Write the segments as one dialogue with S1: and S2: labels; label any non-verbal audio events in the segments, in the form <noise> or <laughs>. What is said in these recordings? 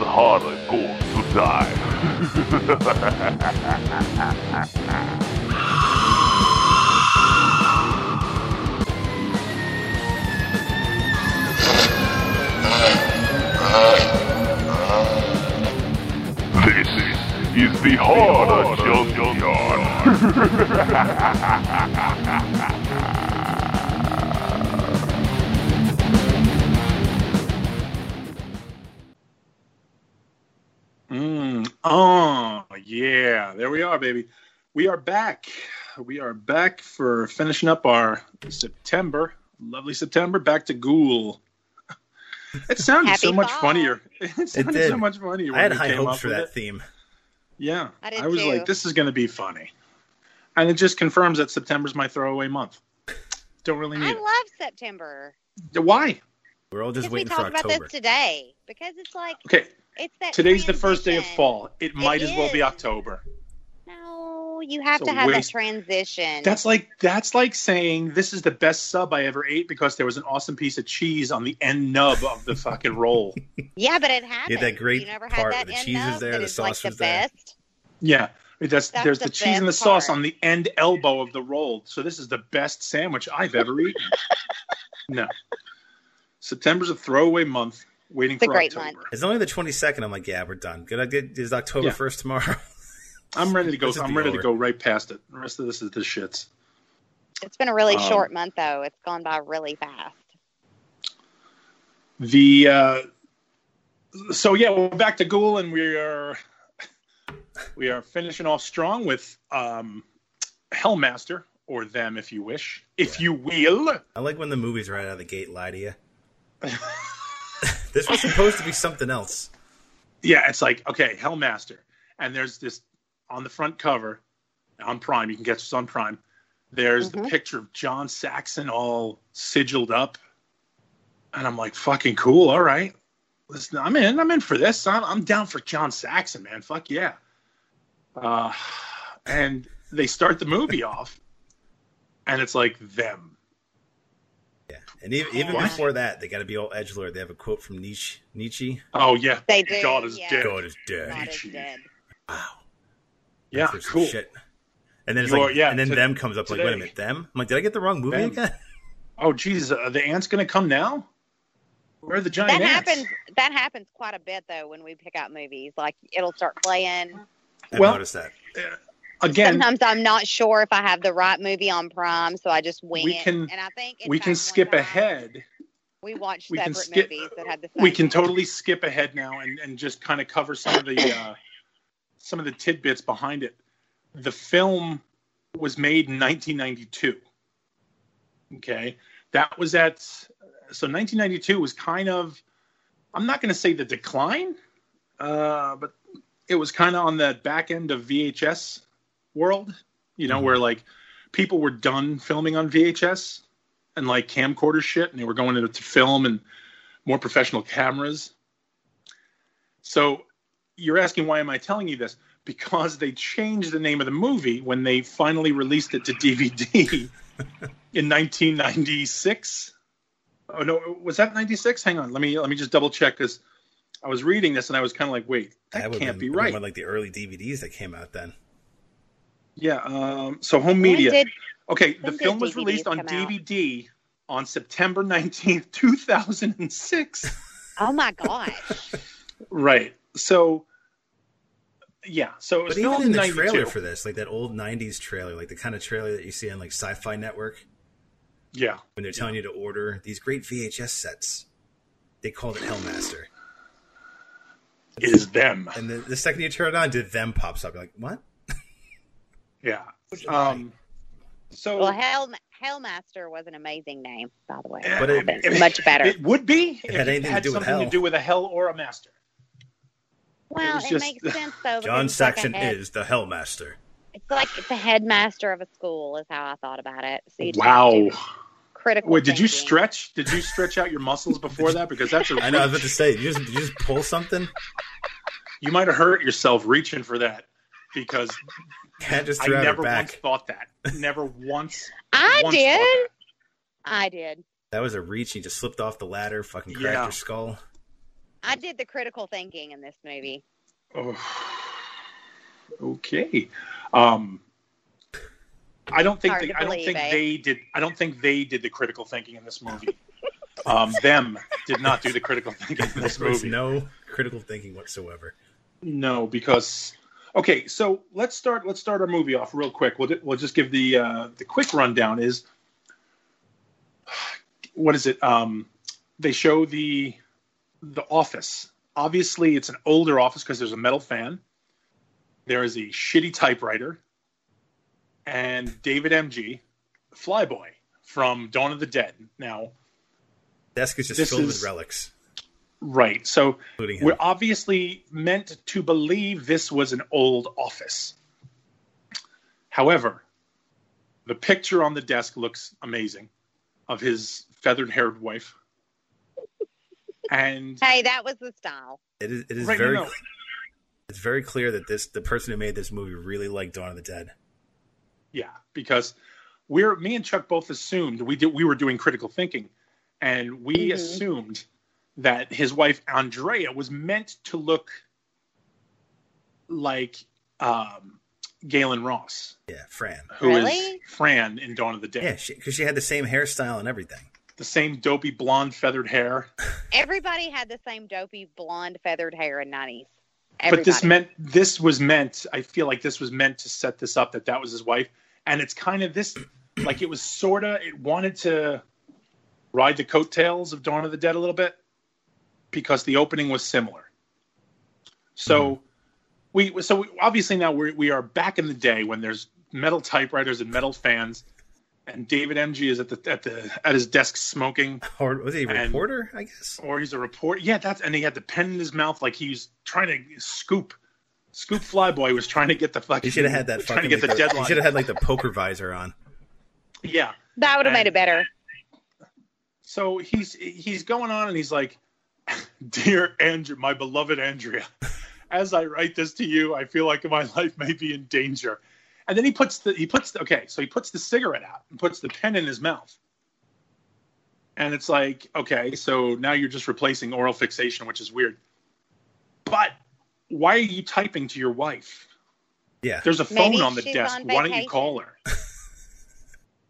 S1: harder goes to die. This is the harder junkyard.
S2: Mm, oh, yeah. There we are, baby. We are back. We are back for finishing up our September. Lovely September. Back to Ghoul.
S3: <laughs>
S2: It sounded
S3: Happy
S2: so much
S3: fall.
S2: funnier. <laughs> It sounded
S4: did.
S2: so much funnier.
S4: I had
S2: when we
S4: high
S2: came
S4: hopes
S2: up
S4: for
S2: with
S4: that
S2: it.
S4: theme.
S2: Yeah.
S3: I did
S2: was
S3: too.
S2: like, this is going to be funny. And it just confirms that September's my throwaway month. Don't really
S3: I
S2: need
S3: love September.
S2: it. Why?
S4: We're all
S3: Because
S4: just
S3: we
S4: waiting for
S3: talked about
S4: October.
S3: this today. Because it's like
S2: Okay,
S3: it's that
S2: today's the first day of
S3: transition.
S2: fall. It might as well be
S3: is.
S2: October.
S3: No, you have
S2: It's
S3: to
S2: a
S3: have
S2: waste.
S3: that transition.
S2: That's like that's like saying this is the best sub I ever ate because there was an awesome piece of cheese on the end nub of the fucking roll.
S3: yeah, but it happens.
S4: great
S3: you never
S4: part
S3: had that
S4: where the
S3: end
S4: cheese is
S3: up
S4: there,
S3: that
S4: the
S3: is, like,
S4: sauce
S3: the
S4: was there.
S3: Best.
S2: Yeah, it- that's,
S3: That's
S2: there's the,
S3: the
S2: cheese and the
S3: best
S2: sauce
S3: part.
S2: on the end elbow of the roll. So this is the best sandwich I've ever
S3: <laughs>
S2: eaten. no, September's a throwaway month. Waiting
S3: It's a
S2: for
S3: great
S2: October.
S4: It's only the 22nd. I'm like, yeah, we're done. Good. I did- Is October
S2: Yeah.
S4: 1st tomorrow? <laughs>
S2: I'm ready to go.
S4: Let's just
S2: I'm
S4: be
S2: ready to
S4: over.
S2: go right past it. The rest of this is the shits.
S3: It's been a really
S2: Um,
S3: short month though. It's gone by really fast.
S2: The uh, so yeah, we're back to Ghoul, and we are we are finishing off strong with um, Hellmaster or them, if you wish, if you will.
S4: I like when the movies right out of the gate
S3: <laughs>
S4: lie to you. this was supposed to be something else.
S2: Yeah, it's like okay, Hellmaster, and there's this on the front cover on Prime. You can catch this on Prime. There's the
S3: Mhm.
S2: picture of John Saxon all sigiled up, and I'm like, fucking cool. All right, listen, I'm in. I'm in for this. I'm, I'm down for John Saxon, man. Fuck yeah. Uh, and they start the movie off, and it's like them.
S4: Yeah. And even, even
S2: What?
S4: before that, they got to be all edge lord. They have a quote from Nietzsche. Nietzsche.
S2: Oh yeah,
S3: They do.
S2: God is
S3: yeah.
S2: dead.
S4: God is
S3: God
S4: dead.
S3: is
S2: Nietzsche.
S3: dead.
S4: Wow.
S2: yeah,
S4: There's some
S2: cool.
S4: Shit. And then it's
S2: You
S4: like,
S2: are- yeah,
S4: and then
S2: to-
S4: them comes up. Like, wait a
S2: today.
S4: minute, them. I'm like, did I get the wrong movie
S2: Them.
S4: again?
S2: Oh geez, uh, the ant's gonna come now. Where are the giant
S3: That
S2: ants?
S3: happens. That happens quite a bit though when we pick out movies. Like it'll start playing.
S4: I
S2: Well-
S4: noticed that.
S2: Again,
S3: Sometimes I'm not sure if I have the right movie on Prime, so I just wing
S2: We
S3: it.
S2: can-
S3: and I think in
S2: we
S3: fact,
S2: can
S3: one
S2: skip
S3: time
S2: ahead.
S3: We watched
S2: we can
S3: separate
S2: skip-
S3: movies that had the same.
S2: We can
S3: name.
S2: totally skip ahead now and, and just kind of cover some of the uh, some of the tidbits behind it. The film was made in 1992. Okay, that was at so 1992 was kind of I'm not going to say the decline, uh, but it was kind of on the back end of VHS world. You know,
S4: Mhm.
S2: where like people were done filming on VHS and like camcorder shit, and they were going into to film and more professional cameras. So you're asking why am I telling you this? Because they changed the name of the movie when they finally released it to
S4: <laughs>
S2: DVD in 1996. Oh no, was that 96? Hang on, let me let me just double check because I was reading this and I was kind of like, wait, that,
S4: would've
S2: can't be
S4: been- would've been
S2: right.
S4: One, of, like the early DVDs that came out then.
S2: yeah. Um, so home
S3: When
S2: media.
S3: did-
S2: Okay, the
S3: did
S2: film was
S3: DVDs
S2: released on
S3: come out?
S2: DVD on September 19th, 2006.
S3: oh my <laughs> gosh!
S2: Right. So, yeah. So it was
S4: But even
S2: filmed
S4: in
S2: in
S4: the
S2: 92.
S4: trailer for this, like that old '90s trailer, like the kind of trailer that you see on like Sci-Fi Network,
S2: yeah.
S4: when they're telling you to order these great VHS sets, they called it Hellmaster.
S2: It is them.
S4: And the, the second you turn it on, did them pops up. You're like, what?
S2: Yeah. Um, so
S3: Well, Hell Hellmaster was an amazing name, by the way.
S2: Yeah,
S4: But it-
S3: It's much better.
S2: it would be
S4: It had
S2: if
S4: anything to
S2: had
S4: do with
S2: something
S4: hell.
S2: to do with a hell or a master.
S3: well,
S2: was
S3: it
S2: just-
S3: makes sense though. because
S4: John
S3: it's like a
S4: Saxon
S3: head-
S4: is the Hellmaster.
S3: It's like the headmaster of a school is how I thought about it. So you just have to
S2: Wow.
S3: do Critical.
S2: Wait, did you
S3: thinking.
S2: stretch? Did you stretch out your
S4: <laughs>
S2: muscles before that? Because that's a
S4: I know. I was about to say, you just, you just pull something.
S2: you might have hurt yourself reaching for that because
S4: Cat just
S2: I
S4: threw out her
S2: never once
S4: back.
S2: thought that. Never once.
S3: I
S2: once
S3: did.
S2: thought
S3: I did.
S4: That was a reach. He just slipped off the ladder, fucking cracked
S2: Yeah.
S4: her skull.
S3: I did the critical thinking in this movie.
S2: Oh, okay. Um, I don't think
S3: Hard
S2: they,
S3: to
S2: I don't
S3: believe,
S2: think
S3: eh?
S2: they did. I don't think they did the critical thinking in this movie. um, them did not do the critical thinking in this
S4: There was
S2: movie.
S4: no critical thinking whatsoever.
S2: No, because okay, so let's start. Let's start our movie off real quick. We'll, ju- we'll just give the uh, the quick rundown. Is what is it? Um, they show the the office. Obviously, it's an older office because there's a metal fan. There is a shitty typewriter, and David MG, Flyboy from Dawn of the Dead. Now,
S4: Desk is just
S2: This
S4: filled
S2: is-
S4: with relics,
S2: right? So
S4: including him.
S2: we're obviously meant to believe this was an old office. However, the picture on the desk looks amazing of his feathered haired wife. And
S3: Hey, that was the style.
S4: It is, it is
S2: Right, no,
S4: very
S2: no.
S4: it's very clear that this the person who made this movie really liked Dawn of the Dead.
S2: yeah, because we're me and Chuck both assumed we did we were doing critical thinking and we
S3: Mhm.
S2: assumed that his wife Andrea was meant to look like um, Galen Ross.
S4: Yeah, Fran.
S2: Who is
S3: Really?
S2: Fran in Dawn of the Dead.
S4: Yeah, because she, had the same hairstyle and everything. <laughs>
S2: The same dopey blonde feathered hair.
S3: Everybody had the same dopey blonde feathered hair in nineties.
S2: But this meant this was meant. I feel like this was meant to set this up that that was his wife, and it's kind of this like it was sort of it wanted to ride the coattails of Dawn of the Dead a little bit because the opening was similar. So we so we, obviously now we we are back in the day when there's metal typewriters and metal fans, and David MG is at the at the at his desk smoking.
S4: Or was he a
S2: And-
S4: reporter? I guess.
S2: or he's a report. Yeah, that's and he had the pen in his mouth like he was trying to scoop. Scoop Flyboy was trying to get the fucking.
S4: He should have had that
S2: Trying to
S4: fucking.
S2: get the
S4: like, He
S2: deadline.
S4: should have had like the poker visor on.
S2: Yeah.
S3: that would have
S2: and-
S3: made it better.
S2: So he's he's going on and he's like, "Dear Andrew, my beloved Andrea, as I write this to you, I feel like my life may be in danger." And then he puts the he puts the, okay, so he puts the cigarette out and puts the pen in his mouth. And it's like, okay, so now you're just replacing oral fixation, which is weird. But why are you typing to your wife?
S4: Yeah.
S2: There's a phone
S3: Maybe
S2: on the
S3: she's
S2: desk.
S3: on
S2: Why don't you
S3: vacation.
S2: call
S4: <laughs>
S2: her?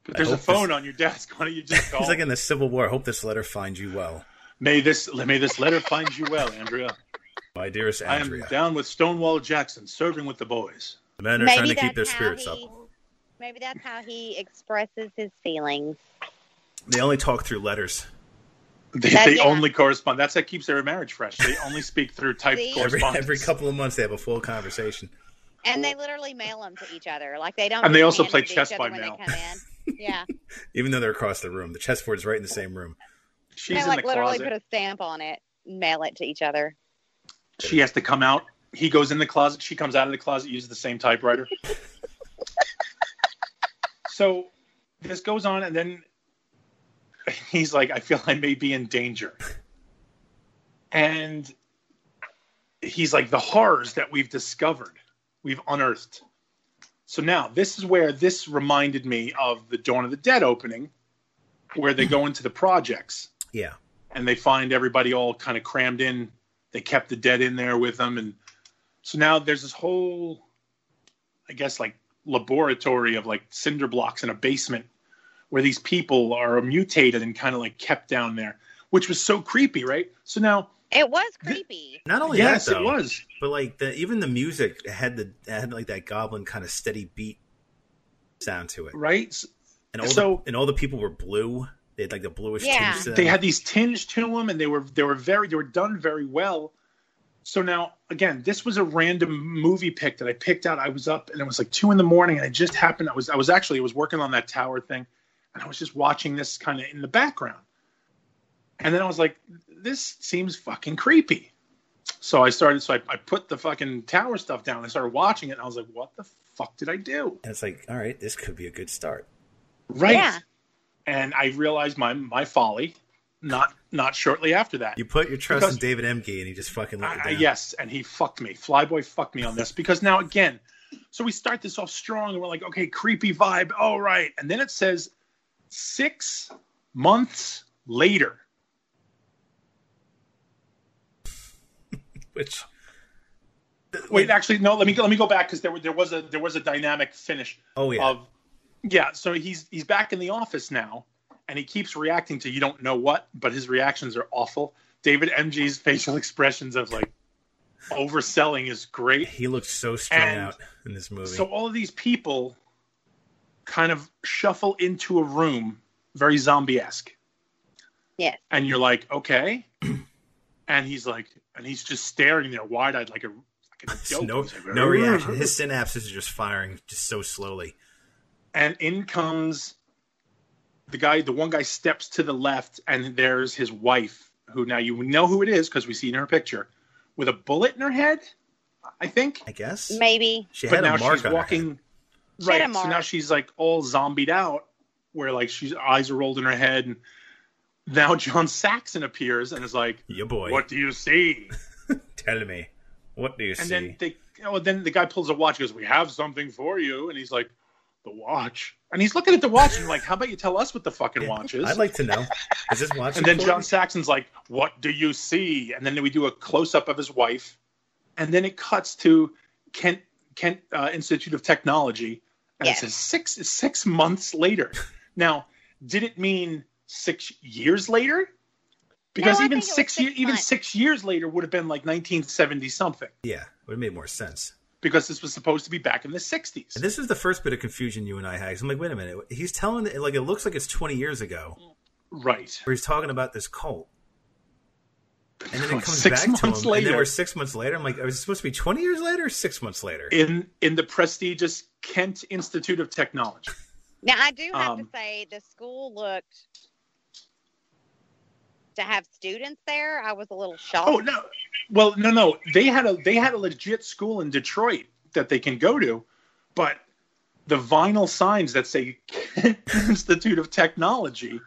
S2: There's a
S4: hope this-
S2: phone on your desk. Why don't you
S4: <laughs>
S2: just call?
S4: He's like in the Civil War. Hope this letter finds you well,
S2: May this may this letter find you well, Andrea.
S4: my dearest
S2: I am
S4: Andrea.
S2: down with Stonewall Jackson, serving with the boys.
S4: The men are
S3: Maybe
S4: trying to
S3: that's
S4: keep their
S3: how
S4: spirits
S3: he-
S4: up.
S3: Maybe that's how he expresses his feelings.
S4: They only talk through letters.
S2: They,
S3: That-
S2: they
S3: yeah.
S2: only correspond. That's what keeps their marriage fresh. They only speak through typed
S3: See?
S4: Every
S2: correspondence.
S4: every couple of months, they have a full conversation.
S3: And they literally mail them to each other. Like they don't.
S2: And they
S3: just
S2: also
S3: hand
S2: play
S3: them to each
S2: chess
S3: other
S2: by
S3: when
S2: mail.
S3: They come
S2: <laughs>
S3: in. Yeah,
S4: Even though they're across the room, the chessboard's right in the same room.
S2: She's
S3: they
S2: in
S3: like
S2: the
S3: literally
S2: closet.
S3: put a stamp on it, and mail it to each other.
S2: She has to come out. He goes in the closet. She comes out of the closet. Uses the same typewriter. so this goes on, and then he's like, "I feel I may be in danger," and he's like, "The horrors that we've discovered, we've unearthed." So now this is where this reminded me of the Dawn of the Dead opening, where they go into the projects
S4: Yeah.
S2: and they find everybody all kind of crammed in. They kept the dead in there with them, and so now there's this whole, I guess, like laboratory of like cinder blocks in a basement where these people are mutated and kind of like kept down there, which was so creepy, right? So now,
S3: It was creepy.
S4: Not only
S2: yes,
S4: that, though,
S2: it was.
S4: But like the even the music had the had like that goblin kind of steady beat sound to it,
S2: Right? S-
S4: and all
S2: So-
S4: the, and all the people were blue. They had like the bluish
S3: Yeah.
S4: tinge. to them.
S2: They had these tinge to them, and they were they were very they were done very well. So now, again, this was a random movie pick that I picked out. I was up, and it was like two in the morning, and it just happened. I was I was actually I was working on that tower thing, and I was just watching this kind of in the background. And then I was like, this seems fucking creepy. So I started. So I, I put the fucking tower stuff down. I started watching it, and I was like, what the fuck did I do?
S4: and it's like, all right, this could be a good start.
S2: Right.
S3: Yeah.
S2: And I realized my my folly. Not not shortly after that.
S4: You put your trust
S2: Because-
S4: in David Emge, and he just fucking let you
S2: Uh,
S4: down.
S2: yes, and he fucked me. Flyboy fucked me on this because now again, so we start this off strong and we're like, okay, creepy vibe. All right, and then it says six months later.
S4: Which
S2: Wait, actually, no. Let me let me go back because there were, there was a there was a dynamic finish
S4: oh yeah,
S2: of yeah. So he's he's back in the office now, and he keeps reacting to you don't know what, but his reactions are awful. David MG's facial <laughs> expressions of like overselling is great.
S4: he looked so strung
S2: and-
S4: out in this movie.
S2: So all of these people kind of shuffle into a room, very zombie esque.
S3: Yes.
S2: And you're like, okay.
S4: <clears throat>
S2: and he's like, and he's just staring there wide eyed like a like a
S4: <laughs> Just
S2: dope.
S4: no,
S2: He's like,
S4: no reaction.
S2: <laughs>
S4: His synapses are just firing just so slowly.
S2: And in comes the guy, the one guy steps to the left, and there's his wife, who now you know who it is because we see in her picture, with a bullet in her head, I think.
S4: I guess
S3: Maybe.
S4: she
S2: but
S4: had
S2: now
S4: a mark
S2: she's
S4: on her hand.
S2: walking
S3: She had
S2: right
S3: a
S2: so now
S3: mark.
S2: she's like all zombied out where like she's eyes are rolled in her head and now <laughs> john saxon appears and is like
S4: Your boy,
S2: what do you see
S4: tell me, what do you
S2: and
S4: see?
S2: then they oh then the guy pulls a watch and goes we have something for you and he's like the watch and he's looking at the watch and like how about you tell us what the fucking
S4: Yeah,
S2: watch is
S4: I'd like to know.
S2: <laughs>
S4: Is this watching?
S2: and then
S4: for
S2: John
S4: me?
S2: Saxon's like, "What do you see?" And then we do a close up of his wife, and then it cuts to Kent Kent uh, Institute of Technology, and
S3: Yes.
S2: it says six six months later. now, did it mean six years later? Because
S3: I
S2: even
S3: think it was
S2: six,
S3: six
S2: year, even
S3: months.
S2: six years later would have been like 1970 something,
S4: Yeah, would have made more sense.
S2: because this was supposed to be back in the 60s.
S4: And this was the first bit of confusion you and I had. 'cause I'm like, wait a minute. He's telling like it looks like it's 20 years ago,
S2: right.
S4: where he's talking about this cult, and then it comes
S2: Six
S4: back to him,
S2: months
S4: and then
S2: later.
S4: we're six months later. I'm like, was it supposed to be 20 years later, or six months later?
S2: in in the prestigious Kent Institute of Technology.
S3: Now I do have to
S2: Um,
S3: say the school looked to have students there. I was a little shocked.
S2: Oh no. Well, no, no. They had a they had a legit school in Detroit that they can go to, but the vinyl signs that say <laughs> Kent Institute of Technology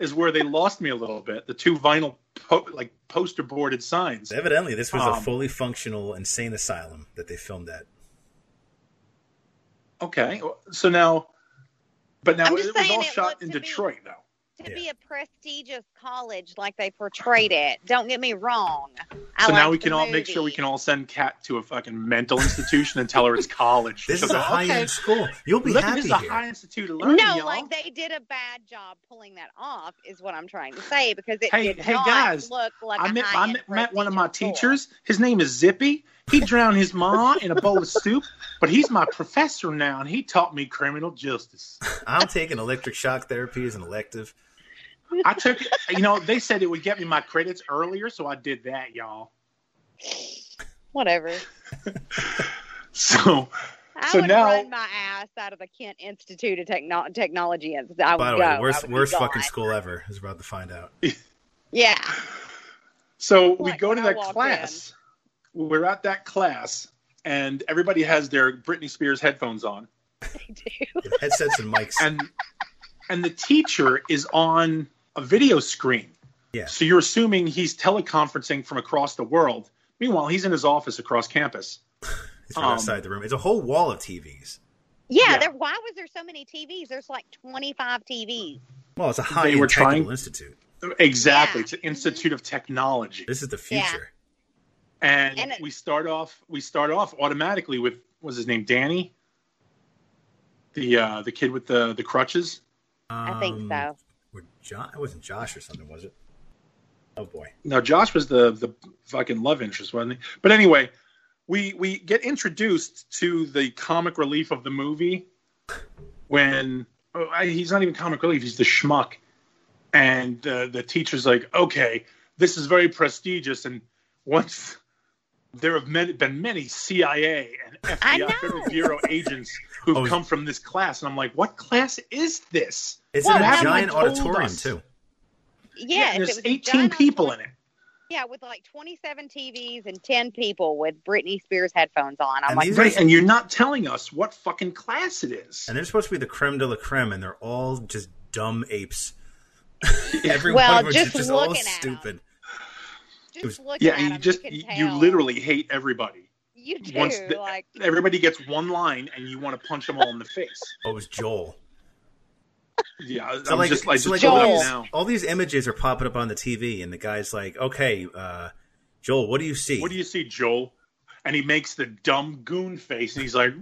S2: is where they lost me a little bit. The two vinyl po- like poster boarded signs.
S4: Evidently, this was a
S2: Um,
S4: fully functional insane asylum that they filmed at.
S2: Okay, so now, but now
S3: I'm
S2: it
S3: just
S2: was
S3: saying
S2: all
S3: it
S2: shot
S3: looked
S2: in
S3: to be-
S2: Detroit though.
S3: to
S4: Yeah.
S3: be a prestigious college like they portrayed it. Don't get me wrong. I
S2: So now
S3: liked
S2: we can
S3: the
S2: all make sure we
S3: movie.
S2: can all send Kat to a fucking mental institution and tell her it's college.
S4: This
S2: She'll
S4: is a
S2: go,
S4: high
S2: "Okay,
S4: end school. You'll be
S2: Look,
S4: happy
S2: this is a
S4: here.
S2: high institute of learning,
S3: No,
S2: y'all.
S3: like they did a bad job pulling that off, is what I'm trying to say, because it
S2: Hey-
S3: did
S2: hey,
S3: not
S2: guys,
S3: look like
S2: I
S3: a
S2: met, I
S3: high-end
S2: met, met one of my
S3: prestigious school.
S2: teachers. His name is Zippy. He drowned his mom in a bowl of soup, but he's my professor now, and he taught me criminal justice.
S4: I'm taking electric shock therapy as an elective.
S2: I took, you know, they said it would get me my credits earlier, so I did that, y'all.
S3: Whatever.
S2: <laughs> So,
S3: I
S2: So
S3: would
S2: now-
S3: run my ass out of the Kent Institute of Techno- Technology. And
S2: Oh,
S3: I would
S4: By the
S3: go.
S4: way,
S3: I
S4: worst
S3: would be
S4: worst
S3: gone.
S4: fucking school ever. I was about to find out.
S2: <laughs>
S3: Yeah.
S2: so we
S3: Like
S2: go
S3: when
S2: to
S3: I
S2: that
S3: walked
S2: class. We're at that class, and everybody has their Britney Spears headphones on,
S3: They <laughs> do.
S4: Headsets and mics.
S2: and and the teacher is on a video screen.
S4: Yeah.
S2: So you're assuming he's teleconferencing from across the world. Meanwhile, he's in his office across campus.
S4: It's right
S2: Um,
S4: outside the room. It's a whole wall of TVs.
S3: Yeah,
S2: Yeah.
S3: There, why was there so many TVs? There's like 25 TVs.
S4: Well, it's a high
S2: were
S4: end technical
S2: trying-
S4: institute.
S2: Exactly.
S3: Yeah.
S2: It's an institute of technology.
S4: This is the
S3: Yeah.
S4: future.
S2: And,
S3: And it-
S2: we start off we start off automatically with what's his name? Danny? The uh the kid with the the crutches.
S3: I think
S4: Um,
S3: so.
S4: Were John, it wasn't Josh or something, was it? Oh boy.
S2: No, Josh was the the fucking love interest, wasn't he? But anyway, we we get introduced to the comic relief of the movie when oh, I, he's not even comic relief; he's the schmuck, and uh, the teacher's like, "Okay, this is very prestigious," and once. There have many, been many CIA and
S3: I
S2: FBI
S3: know.
S2: Federal
S3: <laughs>
S2: Bureau agents who've
S4: Oh,
S2: come from this class, and I'm like, "What class is this?"
S4: It's
S3: Well,
S4: in a
S3: haven't
S4: giant
S2: they told
S4: auditorium
S2: us?
S4: too.
S3: Yes,
S2: and
S3: it
S2: there's
S3: was a
S2: 18
S3: giant
S2: people in it.
S3: Yeah, with like 27 TVs and 10 people with Britney Spears headphones on. I'm
S4: And
S3: like,
S4: these-
S2: Right, and you're not telling us what fucking class it is.
S4: And they're supposed to be the creme de la creme, and they're all just dumb
S2: <laughs>
S4: apes. Every
S3: Well,
S4: one of them is
S3: just
S4: just all
S3: looking at 'em.
S4: stupid.
S3: just
S4: was-
S3: looking
S2: yeah
S3: at
S2: and you
S3: them,
S2: just
S3: can
S2: you, you
S3: tell.
S2: literally hate everybody
S3: you do
S2: once the-
S3: like
S2: everybody gets one line and you want to punch them all in the face
S4: Oh, it was Joel.
S2: yeah I-
S4: So
S2: i'm
S4: like,
S2: just like
S4: so
S2: just
S4: like
S2: pull it
S4: all,
S2: up
S3: Joel.
S4: these,
S2: now
S4: all these images are popping up on the TV, and the guy's like, "Okay, uh, Joel, what do you see?
S2: What do you see, Joel? And he makes the dumb goon face, and he's like,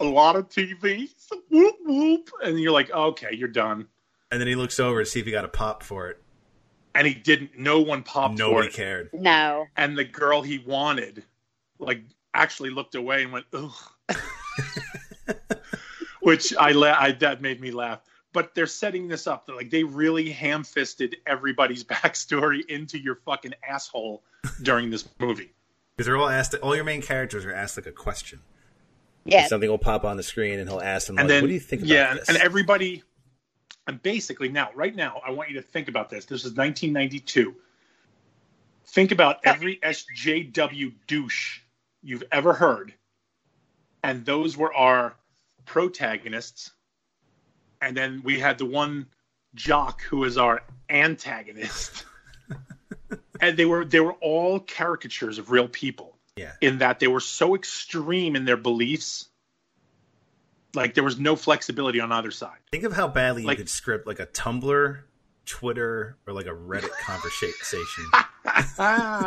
S2: "A lot of TVs, whoop whoop." And you're like, "Okay, you're done."
S4: and then he looks over to see if he got a pop for it.
S2: And he didn't. No one popped for
S4: Nobody
S2: it.
S4: cared.
S3: No.
S2: And the girl he wanted, like, actually looked away and went, "Ugh," which I, la- I that made me laugh. But they're setting this up. They're like they really ham-fisted everybody's <laughs> backstory into your fucking asshole during this movie.
S4: Because they're all asked, all your main characters are asked like a question.
S3: Yes.
S4: Something will pop on the screen, and he'll ask them,
S2: and
S4: like,
S2: then
S4: "What do you think about
S2: yeah, and-
S4: this?"
S2: and everybody, and basically now, right now, I want you to think about this. This is 1992. Think about every SJW douche you've ever heard, and those were our protagonists. And then we had the one jock who is our
S4: <laughs>
S2: antagonist, and they were they were all caricatures of real people
S4: yeah,
S2: in that they were so extreme in their beliefs. Like there was no flexibility on either side.
S4: think of how badly
S2: like-
S4: you could script like a Tumblr, Twitter, or like a Reddit
S2: <laughs>
S4: conversation.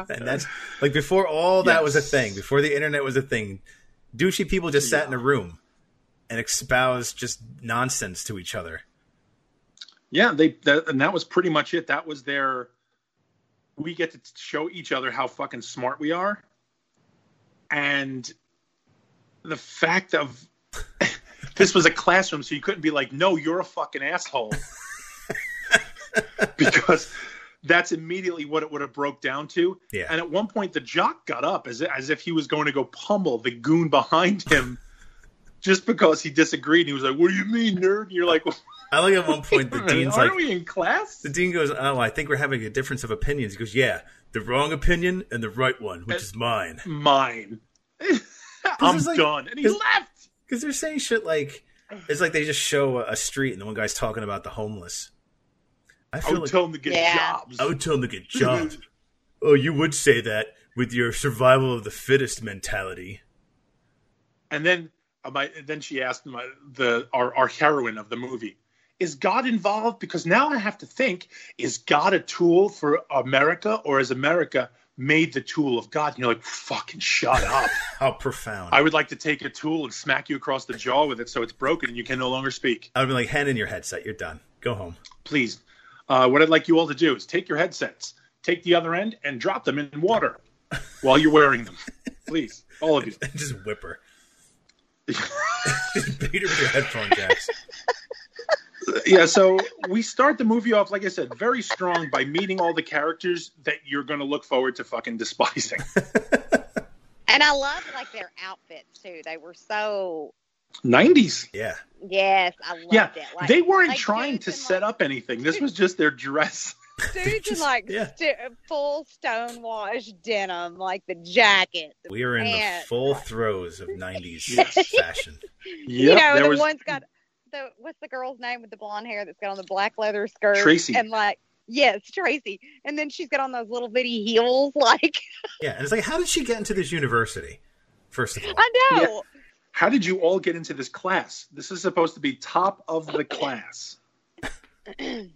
S4: and that's like before all that was a
S2: Yes.
S4: thing, before the internet was a thing, douchey people just sat in a room and espoused just nonsense to each other.
S2: yeah, they that, and that was pretty much it. That was their. We get to show each other how fucking smart we are, and the fact of <laughs> this was a classroom, so you couldn't be like, "No, you're a fucking asshole," because that's immediately what it would have broke down to.
S4: Yeah.
S2: And at one point, the jock got up as as if he was going to go pummel the goon behind him, just because he disagreed. And he was like, "What do you mean, nerd?" And you're like,
S4: I like
S2: <laughs>
S4: at one point the
S2: Wait a minute,
S4: dean's
S2: aren't
S4: like,
S2: we in class?
S4: the dean goes, "Oh, I think we're having a difference of opinions." He goes, "Yeah, the wrong opinion and the right one, which is mine."
S2: Mine. I'm
S4: is like-
S2: done. And he
S4: this-
S2: left.
S4: Because they're saying shit like it's like they just show a, a street and the one guy's talking about the homeless. I
S2: I
S4: feel
S2: would
S4: like
S2: tell him to get
S3: Yeah.
S2: jobs.
S4: I would tell him to get jobs. oh, you would say that with your survival of the fittest mentality.
S2: and then uh, my, then she asked my, the our, our heroine of the movie, is God involved? Because now I have to think, is God a tool for America or is America made the tool of God? And you're like, fucking shut up.
S4: How profound!
S2: I
S4: I,
S2: would like to take a tool and smack you across the jaw with it so it's broken and you can no longer speak.
S4: would be like, hand in your headset. You're done. Go home. <laughs>
S2: please. Uh, what I'd like you all to do is take your headsets, take the other end, and drop them in water while you're wearing them. Please, all of you.
S4: just whip her. just beat her with your headphone jacks.
S2: Yeah, so we start the movie off, like I said, very strong by meeting all the characters that you're going to look forward to fucking despising.
S3: And I love like their outfits too. They were so
S2: 90s.
S4: Yeah,
S3: yes, I loved
S2: Yeah,
S3: it. Like
S2: they weren't
S3: like
S2: trying to
S3: dudes in,
S2: set
S3: like-
S2: up anything. This was just their dress.
S3: dudes in
S4: Just-
S3: like
S4: yeah.
S3: st- full stonewashed denim, like the jacket.
S4: we are in the
S3: Man.
S4: full throes of '90s
S2: Yes.
S4: fashion.
S3: you
S2: Yep,
S3: know,
S2: there
S3: the
S2: was-
S3: one's got the what's the girl's name with the blonde hair that's got on the black leather skirt?
S2: Tracy.
S3: And like yes, Tracy. And then she's got on those little bitty heels, <laughs> like
S4: Yeah, and it's like, how did she get into this university? First of all,
S3: I know.
S2: How did you all get into this class? This is supposed to be top of the class.
S3: Yeah.
S4: Maybe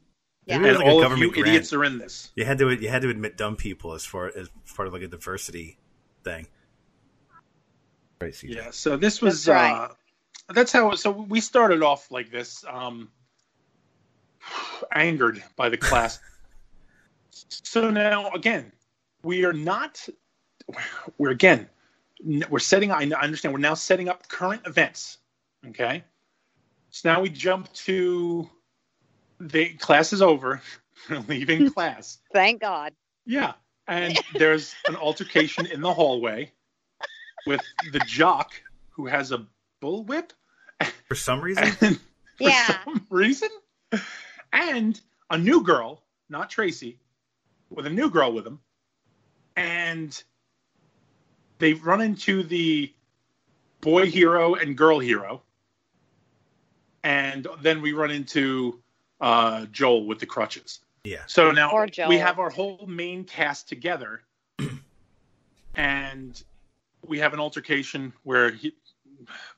S4: it
S2: And
S4: was like a
S2: all of you
S4: government grant.
S2: idiots are in this.
S4: You had to you had to admit dumb people as far as part of like a diversity thing. Right, CJ.
S2: Yeah, so this was
S3: That's right.
S2: uh that's how so we started off like this um angered by the class. <laughs> so now again, we are not we're again n- we're setting I understand we're now setting up current events, okay? So now we jump to the class is over, <laughs> leaving class. <laughs>
S3: Thank God.
S2: Yeah. And there's an altercation in the hallway with the jock who has a bullwhip <laughs>
S4: For some reason,
S2: and for
S3: Yeah.
S2: some reason. And a new girl, not Tracy, with a new girl with him. And they've run into the boy hero and girl hero. And then we run into uh, Joel with the crutches.
S4: yeah,
S2: So now
S3: Or Joel.
S2: we have our whole main cast
S3: <clears throat>
S2: together, and we have an altercation where he,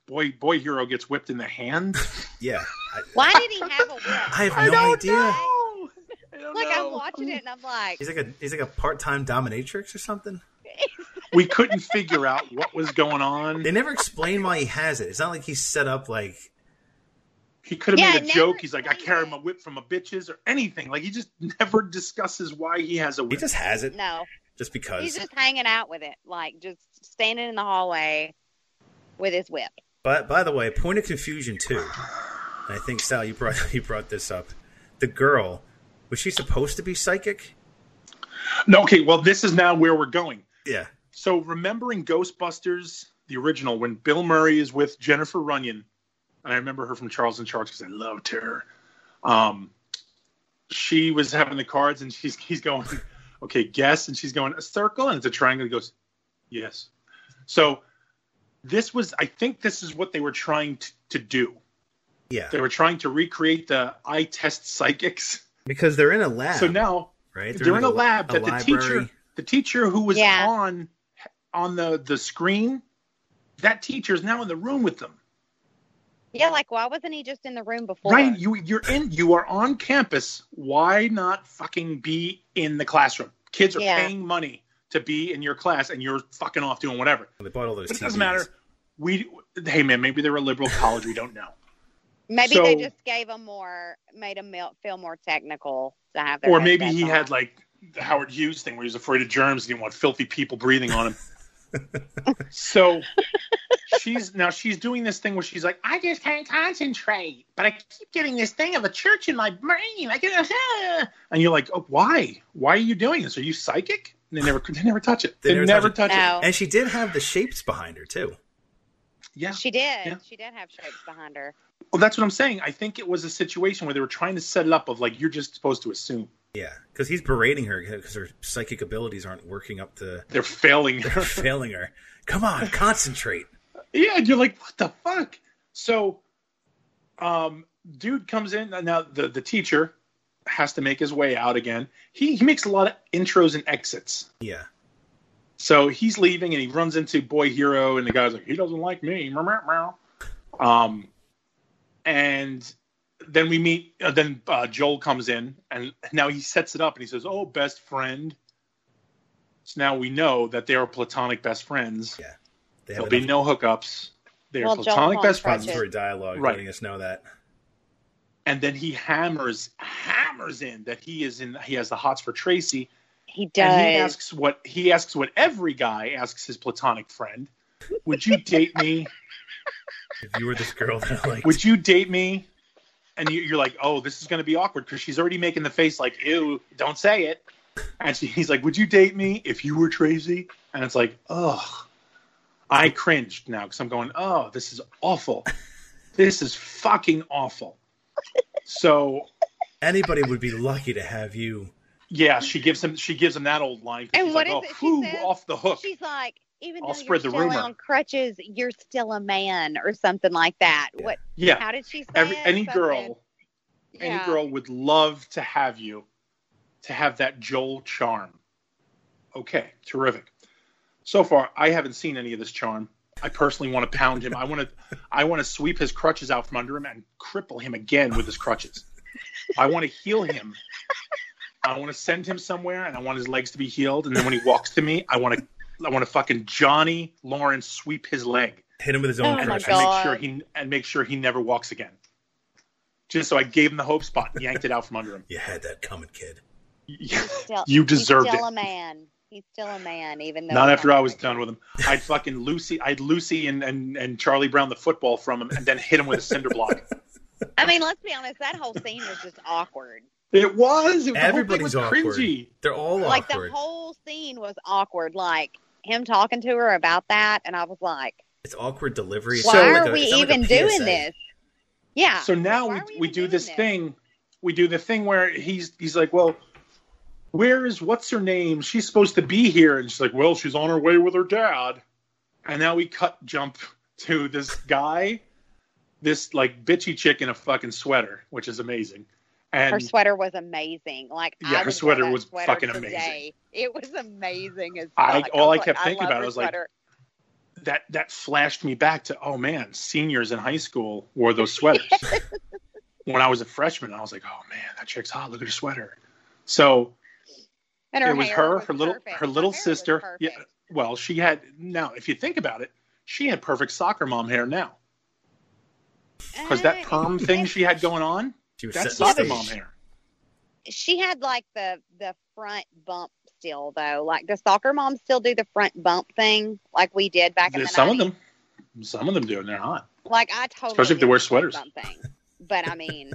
S2: boy boy hero gets whipped in the
S3: <laughs>
S2: hand.
S4: yeah. I,
S3: Why did he have a whip?
S4: I have
S2: I
S4: no
S2: don't
S4: idea.
S2: know. I don't
S3: Like
S2: know.
S3: I'm watching it and I'm like,
S4: He's like a he's like a part time dominatrix or something.
S2: we couldn't figure out what was going
S3: <laughs>
S2: on.
S4: They never explain why he has it. It's not like he's set up like
S2: He could have
S3: Yeah,
S2: made a
S3: never
S2: joke. He's like, I
S3: explained
S2: carry
S3: it.
S2: my whip from a bitches or anything. Like he just <laughs> never discusses why he has a
S4: he
S2: whip.
S4: just has it
S3: No,
S4: just
S3: he's
S4: because.
S3: just hanging out with it, like just standing in the hallway with his whip.
S4: But by the way, point of confusion too. And I think Sal, you brought <laughs> you brought this up. The girl was she supposed to be psychic?
S2: no, okay. Well, this is now where we're going.
S4: Yeah,
S2: So remembering Ghostbusters, the original, when Bill Murray is with Jennifer Runyon, and I remember her from Charles and Charles because I loved her. Um, she was having the cards, and she's <laughs> he's going, okay, guess, and she's going a circle, and it's a triangle. He goes, yes. So this was, I think, this is what they were trying to, to do.
S4: yeah.
S2: They were trying to recreate the I test psychics.
S4: Because they're in a lab.
S2: So now
S4: right?
S2: they're in a
S4: li-
S2: lab
S4: a
S2: that the teacher
S4: library.
S2: the teacher who was
S3: Yeah.
S2: on on the the screen that teacher is now in the room with them
S3: Yeah, like why wasn't he just in the room before?
S2: right you you're in you are on campus why not fucking be in the classroom kids are
S3: Yeah.
S2: paying money to be in your class and you're fucking off doing whatever
S4: They bought all those.
S2: but it
S4: TVs.
S2: doesn't matter we hey man maybe they're a liberal college we don't know
S3: Maybe
S2: So-
S3: they just gave him more, made him mel- feel more technical to have. their
S2: or
S3: headsets
S2: maybe he
S3: on.
S2: had like the Howard Hughes thing where he was afraid of germs and didn't want filthy people breathing <laughs> on him. so she's now she's doing this thing where she's like, I just can't concentrate, but I keep getting this thing of a church in my brain. I get, <laughs> and you're like, oh, why? Why are you doing this? Are you psychic? And they never, they never touch it.
S4: They
S2: They,
S4: never
S2: never, touch,
S4: touch
S2: it.
S3: No,
S4: And she did have the shapes behind her too.
S2: Yeah.
S3: she did.
S2: Yeah.
S3: She did have shapes behind her.
S2: Well, that's what I'm saying. I think it was a situation where they were trying to set it up of like you're just supposed to assume
S4: Yeah, because he's berating her because her psychic abilities aren't working up to
S2: they're failing. <laughs>
S4: they're failing her. Come on, concentrate.
S2: Yeah, and you're like, what the fuck? So, um, dude comes in now. The the teacher has to make his way out again. He he makes a lot of intros and exits.
S4: Yeah,
S2: So he's leaving and he runs into boy hero and the guy's like, he doesn't like me. Meow, meow, meow. Um, and then we meet. Uh, then uh, Joel comes in and now he sets it up and he says, "Oh, best friend." So now we know that they are platonic best friends.
S4: they
S2: There'll
S4: have
S2: be
S4: enough
S2: no hookups. They are
S3: Well, Joel
S2: platonic
S3: won't
S2: best
S3: touch
S2: friends.
S3: it.
S4: for dialogue
S2: Right.
S4: letting us know that.
S2: and then he hammers hammers in that he is in he has the hots for Tracy
S3: He does.
S2: and he asks what he asks what every guy asks his platonic friend would you date me
S4: If you were this girl that I liked,
S2: would you date me and you, you're like oh this is going to be awkward because she's already making the face like ew don't say it and she, he's like would you date me if you were Tracy and it's like ugh I cringed now because I'm going oh this is awful this is fucking awful so
S4: anybody would be lucky to have you.
S2: Yeah, she gives him she gives him that old line. 'cause
S3: And
S2: she's
S3: what
S2: like,
S3: is it she
S2: "Whew,
S3: says?
S2: off the hook.
S3: She's like, even
S2: I'll
S3: though
S2: spread the
S3: you're still
S2: rumor.
S3: on crutches, you're still a man or something like that.
S4: Yeah.
S3: What?
S2: yeah,
S3: How did she say
S2: every
S3: it?
S2: any
S3: Something.
S2: girl, any
S3: Yeah.
S2: girl would love to have you, to have that Joel charm. Okay, terrific. So far, I haven't seen any of this charm. I personally want to pound him. I want to, I want to sweep his crutches out from under him and cripple him again with his crutches. I want to heal him. I want to send him somewhere, and I want his legs to be healed. And then when he walks to me, I want to, I want to fucking Johnny Lawrence sweep his leg.
S4: Hit him with his own
S3: Oh
S2: and,
S3: my
S2: and
S4: crutches.
S3: God.
S2: make sure he and make sure he never walks again. Just so I gave him the hope spot and yanked it out from under
S3: <laughs>
S2: him.
S4: You had that coming, kid.
S3: Still,
S2: you deserved
S3: he's still a
S2: it.
S3: man. He's still a man, even though
S2: Not
S3: he's
S2: after
S3: on
S2: I was
S3: crutches.
S2: done with him. I'd fucking Lucy, I'd Lucy and, and, and Charlie Brown the football from him, and then hit him with a cinder block.
S3: I mean, let's be honest. That whole scene was just awkward.
S2: <laughs> It was. It, the whole thing
S4: Everybody's
S2: was
S4: awkward.
S2: cringy.
S4: They're all
S3: Like
S4: awkward.
S3: the whole scene was awkward. Like him talking to her about that, and I was like,
S4: it's awkward delivery. It's
S3: why
S4: not
S3: are
S4: like a-
S3: we
S4: it's not like a
S3: even
S4: PSA.
S3: doing this? Yeah.
S2: So now
S3: Ah, Why
S2: we,
S3: are we
S2: we
S3: even
S2: do
S3: doing
S2: this
S3: this?
S2: thing. We do the thing where he's he's like, well, where is what's her name? She's supposed to be here, and she's like, well, she's on her way with her dad. And now we cut jump to this guy, this like bitchy chick in a fucking sweater, which is amazing. And
S3: her sweater was amazing. Like
S2: Yeah,
S3: I
S2: her
S3: would wear
S2: sweater
S3: that
S2: was
S3: sweater
S2: fucking
S3: today.
S2: amazing.
S3: It was amazing as
S2: I-
S3: fuck.
S2: all I
S3: was
S2: kept
S3: like,
S2: thinking
S3: love
S2: about it
S3: her
S2: was like,
S3: sweater.
S2: that that flashed me back to oh man, seniors in high school wore those
S3: <laughs>
S2: sweaters. when I was a freshman, I was like, oh man, that chick's hot. Look at her sweater. So
S3: and
S2: it was
S3: hair
S2: her, her little-
S3: perfect.
S2: her little
S3: hair was
S2: sister. Yeah,
S3: perfect.
S2: well, she had now. If you think about it, she had perfect soccer mom hair now because that perm thing she had going on.
S4: She was
S2: That's
S4: setting the
S2: soccer
S4: stage.
S2: mom hair.
S3: she had like the the front bump still though. Like does soccer moms still do the front bump thing like we did back in the
S2: There's some
S3: 90s?
S2: of them, some of them do, and they're hot.
S3: Like I totally
S2: Especially if they
S3: did
S2: wear
S3: the
S2: sweaters.
S3: front Bump thing. But
S2: <laughs>
S3: I mean,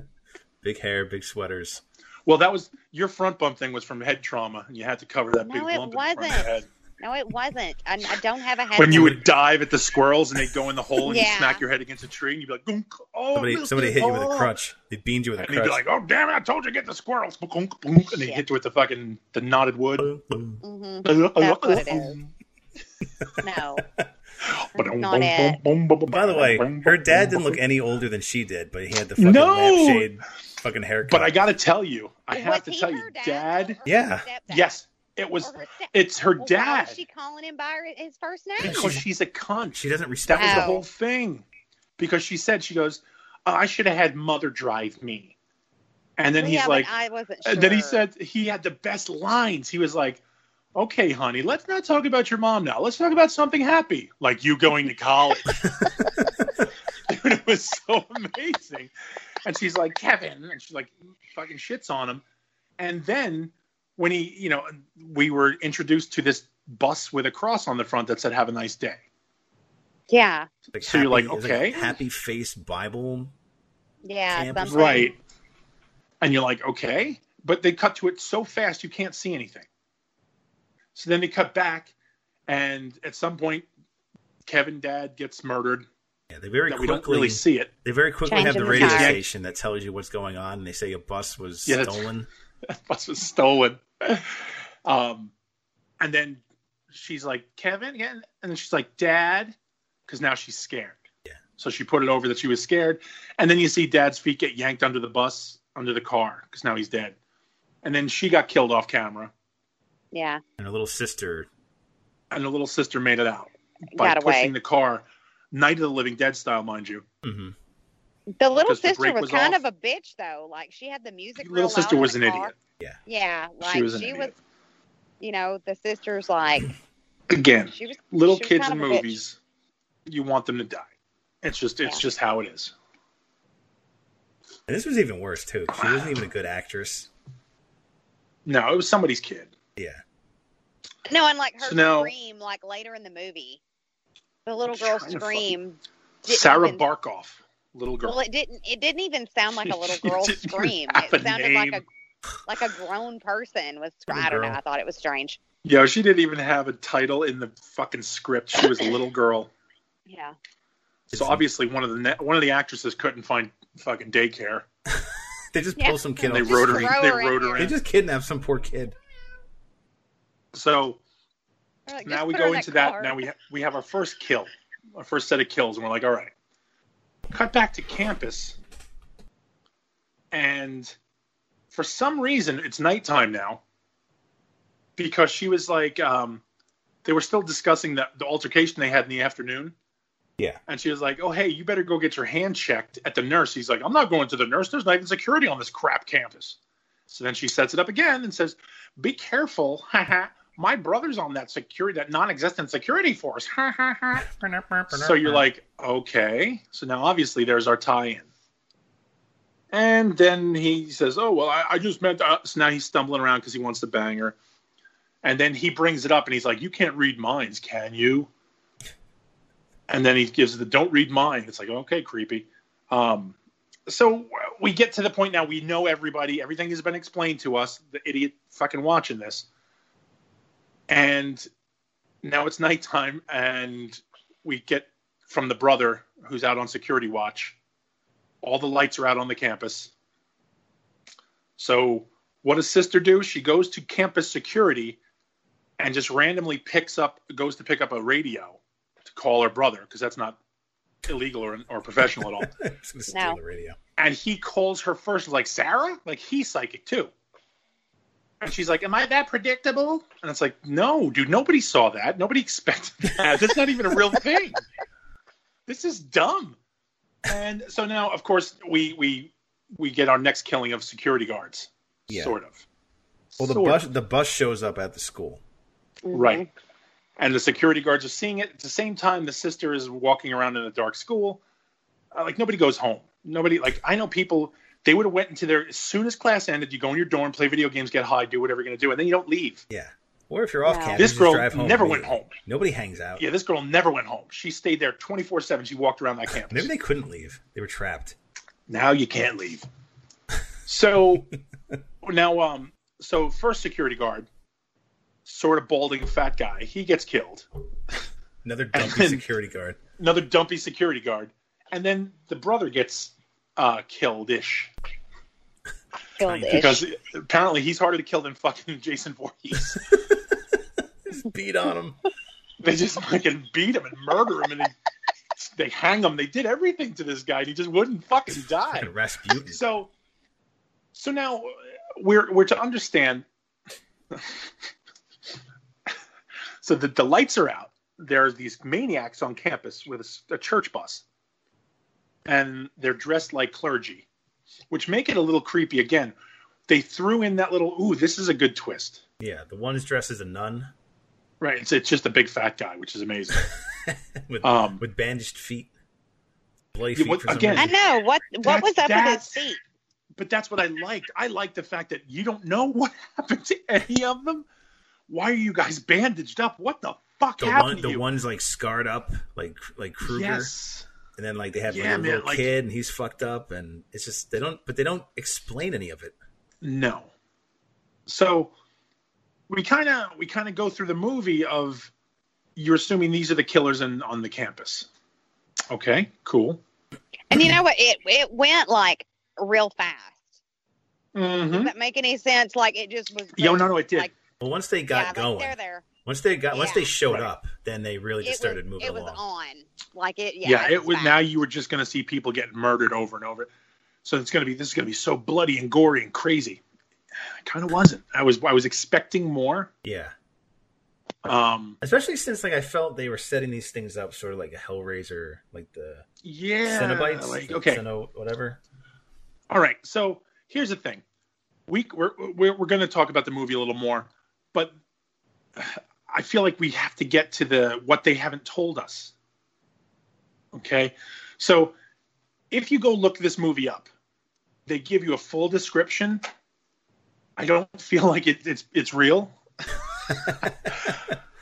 S4: Big hair, big sweaters.
S2: Well, that was your front bump thing was from head trauma, and you had to cover that
S3: No,
S2: big
S3: it
S2: lump in front of your
S3: wasn't.
S2: head.
S3: no, it wasn't. I, I don't have a head.
S2: When you
S3: bump.
S2: would dive at the squirrels and they'd go in the hole and
S3: Yeah.
S2: you smack your head against a tree and you'd be like, "Gunk, oh,
S4: Somebody,
S2: Milton,
S4: somebody hit you with a
S2: oh."
S4: crutch. They beamed you with a
S2: And he'd be
S4: crutch.
S2: like, oh, damn it, I told you get the squirrels. Gunk, gunk, And they
S3: Shit.
S2: hit you with the fucking the knotted wood.
S4: Boom,
S3: Mhm.
S2: That's
S3: what it is.
S2: <laughs>
S3: No, that's not it.
S4: boom. By the way, her dad didn't look any older than she did, but he had the fucking
S2: No!
S4: lampshade fucking haircut.
S2: But I got to tell you, I
S3: Was
S2: have to
S3: he
S2: tell
S3: her
S2: you,
S3: dad? or
S2: Dad.
S3: her
S4: Yeah.
S3: stepdad?
S2: Yes, it was.
S3: Or her step-
S2: It's her
S3: Well, Why
S2: dad
S3: was she calling him by her- his first name?
S2: because she's a cunt.
S4: she doesn't
S2: That
S4: respect
S2: was the
S3: Wow.
S2: whole thing. Because she said, she goes, "Oh, I should have had mother drive me. And then
S3: Well,
S2: he's
S3: yeah, but
S2: like,
S3: I wasn't
S2: and then he
S3: sure.
S2: said he had the best lines. He was like, okay, honey, let's not talk about your mom now. Let's talk about something happy, like you going to college. <laughs> Dude, it was so amazing. And she's like, Kevin. And she's like, fucking shits on him. And then when he, you know, we were introduced to this bus with a cross on the front that said, have a nice day.
S3: "Yeah,
S4: Like,
S2: So you're like,
S4: it was
S2: okay.
S4: happy face Bible.
S3: yeah,
S4: Campers.
S3: something.
S2: Right. And you're like, okay. But they cut to it so fast you can't see anything. So then they cut back, and at some point, Kevin Dad gets murdered.
S4: Yeah, they very
S2: That we
S4: quickly
S2: don't really see it. <laughs>
S4: they very quickly
S3: Change
S4: have the
S3: in the
S4: radio
S3: tide.
S4: station that tells you what's going on, and they say a bus was
S2: Yeah, that's-
S4: stolen.
S2: That bus was stolen. Um, and then she's like, Kevin, yeah. and then she's like, Dad, because now she's scared.
S4: Yeah.
S2: So she put it over that she was scared, and then you see Dad's feet get yanked under the bus, under the car, because now he's dead. And then she got killed off camera.
S3: Yeah,
S4: And her little sister,
S2: and the little sister made it out by
S3: got
S2: pushing
S3: away.
S2: the car, Night of the Living Dead style, mind you.
S4: hmm
S3: The little
S2: Because the
S3: sister
S2: brake
S3: was,
S2: was
S3: kind
S2: off.
S3: of a bitch though. Like she had the music.
S2: Little
S3: real
S2: sister
S3: loud in
S2: was
S3: the
S2: an
S3: car.
S2: idiot.
S3: Yeah, like
S2: she was an idiot.
S3: you know, the sister's like
S2: Again,
S3: she was
S2: little
S3: she was
S2: kids in
S3: kind of a bitch.
S2: movies, you want them to die. It's just it's
S3: Yeah.
S2: just how it is.
S4: and this was even worse too. She wasn't even a good actress.
S2: No, it was somebody's kid.
S4: Yeah,
S3: No, and like her
S2: So now-
S3: scream, like later in the movie, the little girl
S2: trying to
S3: scream. didn't
S2: Sarah
S3: even-
S2: Barkoff, little girl.
S3: Well, it didn't. It didn't even sound like
S2: <laughs>
S3: a little
S2: She
S3: girl
S2: didn't even
S3: scream.
S2: have
S3: It
S2: a
S3: sounded like a
S2: name.
S3: like a grown person was.
S4: Little
S3: I don't know.
S4: girl.
S3: I thought it was strange.
S2: Yo, she didn't even have a title in the fucking script. She was a little girl.
S3: Yeah.
S2: So obviously one of the ne- one of the actresses couldn't find fucking daycare.
S4: they just
S3: Yeah.
S4: pull some kid.
S2: They
S4: off.
S3: Just
S2: wrote her.
S3: throw
S2: They
S3: her in
S2: wrote her
S3: there.
S4: They
S2: in.
S4: just kidnapped some poor kid. <laughs>
S2: So
S3: They're like,
S2: now
S3: "Just
S2: we
S3: put her
S2: go
S3: in
S2: into that.
S3: car."
S2: Now we ha- we have our first kill, our first set of kills, and we're like, all right. Cut back to campus, and for some reason it's nighttime now. Because she was like, um, they were still discussing that the altercation they had in the afternoon.
S4: Yeah.
S2: And she was like, "Oh, hey, you better go get your hand checked at the nurse." He's like, "I'm not going to the nurse. There's not even security on this crap campus." So then she sets it up again and says, "Be careful, <laughs> haha. My brother's on that security, that non-existent security force." Ha ha ha. So you're like, okay. So now obviously there's our tie-in. And then he says, "Oh well, I, I just meant." Uh, so now he's stumbling around because he wants to bang her. And then he brings it up and he's like, "You can't read minds, can you?" And then he gives the "Don't read mine." It's like, okay, creepy. Um, so we get to the point now. We know everybody. Everything has been explained to us. The idiot fucking watching this. And now it's nighttime, and we get from the brother who's out on security watch. All the lights are out on the campus. So, what does sister do? She goes to campus security and just randomly picks up, goes to pick up a radio to call her brother because that's not illegal or, or professional at all.
S4: just gonna steal
S3: No.
S4: the radio.
S2: and he calls her first, like Sarah, like he's psychic too. And she's like, "Am I that predictable?" And it's like, "No, dude. Nobody saw that. Nobody expected that. That's not even a real thing. This is dumb." And so now, of course, we we we get our next killing of security guards,
S4: Yeah.
S2: sort of.
S4: Well, the
S2: Sort
S4: bus
S2: of.
S4: the bus shows up at the school.
S3: Mhm.
S2: right, and the security guards are seeing it. At the same time, the sister is walking around in a dark school. Uh, like nobody goes home. Nobody like I know people. They would have went into their as soon as class ended. You go in your dorm, play video games, get high, do whatever you're gonna do, and then you don't leave.
S4: Yeah. Or if you're off
S3: Wow.
S4: campus,
S2: This
S4: you just
S2: girl
S4: drive home
S2: never
S4: immediately.
S2: went home.
S4: Nobody hangs out.
S2: Yeah, this girl never went home. She stayed there 24 seven. She walked around that campus.
S4: Maybe they couldn't leave. They were trapped.
S2: now you can't
S4: <laughs>
S2: leave. So now, um, so first security guard, sort of balding fat guy, he gets killed.
S4: Another
S2: And
S4: dumpy
S2: then-
S4: security guard.
S2: Another dumpy security guard, and then the brother gets uh, killed ish
S3: Killed
S4: Kinda.
S3: ish.
S2: because apparently he's harder to kill than fucking <laughs> Jason Voorhees.
S4: Just beat on
S2: <laughs>
S4: him.
S2: they just fucking beat him and murder him and they, they hang him. They did everything to this guy and he just wouldn't fucking die.
S4: Fucking Rasputin.
S2: So, so now uh, we're we're to understand. <laughs> so that the lights are out. There are these maniacs on campus with a s- a, church bus, and they're dressed like clergy, which make it a little creepy. Again, they threw in that little "ooh, this is a good twist."
S4: Yeah, the one's dressed as a nun <laughs>
S2: Right? It's, it's just a big fat guy, which is amazing.
S4: with
S2: Um,
S4: with bandaged feet, bloody
S2: Yeah,
S4: feet
S2: what-
S4: for some
S2: again-
S3: I
S4: reason.
S3: know what what
S2: That's-
S3: was up with his
S2: that's-
S3: feet.
S2: but that's what I liked. I liked the fact that you don't know <laughs> what happened to any of them. Why are you guys bandaged up? What the fuck
S4: The
S2: happened
S4: one,
S2: to
S4: the
S2: you?
S4: one's like scarred up, like like Kruger,
S2: Yes.
S4: and then like they have
S2: Yeah,
S4: like, a
S2: man,
S4: little
S2: like-
S4: kid, and he's fucked up, and it's just they don't, but they don't explain any of it.
S2: No. So we kind of we kind of go through the movie of you're assuming these are the killers in, on the campus. Okay, cool.
S3: And you know what? It it went like real fast. Does
S2: Mm-hmm.
S3: that make any sense? Like it just was.
S2: Yo, no, no, it did.
S3: Like,
S4: But once they
S3: yeah,
S4: got
S3: like,
S4: going,
S3: they're there.
S4: once they got, once they
S3: Yeah.
S4: showed
S2: Right.
S4: up, then they really just
S3: it
S4: started
S3: was,
S4: moving
S3: it was
S4: along.
S3: on. Like it. Yeah.
S2: yeah, it
S3: was
S2: was.
S3: fast.
S2: Now you were just going to see people get murdered over and over. So it's going to be this is going to be so bloody and gory and crazy. <sighs> It kind of wasn't. I was I was expecting more.
S4: Yeah,
S2: Um,
S4: especially since like I felt they were setting these things up sort of like a Hellraiser, like the
S2: yeah.
S4: Cenobites,
S2: like,
S4: the
S2: okay.
S4: Ceno- whatever.
S2: All right. So here's the thing. We we're we're, we're going to talk about the movie a little more, but I feel like we have to get to the what they haven't told us. Okay. So if you go look this movie up, they give you a full description. I don't feel <laughs> like it, it's it's real.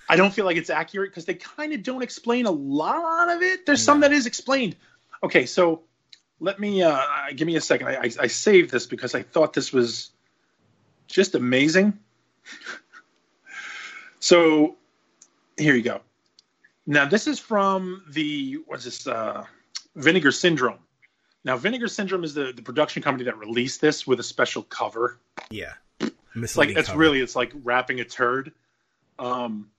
S2: I don't feel like it's accurate because they kind of don't explain a lot of it. There's some
S4: No.
S2: that is explained. Okay, so let me uh, give me a second. I, I, I saved this because I thought this was just amazing. <laughs> so here you go. Now this is from the what's this uh, Vinegar Syndrome. Now Vinegar Syndrome is the, the production company that released this with a special cover.
S4: Yeah,
S2: It's like
S4: Misleading
S2: that's
S4: cover.
S2: really it's like wrapping a turd. Um,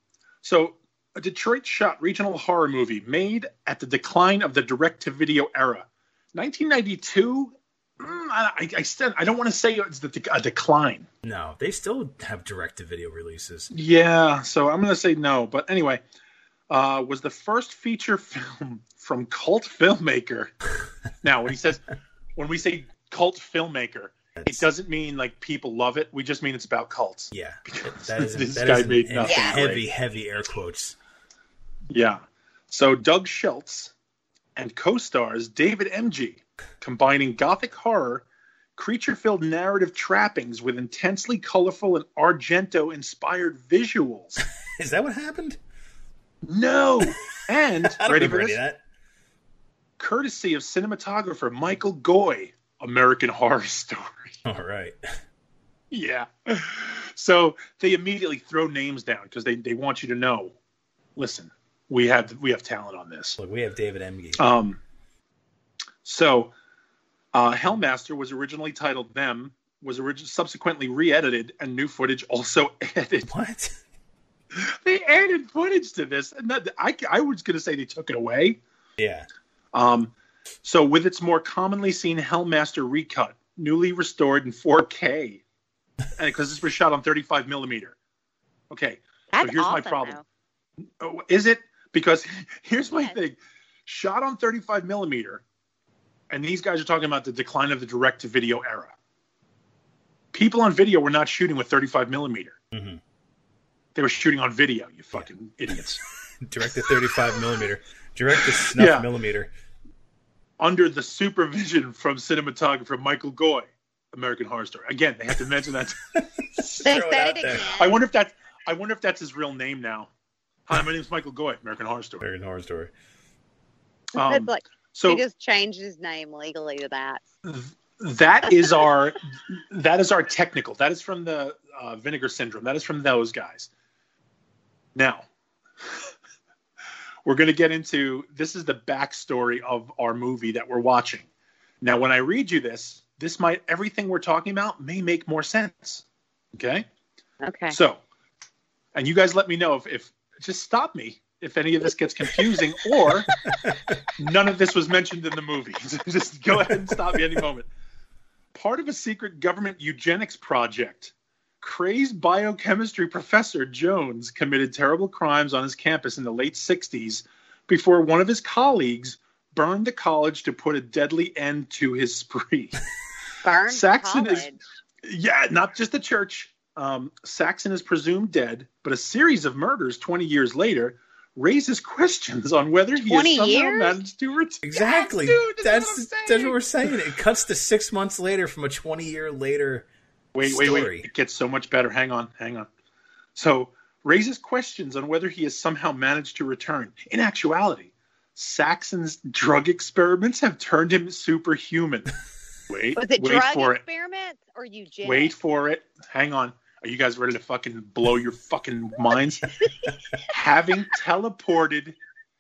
S2: so a Detroit shot regional horror movie made at the decline of the direct to video era, 1992. Mm, I, I, I said I don't want to say it's the dec a decline.
S4: no. They still have direct to video releases.
S2: Yeah, so I'm gonna say no. But anyway, uh, was the first feature <laughs> film from cult filmmaker. now, when he says, when we say cult filmmaker, it
S4: That's-
S2: doesn't mean like people love it. We just mean it's about cults.
S4: Yeah,
S2: <laughs>
S4: that is
S2: This
S4: that
S2: guy
S4: is
S2: made
S4: in
S2: nothing
S4: heavy,
S2: great.
S4: heavy air quotes. <laughs>
S2: Yeah. So Doug Schultz and co-stars David MG, combining gothic horror, creature-filled narrative trappings with intensely colorful and Argento-inspired visuals. <laughs>
S4: Is that what happened?
S2: No, and
S4: I don't
S2: ready
S4: remember
S2: for
S4: any
S2: this?
S4: of that.
S2: Courtesy of cinematographer Michael Goy, American Horror <laughs> Story.
S4: All right, <laughs>
S2: yeah. So they immediately throw names down because they, they want you to know. Listen, we have we have talent on this.
S4: look, we have David Emge.
S2: Um, so, uh, Hellmaster was originally titled "Them," was origi- subsequently re-edited, and new footage also <laughs> added.
S4: what? <laughs>
S2: They added footage to this, and that, I, I was going to say they took it away.
S4: Yeah,
S2: Um, so, with its more commonly seen Hellmaster recut, newly restored in 4K, because this was shot on 35 millimeter. Okay,
S3: That's
S2: so here's my
S3: awesome,
S2: problem.
S3: though.
S2: Oh, is it? Because here's my
S3: Yes.
S2: thing: shot on 35 millimeter, and these guys are talking about the decline of the direct-to-video era. People on video were not shooting with 35 millimeter.
S4: Mhm.
S2: They were shooting on video. You fucking idiots.
S4: Direct to 35 millimeter. Direct to snuff
S2: Yeah.
S4: millimeter.
S2: Under the supervision from cinematographer Michael Goy, American Horror Story. Again, they have to mention that.
S3: They
S4: Throw it
S3: said
S4: out
S3: it
S4: there.
S3: again.
S2: I wonder if that's I wonder if that's his real name now. Hi, my name's Michael Goy, American Horror Story.
S4: American Horror Story.
S2: Um,
S3: It's <laughs> like,
S2: so
S3: he just changed his name legally to that.
S2: that is our that is our technical that is from the uh, vinegar syndrome that is from those guys now we're going to get into this is the backstory of our movie that we're watching now when i read you this this might everything we're talking about may make more sense okay
S3: Okay.
S2: so and you guys let me know if, if just stop me if any of this gets confusing or none of this was mentioned in the movie. <laughs> So just go ahead and stop me any moment. Part of a secret government eugenics project, crazed biochemistry professor Jones committed terrible crimes on his campus in the late 60s before one of his colleagues burned the college to put a deadly end to his spree.
S3: Burn
S2: Saxon is-
S3: college.
S2: Yeah, not just the church. Um, Saxon is presumed dead, but a series of murders 20 years later raises questions on whether he has
S3: 20
S2: somehow
S3: years?
S2: managed to return.
S4: <laughs> Exactly.
S2: Yes, dude, that's what
S4: that's
S2: I'm
S4: that's
S2: saying.
S4: what we're saying. It cuts to six months later from a 20 year later.
S2: Wait, wait,
S4: story.
S2: wait. It gets so much better. Hang on, hang on. So, raises questions on whether he has somehow managed to return. In actuality, Saxon's drug experiments have turned him superhuman.
S3: <laughs>
S2: Wait,
S3: Was it
S2: wait for
S3: drug
S2: it.
S3: experiments or eugenics?
S2: Wait for it. Hang on. Are you guys ready to fucking blow your fucking minds? Having teleported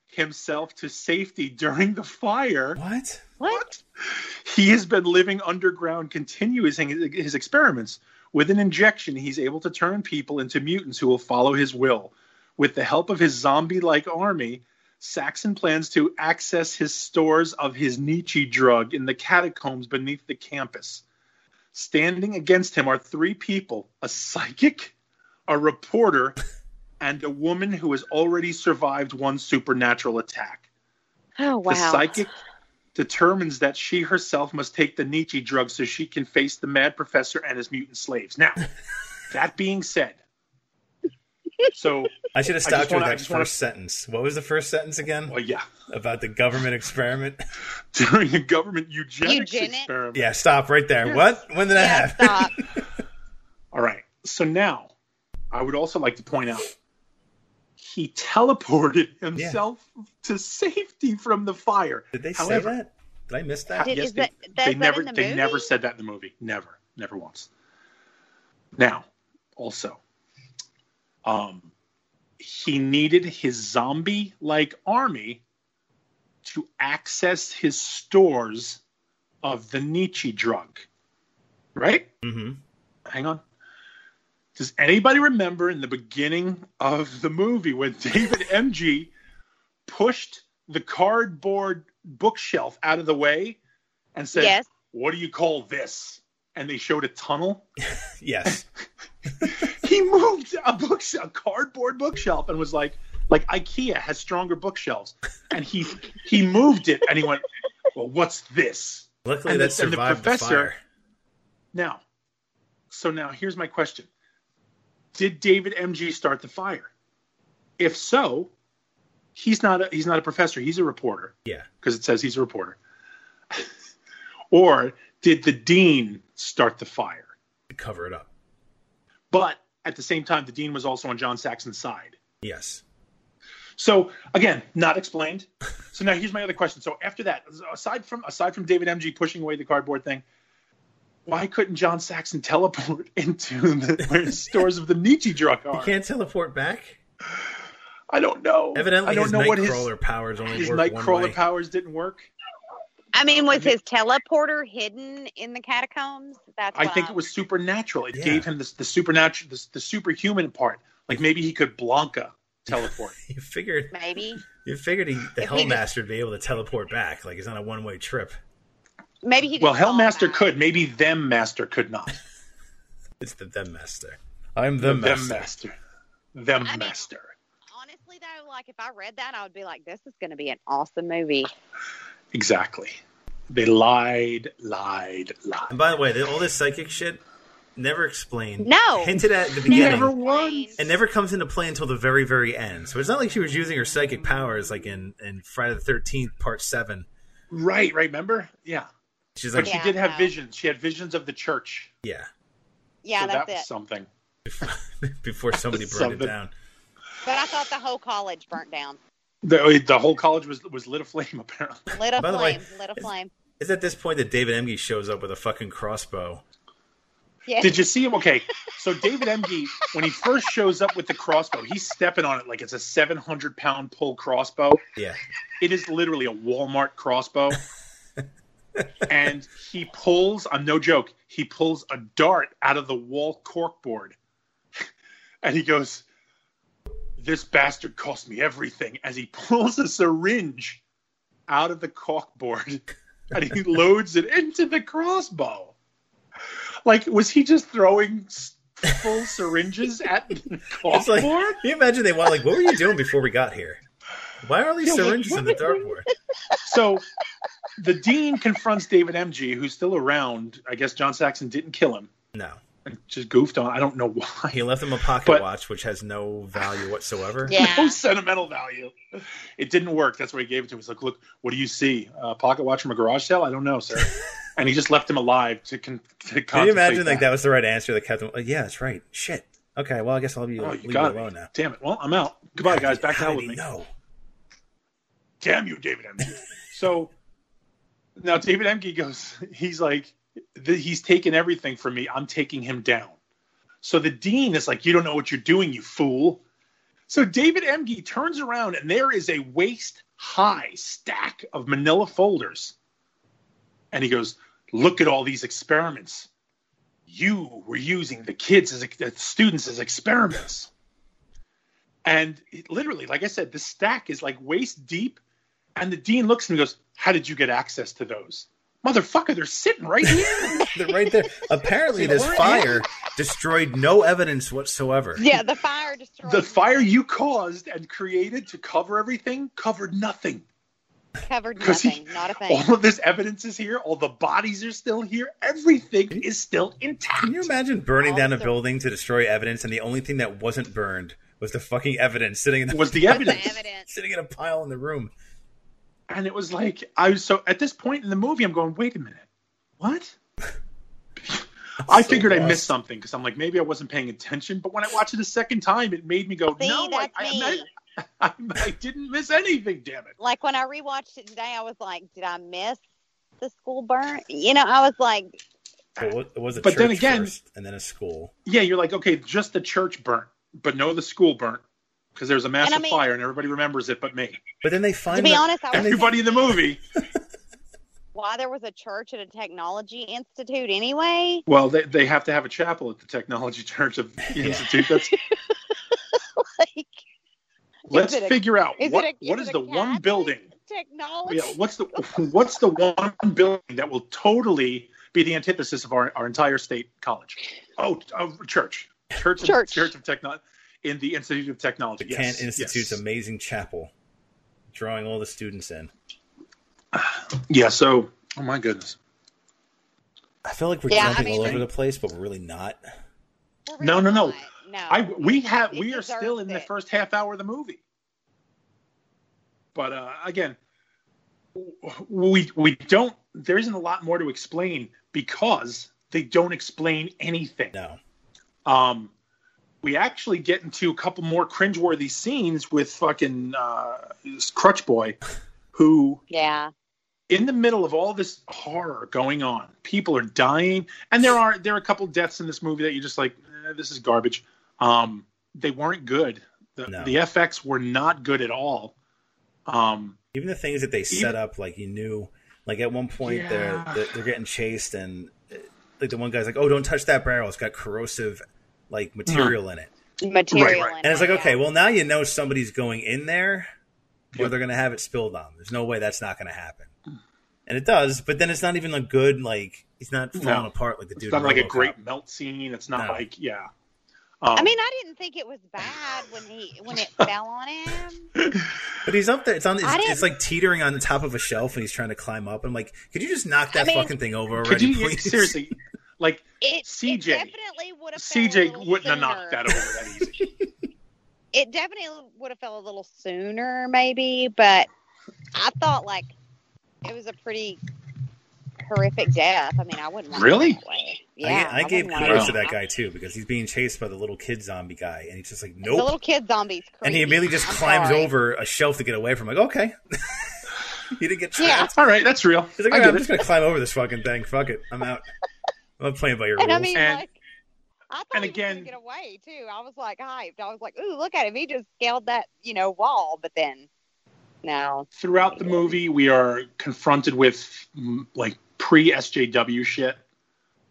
S2: himself to safety during the fire,
S4: What?
S3: What?
S2: he has been living underground, continuing his, his experiments. With an injection, he's able to turn people into mutants who will follow his will. With the help of his zombie like army, Saxon plans to access his stores of his Nietzsche drug in the catacombs beneath the campus. Standing against him are three people a psychic, a reporter, and a woman who has already survived one supernatural attack.
S3: Oh wow.
S2: The psychic determines that she herself must take the Nietzsche drug so she can face the mad professor and his mutant slaves. Now, that being said, so
S4: I should have
S2: I just
S4: stopped you with
S2: wanna- I
S4: that
S2: just
S4: 1st
S2: wanna-
S4: sentence. What was the first sentence again?
S2: well, yeah, <laughs>
S4: About the government experiment? <laughs>
S2: during a government eugenics
S3: Eugenic?
S2: experiment.
S4: Yeah, stop right there. What? When did that
S3: yeah,
S4: happen?
S3: stop.
S2: <laughs> All right. So now, I would also like to point out he teleported himself to safety from the fire.
S4: Did they
S2: However-
S4: say that? Did I miss that?
S3: Did-
S2: Yes,
S3: is
S2: they-
S3: that, that's
S2: they
S3: that
S2: never
S3: in the
S2: they
S3: movie?
S2: never said that in the movie. Never, never once. Now, also, um, he needed his zombie-like army to access his stores of the Nietzsche drug. Right?
S4: hmm
S2: Hang on. Does anybody remember in the beginning of the movie when <laughs> David MG pushed the cardboard bookshelf out of the way and said,
S3: Yes.
S2: what do you call this? And they showed a tunnel. <laughs>
S4: Yes.
S2: he moved a book, a cardboard bookshelf, and was like, like IKEA has stronger bookshelves, and he he moved it, and he went, well, what's this?
S4: Luckily,
S2: And
S4: that
S2: the- and the
S4: survived the,
S2: professor-
S4: fire.
S2: Now, so now here's my question: Did David MG start the fire? If so, he's not a, he's not a professor. He's a reporter.
S4: Yeah.
S2: because it says he's a reporter. <laughs> or did the dean start the fire?
S4: To cover it up.
S2: But at the same time, the dean was also on John Saxon's side.
S4: Yes.
S2: So again, not explained. So now here's my other question. So after that, aside from aside from David MG pushing away the cardboard thing, why couldn't John Saxon teleport <laughs> into the where the stores of the Nietzsche drug
S4: He
S2: are?
S4: can't teleport back?
S2: I don't know.
S4: Evidently,
S2: I don't
S4: his
S2: know what
S4: Nightcrawler powers only
S2: his his
S4: work one way.
S2: Nightcrawler powers didn't work.
S3: I mean, was his teleporter hidden in the catacombs? That's
S2: I
S3: what
S2: think it was supernatural. It
S4: Yeah.
S2: gave him the, the supernatural, the, the superhuman part. Like maybe he could Blanca teleport.
S4: <laughs> you figured
S3: maybe
S4: you figured he, the
S3: If he
S4: Hellmaster would be able to teleport back. Like, it's not a one way trip.
S3: maybe <laughs> he.
S2: well,
S3: could call
S2: Hellmaster
S3: back.
S2: could. Maybe them master could not.
S4: It's the Them Master. I'm the,
S2: Them
S4: Master.
S2: master. Them
S3: I mean-
S2: master.
S3: Honestly, though, like if I read that, I would be like, "This is going to be an awesome movie."
S2: Exactly. They lied, lied,
S4: And
S2: lied.
S4: by the way, the, all this psychic shit, never explained.
S3: No.
S4: Hinted at at the
S2: He
S4: beginning.
S2: never won.
S4: and never comes into play until the very very end. So it's not like she was using her psychic powers like in in Friday the Thirteenth Part Seven.
S2: Right, right. Remember? Yeah.
S4: She's
S2: But
S4: like,
S2: she
S3: Yeah,
S2: did have
S3: no.
S2: visions. She had visions of the church.
S4: yeah, <laughs>
S3: Yeah,
S2: so
S3: that's
S2: that was
S3: it.
S2: something.
S4: before somebody burned
S2: Something.
S4: it down.
S3: But I thought the whole college burnt down.
S2: The, the whole college was was lit aflame <laughs> apparently.
S3: Lit a
S4: By the way,
S3: flame. Lit a
S4: it's-
S3: flame.
S4: It's at this point that David Emge shows up with a fucking crossbow.
S3: Yeah.
S2: Did you see him? Okay, so David Emge, when he first shows up with the crossbow, he's stepping on it like it's a seven hundred pound pull crossbow.
S4: Yeah,
S2: It is literally a Walmart crossbow. and he pulls, I'm no joke, he pulls a dart out of the wall corkboard. And he goes, This bastard cost me everything. As he pulls a syringe out of the corkboard and
S4: <laughs>
S2: he loads it into the crossbow. Like, was he just throwing s- full syringes at the
S4: it's like
S2: corkboard?
S4: can you imagine they want like, what were you doing before we got here? Why are all these
S2: Yeah, like,
S4: syringes in the dartboard?
S2: so the dean confronts David MG, who's still around. I guess John Saxon didn't kill him.
S4: No,
S2: Just goofed on. I don't know why. <laughs>
S4: he left him a pocket
S2: But-
S4: watch which has no value whatsoever.
S3: yeah.
S2: No sentimental value. It didn't work. That's what he gave it to him. He's like, look, what do you see? A pocket watch from a garage sale? I don't know,
S4: <laughs>
S2: sir. and he just left him alive to, con- to
S4: Can you imagine
S2: contemplate
S4: like that was the right answer? The captain, like, yeah, that's right. Shit. Okay, well I guess I'll be
S2: Oh, you
S4: leave it
S2: got it.
S4: alone now.
S2: Damn it. Well, I'm out. Goodbye, guys. Back to
S4: How
S2: hell
S4: did
S2: with
S4: he
S2: me.
S4: know? <laughs>
S2: damn you, David Emge. so now David Emge goes, he's like, th- he's taken everything from me. I'm taking him down. So the dean is like, you don't know what you're doing, you fool. So David Emge turns around and there is a waist high stack of manila folders. And he goes, look at all these experiments. You were using the kids as ex- as students as experiments. And it, literally, like I said, the stack is like waist deep. And the dean looks at me and goes, How did you get access to those? Motherfucker, they're sitting right here.
S4: They're right there. Apparently,
S2: See,
S4: this
S2: what?
S4: fire destroyed no evidence whatsoever.
S3: Yeah, the fire destroyed.
S2: the fire you caused and created to cover everything covered nothing.
S3: covered
S2: 'cause he- Oh,
S3: nothing. not a thing.
S2: All of this evidence is here. All the bodies are still here. Everything is still intact.
S4: Can you imagine burning
S3: All
S4: down a
S3: the-
S4: building to destroy evidence, and the only thing that wasn't burned was the fucking evidence sitting in the, <laughs>
S2: Was the
S3: But the
S2: evidence.
S3: evidence.
S4: sitting in a pile in the room?
S2: And it was like, I was so at this point in the movie, I'm going, Wait a minute. What? I
S4: So
S2: figured I
S4: lost.
S2: missed something because I'm like, maybe I wasn't paying attention. But when I watched it a second time, it made me go,
S3: See,
S2: no, I,
S3: that's
S2: I,
S3: me.
S2: I, <laughs> I, I didn't miss anything, damn it.
S3: Like when I rewatched it today, I was like, did I miss the school burn? You know, I was like,
S4: Well, It was a
S2: But then
S4: church
S2: again-
S4: first, and then a school.
S2: Yeah, you're like, okay, just the church burnt, but no, the school burnt because there's a massive
S3: mean-
S2: fire and everybody remembers it but me.
S4: But then they
S3: to
S4: find
S3: be
S4: the-
S3: honest, I was
S2: Everybody in the movie.
S3: why there was a church at a technology institute anyway. <laughs>
S2: Well, they, they have to have a chapel at the Technology Church of the Institute. That's,
S3: Like,
S2: let's
S3: it a-
S2: figure out
S3: is
S2: what,
S3: it a,
S2: what
S3: is
S2: is
S3: it
S2: the
S3: a
S2: one
S3: Catholic
S2: building.
S3: Technology.
S2: Yeah, what's the <laughs> what's the one building that will totally be the antithesis of our, our entire state college? Oh, uh, church, church, of-
S3: Church.
S2: church of technology in the Institute of Technology.
S4: the
S2: yes,
S4: Kent Institute's
S2: yes.
S4: amazing chapel, drawing all the students in.
S2: Yeah. So, oh my goodness.
S4: I feel like we're
S3: Yeah, I
S4: jumping all
S3: mean-
S4: over the place, but we're really not.
S3: We're
S2: No,
S3: really
S2: no, no.
S3: not. No.
S2: I we have
S3: It
S2: we are
S3: deserves
S2: still in the
S3: it.
S2: first half hour of the movie. But uh, again, w- we we don't. There isn't a lot more to explain because they don't explain anything.
S4: No,
S2: Um, we actually get into a couple more cringeworthy scenes with fucking uh, Crutch Boy, who,
S3: yeah.
S2: in the middle of all this horror going on, people are dying, and there are there are a couple deaths in this movie that you're just like, eh, this is garbage. Um, they weren't good. The,
S4: No.
S2: the FX were not good at all. Um,
S4: even the things that they set
S2: Even-
S4: up like you knew like at one point they're
S2: Yeah.
S4: they're, they're getting chased and uh, like the one guy's like oh don't touch that barrel it's got corrosive like
S2: Hmm.
S4: material in it
S3: Material.
S2: right.
S3: in
S4: and it's
S3: it,
S4: like
S3: yeah.
S4: okay well now you know somebody's going in there or
S2: Yep. Hmm.
S4: they're gonna have it spilled on there's no way that's not gonna happen and it does but then it's not even a good like it's not falling
S2: No.
S4: apart like the dude
S2: it's
S4: in
S2: not like a
S4: RoboCop.
S2: great melt scene. It's not
S4: No.
S2: like yeah. Um,
S3: I mean, I didn't think it was bad when he when
S2: <laughs>
S3: it fell on him.
S4: but he's up there it's on
S3: I
S4: it's,
S3: didn't-
S4: it's like teetering on the top of a shelf and he's trying to climb up i'm like could you just knock
S3: I
S4: that
S3: mean-
S4: fucking thing over
S2: could
S4: already
S2: you
S4: please
S2: seriously? Like
S3: It,
S2: CJ.
S3: it definitely would have. fell a
S2: CJ
S3: little
S2: wouldn't have
S3: sooner.
S2: knocked that over that easy.
S3: It definitely would have fell a little sooner, maybe. But I thought like it was a pretty horrific death. I mean, I wouldn't. Want it
S2: Really?
S3: that way. Yeah,
S4: I, I gave
S3: wouldn't want
S4: kudos
S2: it.
S4: to that
S3: that
S4: guy too because he's being chased by the little kid zombie guy, and he's just like,
S3: The
S4: nope.
S3: little kid zombies.
S4: And he
S3: creepy.
S4: immediately just
S3: I'm
S4: climbs
S3: sorry.
S4: over a shelf to get away from. it. Like, okay, <laughs> he didn't get
S3: Yeah.
S4: trapped.
S2: All right, that's real.
S4: He's like,
S2: I
S4: "All right,
S2: get
S4: I'm
S2: it.
S4: just gonna climb over this fucking thing. Fuck it, I'm out. I'm not playing by your
S3: And I
S4: rules.
S3: mean,
S2: And-
S3: like, I thought
S2: and
S3: he was gonna
S2: again-
S3: get away too. I was like hyped. I was like, ooh, look at him. He just scaled that, you know, wall. But then, no,
S2: Throughout the movie, we are confronted with mm, like pre SJW shit.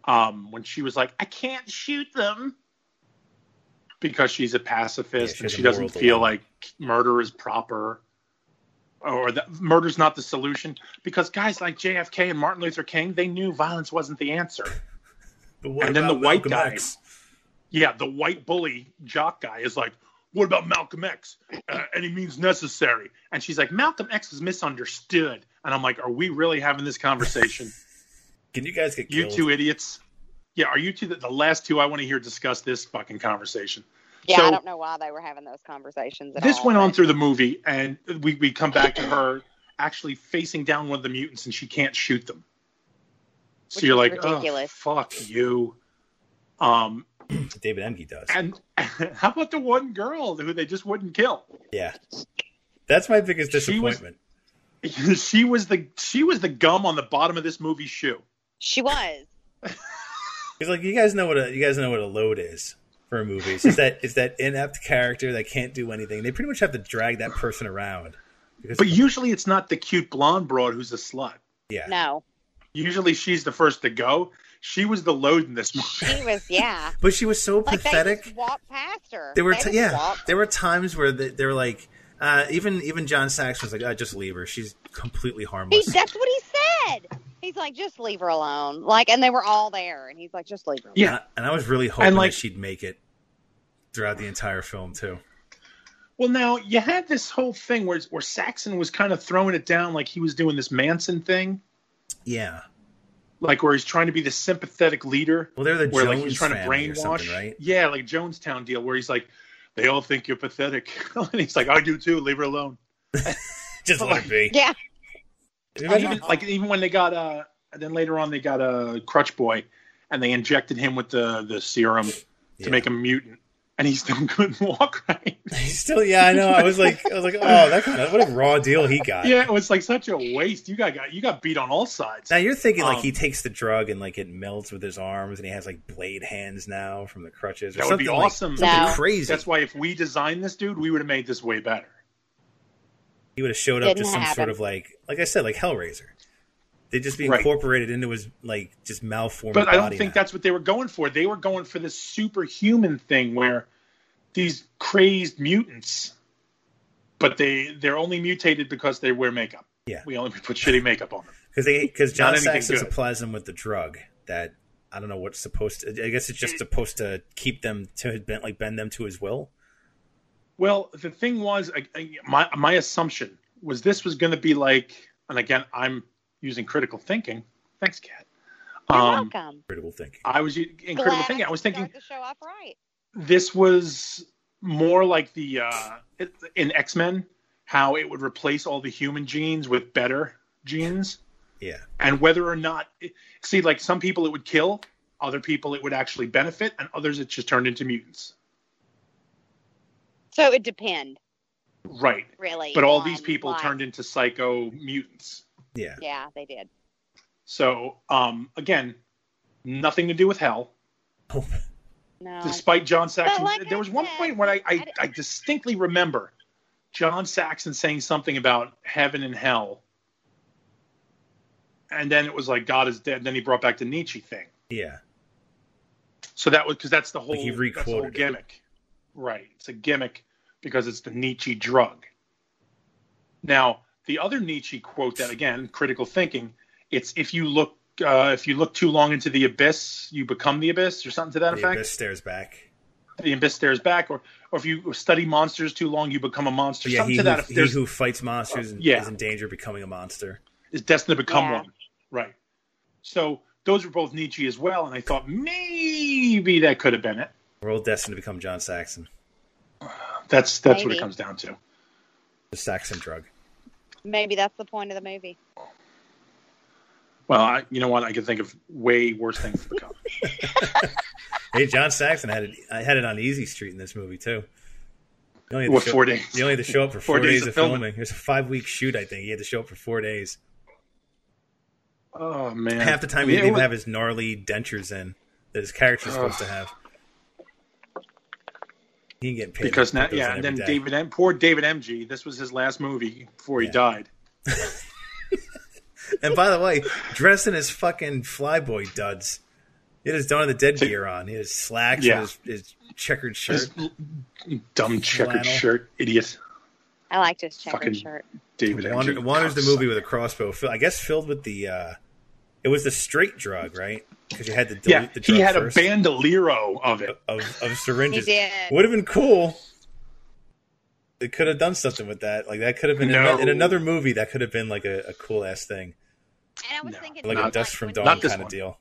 S2: Um, when she was like, "I can't shoot them," because she's a pacifist
S4: Yeah, she
S2: and
S4: has
S2: she
S4: a
S2: doesn't
S4: moral
S2: feel
S4: dilemma.
S2: like murder is proper, or that murder's not the solution. Because guys like JFK and Martin Luther King, they knew violence wasn't the answer.
S4: But what
S2: and then
S4: about
S2: the white
S4: Malcolm
S2: guy-
S4: X?
S2: Yeah, the white bully jock guy is like, "What about Malcolm X? Uh, any means necessary?" And she's like, "Malcolm X is misunderstood." And I'm like, "Are we really having this conversation?
S4: Can you guys get
S2: you
S4: killed?
S2: two idiots." Yeah, are you two the, the last two I want to hear discuss this fucking conversation?
S3: yeah,
S2: So-
S3: I don't know why they were having those conversations. At
S2: This
S3: all,
S2: went on
S3: but-
S2: through the movie, and we, we come back to her actually facing down one of the mutants, and she can't shoot them. So
S3: Which
S2: you're
S3: is
S2: like,
S3: ridiculous.
S2: "Oh, fuck you." Um,
S4: David Emge does.
S2: and <laughs> how about the one girl who they just wouldn't kill?
S4: Yeah, that's my biggest
S2: She was-
S4: disappointment.
S2: <laughs> she was the she was the gum on the bottom of this movie's shoe.
S3: She was.
S4: He's like, you guys know what a you guys know what a load is for a movie. It's just
S2: <laughs>
S4: that it's that inept character that can't do anything. They pretty much have to drag that person around. Because,
S2: But usually it's not the cute blonde broad who's a slut.
S4: yeah,
S3: No,
S2: Usually she's the first to go. She was the load in this movie. <laughs>
S3: she was. Yeah,
S4: but she was so
S3: like
S4: pathetic.
S3: they just walked past her.
S4: There were
S3: They
S4: t-
S3: just
S4: yeah,
S3: walked-
S4: there were times where they, they were like, uh, even even John Sachs was like, oh, just leave her. She's completely
S3: He,
S4: harmless.
S3: that's what he said. He's like, just leave her alone. Like, and they were all there, and he's like, just leave her. alone.
S2: Yeah.
S4: And I- and I was really hoping
S2: And, like-
S4: that she'd make it throughout the entire film too.
S2: Well, now you had this whole thing where where Saxon was kind of throwing it down like he was doing this Manson thing,
S4: Yeah,
S2: like where he's trying to be the sympathetic leader,
S4: well, they're the
S2: where
S4: Jones
S2: like he's trying to
S4: family or
S2: brainwash.
S4: something, right?
S2: Yeah, like Jonestown deal where he's like, they all think you're pathetic, <laughs> and he's like, I do too. Leave her alone.
S4: Just let her be.
S3: Yeah.
S4: Can you
S2: And
S4: imagine
S2: even, like even when they got uh then later on they got a crutch boy and they injected him with the the serum to
S4: Yeah.
S2: make him mutant and he still <laughs> couldn't walk right
S4: He's still, yeah, I know. I was like, I was like, oh, that kind of what a raw deal he got.
S2: yeah it was like such a waste you got got you got beat on all sides
S4: Now you're thinking like
S2: Um,
S4: he takes the drug and like it melts with his arms and he has like blade hands now from the crutches. Or
S2: that would
S4: something
S2: be
S4: like-
S2: awesome
S3: No.
S4: something crazy.
S2: that's why if we designed this dude we would have made this way better
S4: he would have showed up
S3: Didn't
S4: just some sort
S3: happen.
S4: of like, like I said, like Hellraiser. They'd just be
S2: Right.
S4: incorporated into his like just malformed.
S2: but i don't
S4: body
S2: think
S4: now.
S2: that's what they were going for they were going for this superhuman thing where these crazed mutants but they they're only mutated because they wear makeup
S4: Yeah.
S2: we only put shitty makeup on them
S4: because they because John
S2: anything
S4: Saxon
S2: good.
S4: supplies them with the drug that I don't know what's supposed. to I guess it's just supposed to keep them to bend like bend them to his will.
S2: Well, the thing was, I, I- my my assumption was this was going to be like, and again, I'm using critical thinking. Thanks, Kat.
S3: You're
S2: Um,
S3: welcome.
S4: Critical thinking.
S2: I was u- in critical
S3: Glad
S2: thinking. I was
S3: could
S2: thinking
S3: start the show off right.
S2: this was more like the uh, it- in X Men how it would replace all the human genes with better genes,
S4: Yeah,
S2: and whether or not see, like some people it would kill, other people it would actually benefit, and others it just turned into mutants.
S3: So it depend
S2: Right.
S3: really.
S2: But all
S3: on,
S2: these people
S3: like-
S2: turned into psycho mutants.
S4: yeah. <laughs>
S3: Yeah, they did.
S2: So um, again, nothing to do with hell.
S3: No.
S2: Despite John Saxon,
S3: like
S2: there
S3: I
S2: was one
S3: said,
S2: point when I, I,
S3: I-
S2: I distinctly remember John Saxon saying something about heaven and hell, and then it was like God is dead. Then he brought back the Nietzsche thing.
S4: yeah.
S2: So that was because that's the whole,
S4: he
S2: that's the whole
S4: requoted it.
S2: gimmick, right? It's a gimmick because it's the Nietzsche drug. Now the other Nietzsche quote that again critical thinking. It's if you look uh, if you look too long into the abyss, you become the abyss, or something to that
S4: The
S2: effect.
S4: abyss stares back.
S2: The abyss stares back, or or if you study monsters too long, you become a monster.
S4: Yeah,
S2: something
S4: he
S2: to
S4: who,
S2: that. If
S4: he
S2: there's
S4: who fights monsters and
S2: Yeah.
S4: is in danger of becoming a monster.
S2: is destined to become
S3: Yeah.
S2: one, right? So those were both Nietzsche as well, and I thought maybe that could have been it.
S4: We're all destined to become John Saxon,
S2: That's that's what
S3: Maybe.
S2: it comes down to.
S4: the Saxon drug.
S3: Maybe that's the point of the movie.
S2: Well, I, you know what? I can think of way worse things to become. <laughs>
S4: Hey, John Saxon had it. I had it on Easy Street in this movie too. You only had to
S2: what
S4: show-
S2: four days?
S4: You only had to show up for four,
S2: Four
S4: days, of filming. It was a five week shoot, I think. He had to show up for four days.
S2: Oh man!
S4: Half the time,
S2: Yeah,
S4: he didn't
S2: it
S4: even
S2: was-
S4: have his gnarly dentures in that his character's supposed to have. He ain't getting paid
S2: because
S4: to
S2: now,
S4: put those
S2: yeah,
S4: in
S2: and then
S4: every day.
S2: David M. Poor David MG. This was his last movie before he
S4: Yeah.
S2: died.
S4: And by the way, dressed in his fucking flyboy duds, he had his Dawn of the Dead gear on. He had his slacks
S2: Yeah.
S4: and his, his checkered shirt.
S2: His dumb checkered
S4: Flannel.
S2: shirt, idiot.
S3: I liked his checkered
S2: Fucking-
S3: shirt.
S2: David
S4: Wander,
S2: MG.
S4: wanders the movie with a crossbow. fi- I guess filled with the. uh It was the straight drug, right? Because you had to dilute
S2: Yeah,
S4: the drug
S2: he had
S4: first
S2: a bandolero of it.
S4: of of syringes.
S3: He did.
S4: Would have been cool. They could have done something with that. Like that could have been in
S2: No.
S4: ano- in another movie. That could have been like a, a cool ass thing,
S3: And I was
S2: No,
S3: thinking,
S4: like
S2: Not-
S4: a dust from
S3: when
S4: dawn
S2: Not
S3: he,
S2: this
S4: kind of
S2: one.
S4: deal.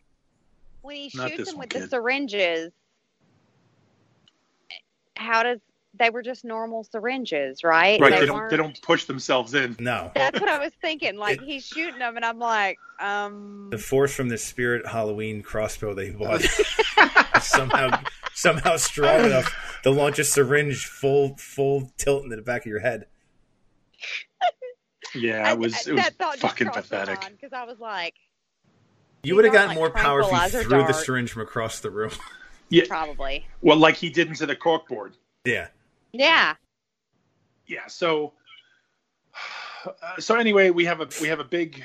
S3: when he
S2: Not this
S3: shoots him
S2: one,
S3: with the
S2: kid.
S3: syringes, how does they were just normal syringes, right?
S2: Right,
S3: They
S2: they don't
S3: weren't-
S2: they don't push themselves in.
S4: No,
S3: That's what I was thinking. Like he's shooting them, and I'm like, um,
S4: the force from the spirit Halloween crossbow they bought is somehow somehow strong enough to launch a syringe full full tilt into the back of your head.
S2: Yeah,
S3: I-
S2: it was
S3: I-
S2: it was
S3: that thought just
S2: fucking
S3: crossed my
S2: pathetic.
S3: mind, 'cause I was like,
S4: You would have
S3: These
S4: gotten
S3: aren't,
S4: more
S3: like,
S4: power if you
S3: tranquilizer
S4: threw the
S3: darts.
S4: syringe from across the room. <laughs>
S3: probably,
S2: Well, like he did into the corkboard.
S4: yeah,
S3: yeah.
S2: Yeah. So, uh, so anyway, we have a we have a big.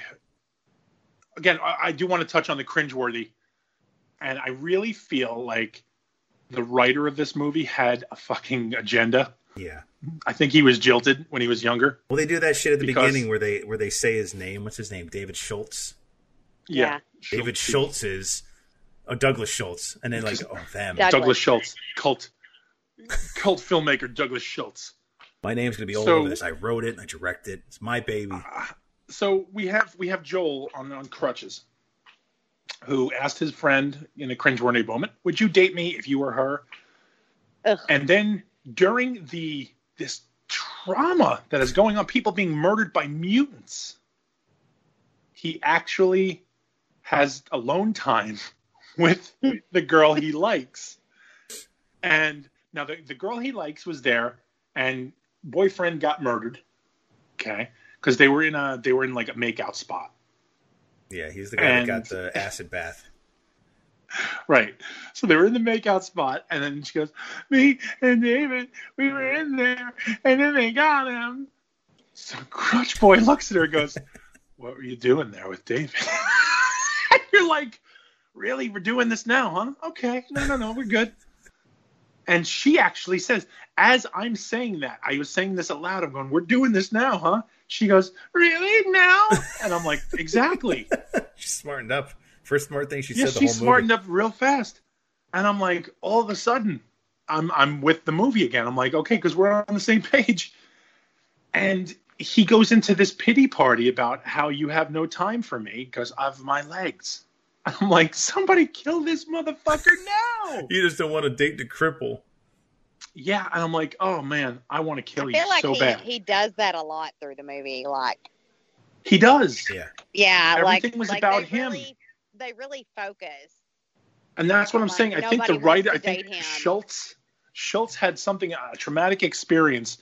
S2: Again, I, I do want to touch on the cringeworthy, and I really feel like the writer of this movie had a fucking agenda.
S4: yeah.
S2: I think he was jilted when he was younger.
S4: Well, they do that shit at the
S2: Because-
S4: beginning where they where they say his name. What's his name? David Schultz.
S3: Yeah.
S4: David Schultz is oh Douglas Schultz, and then like oh them.
S3: Doug-
S2: Douglas Schultz, cult, cult filmmaker Douglas Schultz.
S4: my name's gonna be all
S2: So-
S4: over this. I wrote it, I directed. it. It's my baby.
S2: so we have we have Joel on on crutches, who asked his friend in a cringeworthy moment, "Would you date me if you were her?"
S3: Ugh.
S2: And then during the this trauma that is going on, people being murdered by mutants, he actually has alone time <laughs> with the girl he likes. And now the, the girl he likes was there, and boyfriend got murdered. Okay, because they were in a they were in like a makeout spot.
S4: Yeah, he's the guy
S2: And-
S4: that got the acid bath.
S2: Right. So they were in the makeout spot, and then she goes, "Me and David, we were in there, and then they got him." So Crutch Boy looks at her, and goes, "What were you doing there with David?" <laughs> and you're like, "Really? We're doing this now, huh? Okay. No, no, no. We're good." And she actually says, as I'm saying that, I was saying this aloud. I'm going, "We're doing this now, huh?" She goes, "Really now?" And I'm like, "Exactly."
S4: She smartened up. First smart thing she
S2: yeah,
S4: said the
S2: she
S4: whole
S2: smartened
S4: movie.
S2: up real fast, and I'm like, all of a sudden, I'm I'm with the movie again. I'm like, okay, because we're on the same page. And he goes into this pity party about how you have no time for me because of my legs. I'm like, somebody kill this motherfucker
S4: <laughs>
S2: now!
S4: You just don't want to date the cripple.
S2: yeah, and I'm like, oh man, I want to
S3: I
S2: kill you
S3: feel like
S2: so
S3: he,
S2: bad. He,
S3: he does that a lot through the movie. Like,
S2: does,
S4: Yeah.
S3: yeah, like
S2: Everything was
S3: like
S2: about
S3: they
S2: him.
S3: Really, they really focus.
S2: and that's what I'm
S3: Like,
S2: saying. I think
S3: nobody
S2: the
S3: wants
S2: writer,
S3: to
S2: I think
S3: date him.
S2: Schultz, Schultz had something a traumatic experience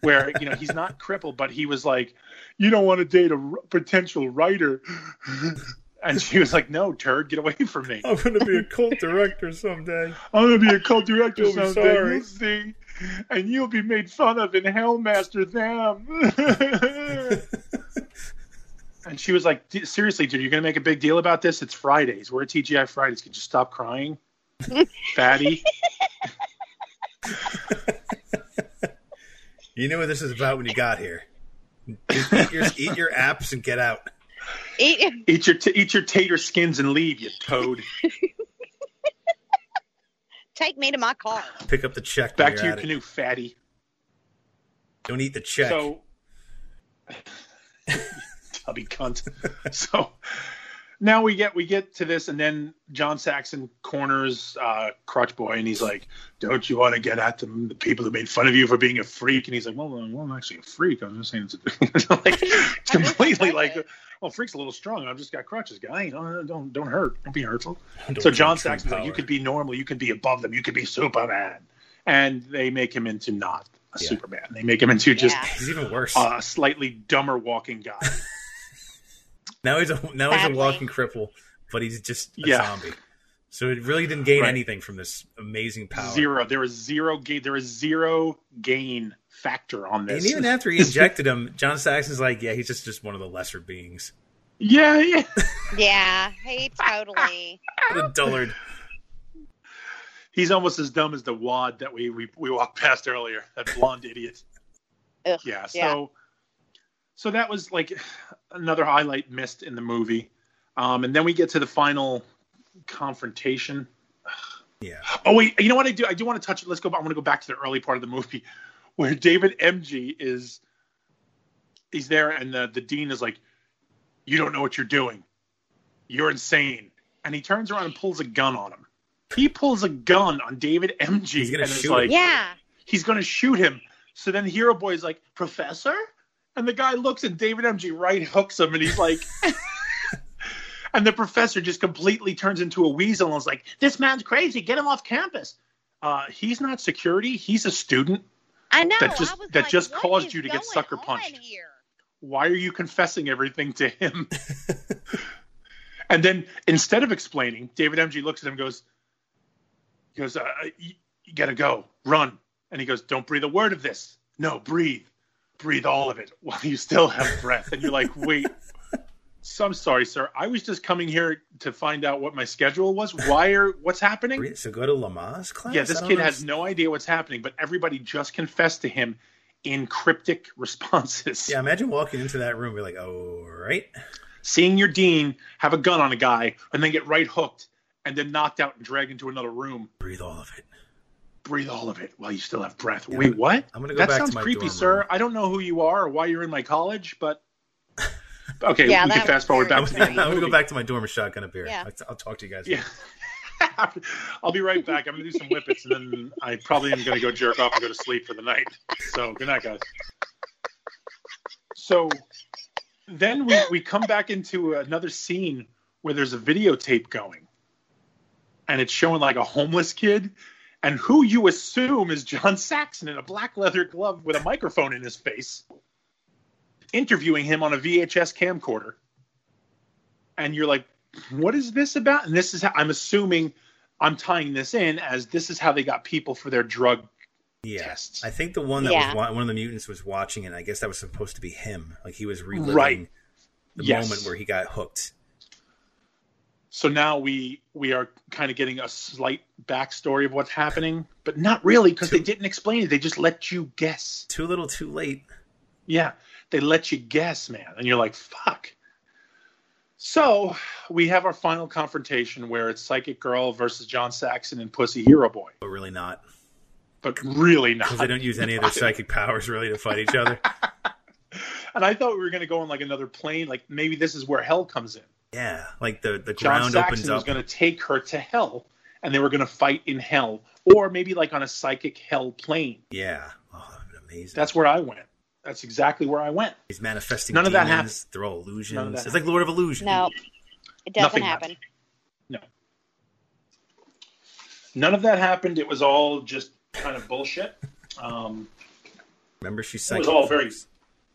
S2: where you know he's not crippled, but he was like, "You don't want to date a r- potential writer," and she was like, "No, turd, get away from me.
S4: <laughs> I'm gonna be
S2: <laughs>
S4: a cult director someday.
S2: I'm gonna be a co-director
S4: <laughs> You'll be
S2: someday.
S4: sorry.
S2: You'll see, and you'll be made fun of in Hellmaster
S4: <laughs>
S2: them." and she was like, "D- "Seriously, dude, you're gonna make a big deal about this? It's Fridays. We're at TGI Fridays. Could you stop crying, fatty?"
S4: You knew what this was about when you got here. Just
S2: <laughs>
S4: eat your, eat your apps and get out.
S3: <laughs> Eat-
S2: Eat your t- eat your tater skins and leave, you toad.
S3: take me to my car.
S4: Pick up the check. when
S2: Back
S4: you're
S2: to your
S4: at it.
S2: canoe, fatty.
S4: Don't eat the check.
S2: <laughs> So, tubby cunt. so, now we get we get to this, and then John Saxon corners uh, Crotch Boy, and he's like, "Don't you want to get at them, the people who made fun of you for being a freak?" And he's like, "Well, well I'm actually a freak. I'm just saying it's, a, <laughs> like, it's completely like, well, freak's a little strong. I've just got crutches, guy. You know, don't don't hurt. Don't be hurtful."
S4: <laughs> Don't
S2: so John
S4: drink true
S2: Saxon's like, "You
S4: power.
S2: could be normal. You could be above them. You could be Superman," and they make him into not a
S4: Yeah.
S2: Superman. They make him into just
S3: Yeah.
S4: <laughs> He's even worse.
S2: a slightly dumber walking guy.
S4: now he's a now he's a
S3: Sadly.
S4: walking cripple, but he's just a
S2: Yeah.
S4: zombie. So it really didn't gain
S2: Right.
S4: anything from this amazing <laughs> power.
S2: Zero. There is zero gain. There is zero gain factor on
S4: And
S2: this.
S4: even after he injected him, John Saxon's like, yeah, he's just, just one of the lesser beings.
S2: yeah, yeah.
S3: Yeah, he
S2: <laughs>
S3: totally.
S4: What a dullard.
S2: He's almost as dumb as the wad that we we, we walked past earlier. That blonde idiot.
S3: Ugh,
S2: yeah. So,
S3: yeah.
S2: so that was like another highlight missed in the movie, um, and then we get to the final confrontation.
S4: Yeah.
S2: Oh wait, you know what I do? I do want to touch. Let's go. I want to go back to the early part of the movie <laughs> where David MG is. He's there, and the the dean is like, "You don't know what you're doing. You're insane." And he turns around and pulls a gun on him. He pulls a gun on David MG,
S4: He's gonna
S2: and it's
S4: shoot
S2: like
S4: him.
S3: yeah.
S2: he's going to shoot him. So then Hero Boy's like, "Professor," and the guy looks, and David MG right hooks him, and he's like. <laughs> And the professor just completely turns into a weasel and is like, "This man's crazy. Get him off campus. Uh, he's not security. He's a student.
S3: I know.
S2: That just-
S3: I was
S2: that
S3: like,
S2: just
S3: what
S2: caused
S3: is
S2: you to get
S3: going
S2: sucker
S3: on
S2: punched.
S3: Here?
S2: Why are you confessing everything to him?" and then instead of explaining, David MG looks at him, and goes, he "Goes, uh, you, you gotta go, run." And he goes, "Don't breathe a word of this. No, breathe, breathe all of it while you still have breath." And you're like, "Wait." So I'm sorry, sir. I was just coming here to find out what my schedule was. Why are what's happening?
S4: So go to Lama's class?
S2: Yeah,
S4: I
S2: this
S4: don't
S2: kid
S4: know.
S2: has no idea what's happening, but everybody just confessed to him in cryptic responses.
S4: Yeah, imagine walking into that room. You're like, oh, right.
S2: Seeing your dean have a gun on a guy and then get right hooked and then knocked out and dragged into another room.
S4: Breathe all of it.
S2: Breathe all of it while you still have breath.
S4: Yeah,
S2: Wait, what?
S4: I'm gonna go
S2: that
S4: back to
S2: sounds
S4: my
S2: creepy,
S4: dorm
S2: sir.
S4: room.
S2: I don't know who you are or why you're in my college,
S3: <laughs>
S2: but okay,
S3: Yeah,
S2: we
S3: that
S2: can
S3: was
S2: fast forward
S4: I'm,
S2: back
S3: very
S2: to
S4: gonna-
S2: the
S4: <laughs> I'm
S2: end. Of the
S4: gonna go
S2: movie.
S4: back to my dorm and shotgun a beer.
S3: Yeah.
S4: I'll, I'll talk to you guys.
S2: Yeah. <laughs> I'll be right back. I'm gonna do some whippets and then I probably am gonna go jerk off and go to sleep for the night. So good night, guys. So then we, we come back into another scene where there's a videotape going. And it's showing like a homeless kid and who you assume is John Saxon in a black leather glove with a microphone in his face, interviewing him on a VHS camcorder. And you're like, what is this about? And this is how I'm assuming I'm tying this in as this is how they got people for their drug
S4: Yeah.
S2: tests.
S4: I think the one that
S3: Yeah.
S4: was wa- one of the mutants was watching it. I guess that was supposed to be him. Like he was reliving
S2: Right.
S4: the
S2: Yes.
S4: moment where he got hooked.
S2: so now we we are kind of getting a slight backstory of what's happening, but not really because they didn't explain it. They just let you guess.
S4: Too little, too late.
S2: Yeah, they let you guess, man, and you're like, fuck. So we have our final confrontation where it's Psychic Girl versus John Saxon and Pussy Hero Boy,
S4: But really not,
S2: but really <laughs>
S4: because they
S2: not.
S4: don't use any of their psychic powers really to fight
S2: <laughs>
S4: each other.
S2: And I thought we were going to go on like another plane, like maybe this is where hell comes in.
S4: Yeah, like the the
S2: John
S4: ground opens
S2: Saxon was
S4: up.
S2: going to take her to hell, and they were going to fight in hell, or maybe like on a psychic hell plane.
S4: Yeah, oh, that would be amazing.
S2: That's where I went. That's exactly where I went.
S4: He's manifesting.
S2: None of that
S4: demons.
S2: happened.
S4: They're all illusions.
S2: None of that
S4: it's like Lord of Illusion.
S3: No, it doesn't
S2: Nothing
S3: happen.
S2: None of that happened. It was all just kind of bullshit. Um,
S4: Remember, she's
S2: It
S4: psychic.
S2: was all very, it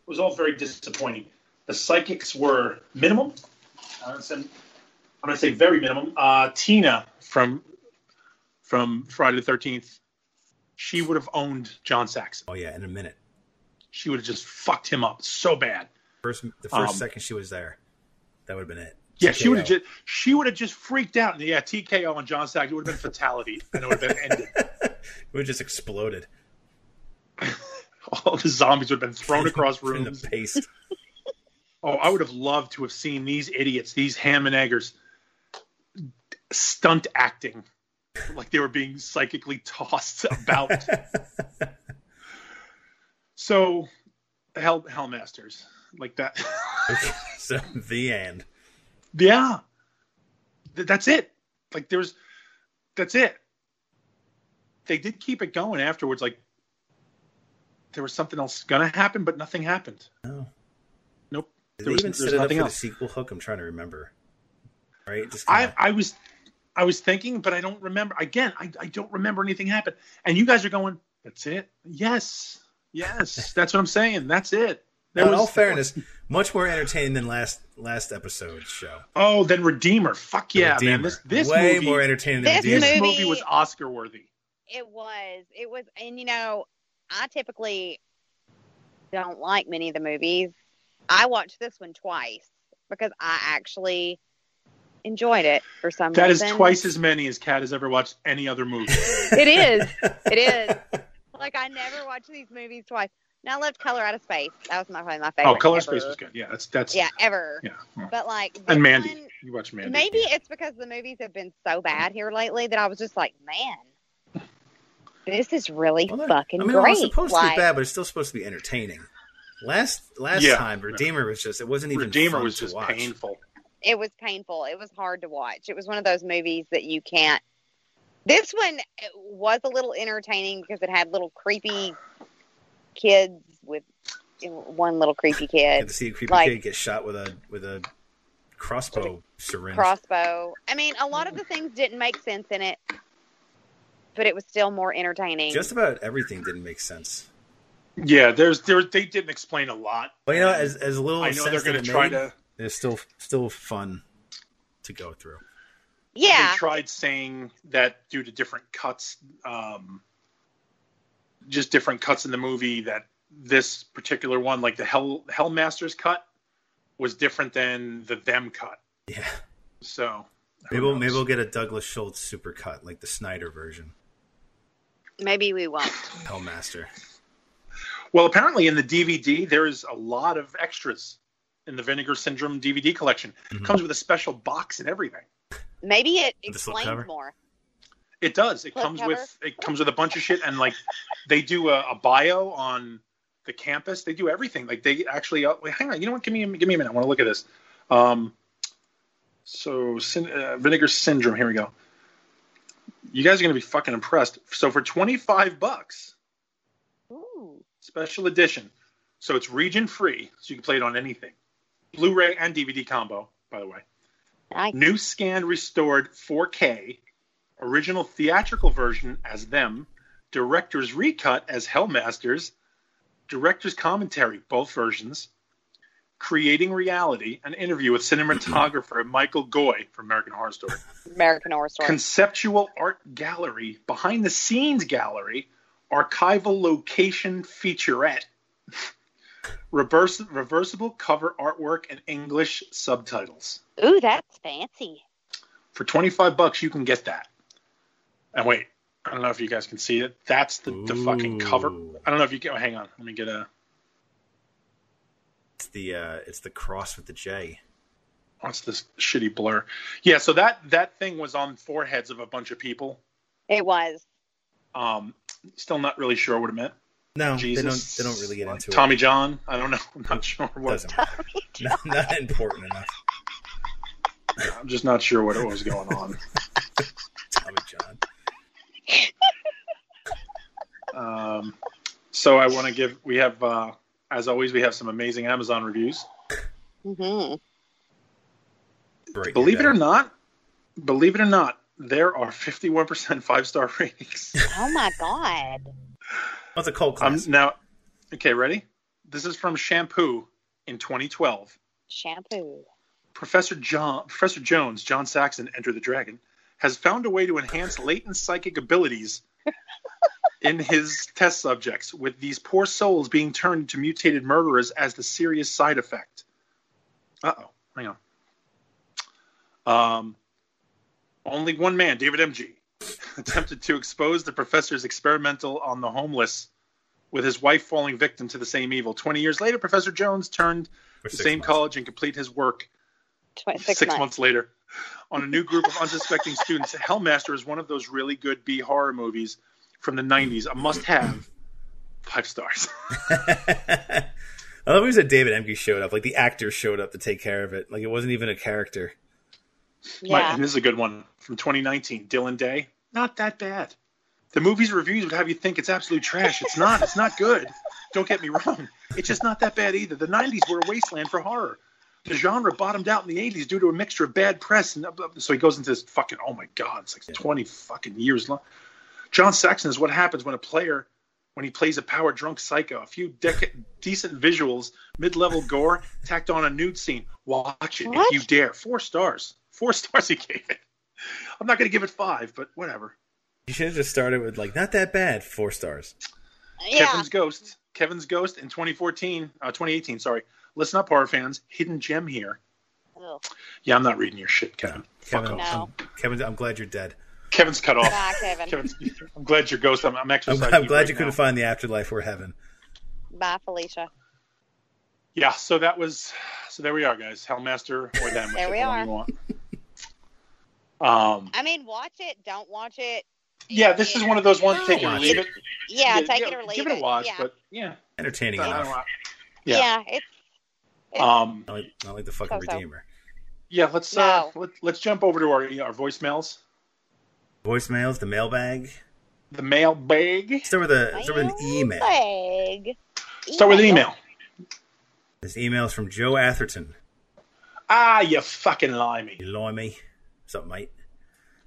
S2: was all very disappointing. The psychics were minimum. I'm gonna say, I'm gonna say very minimum. Uh, Tina from from Friday the Thirteenth, she would have owned John Saxon.
S4: Oh yeah, in a minute.
S2: She would have just fucked him up so bad.
S4: First, the first
S2: Um,
S4: second she was there, that would have been it.
S2: Yeah, she
S4: TKO.
S2: would have just she would have just freaked out. And yeah, TKO on John Saxon it would have been fatality, and it would have been ended.
S4: <laughs>
S2: <laughs>
S4: It would have just exploded.
S2: All the zombies would have been
S4: <laughs>
S2: thrown across
S4: in
S2: rooms.
S4: the paste.
S2: Oh, I would have loved to have seen these idiots, these ham and eggers, stunt acting like they were being psychically tossed <laughs> about. so, <laughs>
S4: <laughs>
S2: Hell Hellmasters, like that.
S4: so the end.
S2: yeah. th- that's it. Like there's that's it. They did keep it going afterwards. Like there was something else gonna happen, but nothing happened.
S4: No.
S2: Nope. There
S4: Did they
S2: was-
S4: even
S2: there's
S4: set it up
S2: nothing
S4: for
S2: else.
S4: the sequel hook? I'm trying to remember. Right? Just
S2: I,
S4: kinda-
S2: I was I was thinking, but I don't remember. Again, I, I don't remember anything happened. And you guys are going, that's it. Yes.
S4: <laughs>
S2: Yes. that's what I'm saying. That's it. There
S4: Now, in
S2: was-
S4: all fairness, much more entertaining than last last episode's show.
S2: Oh, then Redeemer. Fuck yeah, man.
S4: Redeemer.
S2: This this
S4: way
S2: movie,
S4: more entertaining than
S3: This
S2: this
S4: Redeemer.
S2: movie,
S3: Movie-
S2: was Oscar worthy.
S3: It was. It was. And, you know, I typically don't like many of the movies. I watched this one twice because I actually enjoyed it for some
S2: That is
S3: reason.
S2: twice as many as Kat has ever watched any other movie.
S3: It is. It
S2: <laughs>
S3: is. Like, I never watch these movies twice. And I loved Color Out of Space. That was my, probably my favorite.
S2: oh, Color
S3: ever.
S2: Space was good. Yeah, that's that's
S3: Yeah, ever.
S2: yeah.
S3: But, like, this
S2: And Mandy.
S3: one-
S2: You watch Mandy.
S3: Maybe it's because the movies have been so bad here lately that I was just like, man, this is really
S4: Well, no,
S3: fucking
S4: I mean,
S3: great.
S4: it's supposed to
S3: like,
S4: be bad, but it's still supposed to be entertaining. Last last
S2: Yeah.
S4: time, Redeemer was just it wasn't even
S2: Redeemer
S4: fun
S2: was
S4: to
S2: just
S4: watch.
S2: painful.
S3: It was painful. It was hard to watch. It was one of those movies that you can't. This one was a little entertaining because it had little creepy kids with one little
S4: <laughs>
S3: creepy
S4: And
S3: kid
S4: to see a creepy
S3: Like-
S4: kid get shot with a with a crossbow syringe.
S3: crossbow. I mean, a lot of the things didn't make sense in it, but it was still more entertaining.
S4: Just about everything didn't make sense.
S2: Yeah, there's there they didn't explain a lot.
S4: But you know, as as little
S2: I
S4: as
S2: know
S4: sense
S2: they're
S4: that
S2: gonna try
S4: it made,
S2: to
S4: They're still still fun to go through.
S3: yeah,
S2: they tried saying that due to different cuts, um, just different cuts in the movie, that this particular one, like the Hell Hellmaster's cut, was different than the them cut.
S4: Yeah,
S2: So who
S4: maybe we'll, maybe
S2: knows?
S4: we'll get a Douglas Schultz supercut like the Snyder version,
S3: maybe we won't.
S4: Hellmaster.
S2: well, apparently in the DVD there is a lot of extras in the Vinegar Syndrome DVD collection.
S4: Mhm.
S2: It comes with a special box and everything.
S3: Maybe it
S4: With a slip cover?
S3: explains more.
S2: It does. It
S3: Flip
S2: comes
S3: cover?
S2: with it comes with a bunch of shit, and like they do a, a bio on the campus. They do everything. Like they actually. Uh, wait, hang on. You know what? Give me a- give me a minute. I want to look at this. Um, so syn- uh, vinegar syndrome. Here we go. You guys are gonna be fucking impressed. So for twenty five bucks,
S3: Ooh.
S2: special edition. So it's region free, so you can play it on anything. Blu-ray and DVD combo, by the way.
S3: Nice.
S2: New scan restored 4K, original theatrical version as them, director's recut as Hellmasters, director's commentary, both versions, creating reality, an interview with cinematographer Michael Goy from American Horror Story,
S3: American Horror Story.
S2: conceptual art gallery, behind the scenes gallery, archival location featurette, <laughs> reverse, reversible cover artwork, and English subtitles
S3: Ooh, that's fancy.
S2: for 25 bucks you can get that and wait i don't know if you guys can see it that's the, the fucking cover
S4: Ooh.
S2: i don't know if you can hang on let me get a
S4: It's the uh, it's the cross with the J.
S2: what's this shitty blur yeah so that that thing was on foreheads of a bunch of people
S3: It was. <laughs>
S2: um still not really sure what it meant
S4: No,
S2: jesus
S4: they don't they don't really get into
S2: tommy john i don't know <laughs> i'm not sure
S4: it.
S2: what
S4: Doesn't matter.
S3: Mm-hmm.
S4: not, <laughs> not important enough.
S2: i'm just not sure what it was going on
S4: Tommy John.
S2: um so i want to give we have uh as always we have some amazing amazon reviews
S3: hmm
S4: Break
S2: Believe it
S4: down.
S2: or not, believe it or not, there are 51% five star <laughs> ratings.
S3: Oh my God.
S4: Oh, it's a cult
S2: um,
S4: class.
S2: now, okay, ready? This is from Shampoo in 2012.
S3: Shampoo.
S2: Professor John, Professor Jones, John Saxon, Enter the Dragon, has found a way to enhance latent psychic abilities in his test subjects, with these poor souls being turned into mutated murderers as the serious side effect. Uh oh, hang on. Um, only one man, David M.G., <laughs> attempted to expose the professor's experimental on the homeless, with his wife falling victim to the same evil. Twenty years later, Professor Jones turned
S4: For
S2: the
S4: six
S2: same
S4: months.
S2: college and complete his work
S3: Tw-
S2: six, months. later on a new group of unsuspecting students hellmaster is one of those really good b horror movies from the 90s a must have five stars <laughs>
S4: I love when you said David Emke showed up. Like the actor showed up to take care of it. Like it wasn't even a character.
S2: My-
S3: Yeah.
S2: and this is a good one from 2019, Dylan Day. Not that bad. The movie's reviews would have you think it's absolute trash. It's not. It's not good. Don't get me wrong. It's just not that bad either. The 90s were a wasteland for horror. The genre bottomed out in the 80s due to a mixture of bad press. And uh, so he goes into this fucking, oh my God, it's like 20 fucking years long. John Saxon is what happens when a player, when he plays a power drunk psycho. A few dec- decent visuals, mid level gore, tacked on a nude scene. Watch it if
S3: What?
S2: you dare. Four stars. Four <laughs> stars he gave it. I'm not going to give it five, but whatever.
S4: You should have just started with like not that bad, four stars.
S3: Yeah.
S2: Kevin's Ghost. Kevin's Ghost in 2014, uh, 2018, sorry. Listen up, horror fans. Hidden gem here.
S3: Ugh.
S2: Yeah, I'm not reading your shit, Kevin. Fuck
S4: Kevin,
S2: off.
S3: No.
S4: I'm, Kevin, I'm glad you're dead.
S2: Kevin's cut off.
S3: Bye, Kevin.
S2: Kevin's, I'm glad you're ghost. I'm, I'm
S4: I'm,
S2: exercising.
S4: I'm glad
S2: right
S4: you couldn't
S2: now.
S4: find the afterlife or heaven.
S3: Bye, Felicia.
S2: Yeah, so that was so there we are, guys. Hellmaster or them.
S3: There we
S2: whichever one you want. Um,
S3: I mean, watch it. Don't watch it.
S2: yeah, this is one of those ones take it or
S4: Watch
S2: leave
S4: it.
S2: it.
S3: Yeah, take it or leave
S2: Give it a watch,
S3: yeah.
S2: but yeah,
S4: Entertaining
S2: I don't
S4: enough.
S2: know. yeah.
S3: yeah. it's
S2: Um,
S4: Not like, not like the fucking
S3: So-so.
S4: Redeemer.
S2: yeah, let's uh,
S3: No.
S2: let, let's jump over to our our voicemails.
S4: Voicemails, the mailbag.
S2: The mail bag.
S4: Start with a start with an email.
S3: Leg.
S2: Start with email.
S4: This email is from Joe Atherton.
S2: Ah, you fucking lie me.
S4: You lie me. What's up, mate?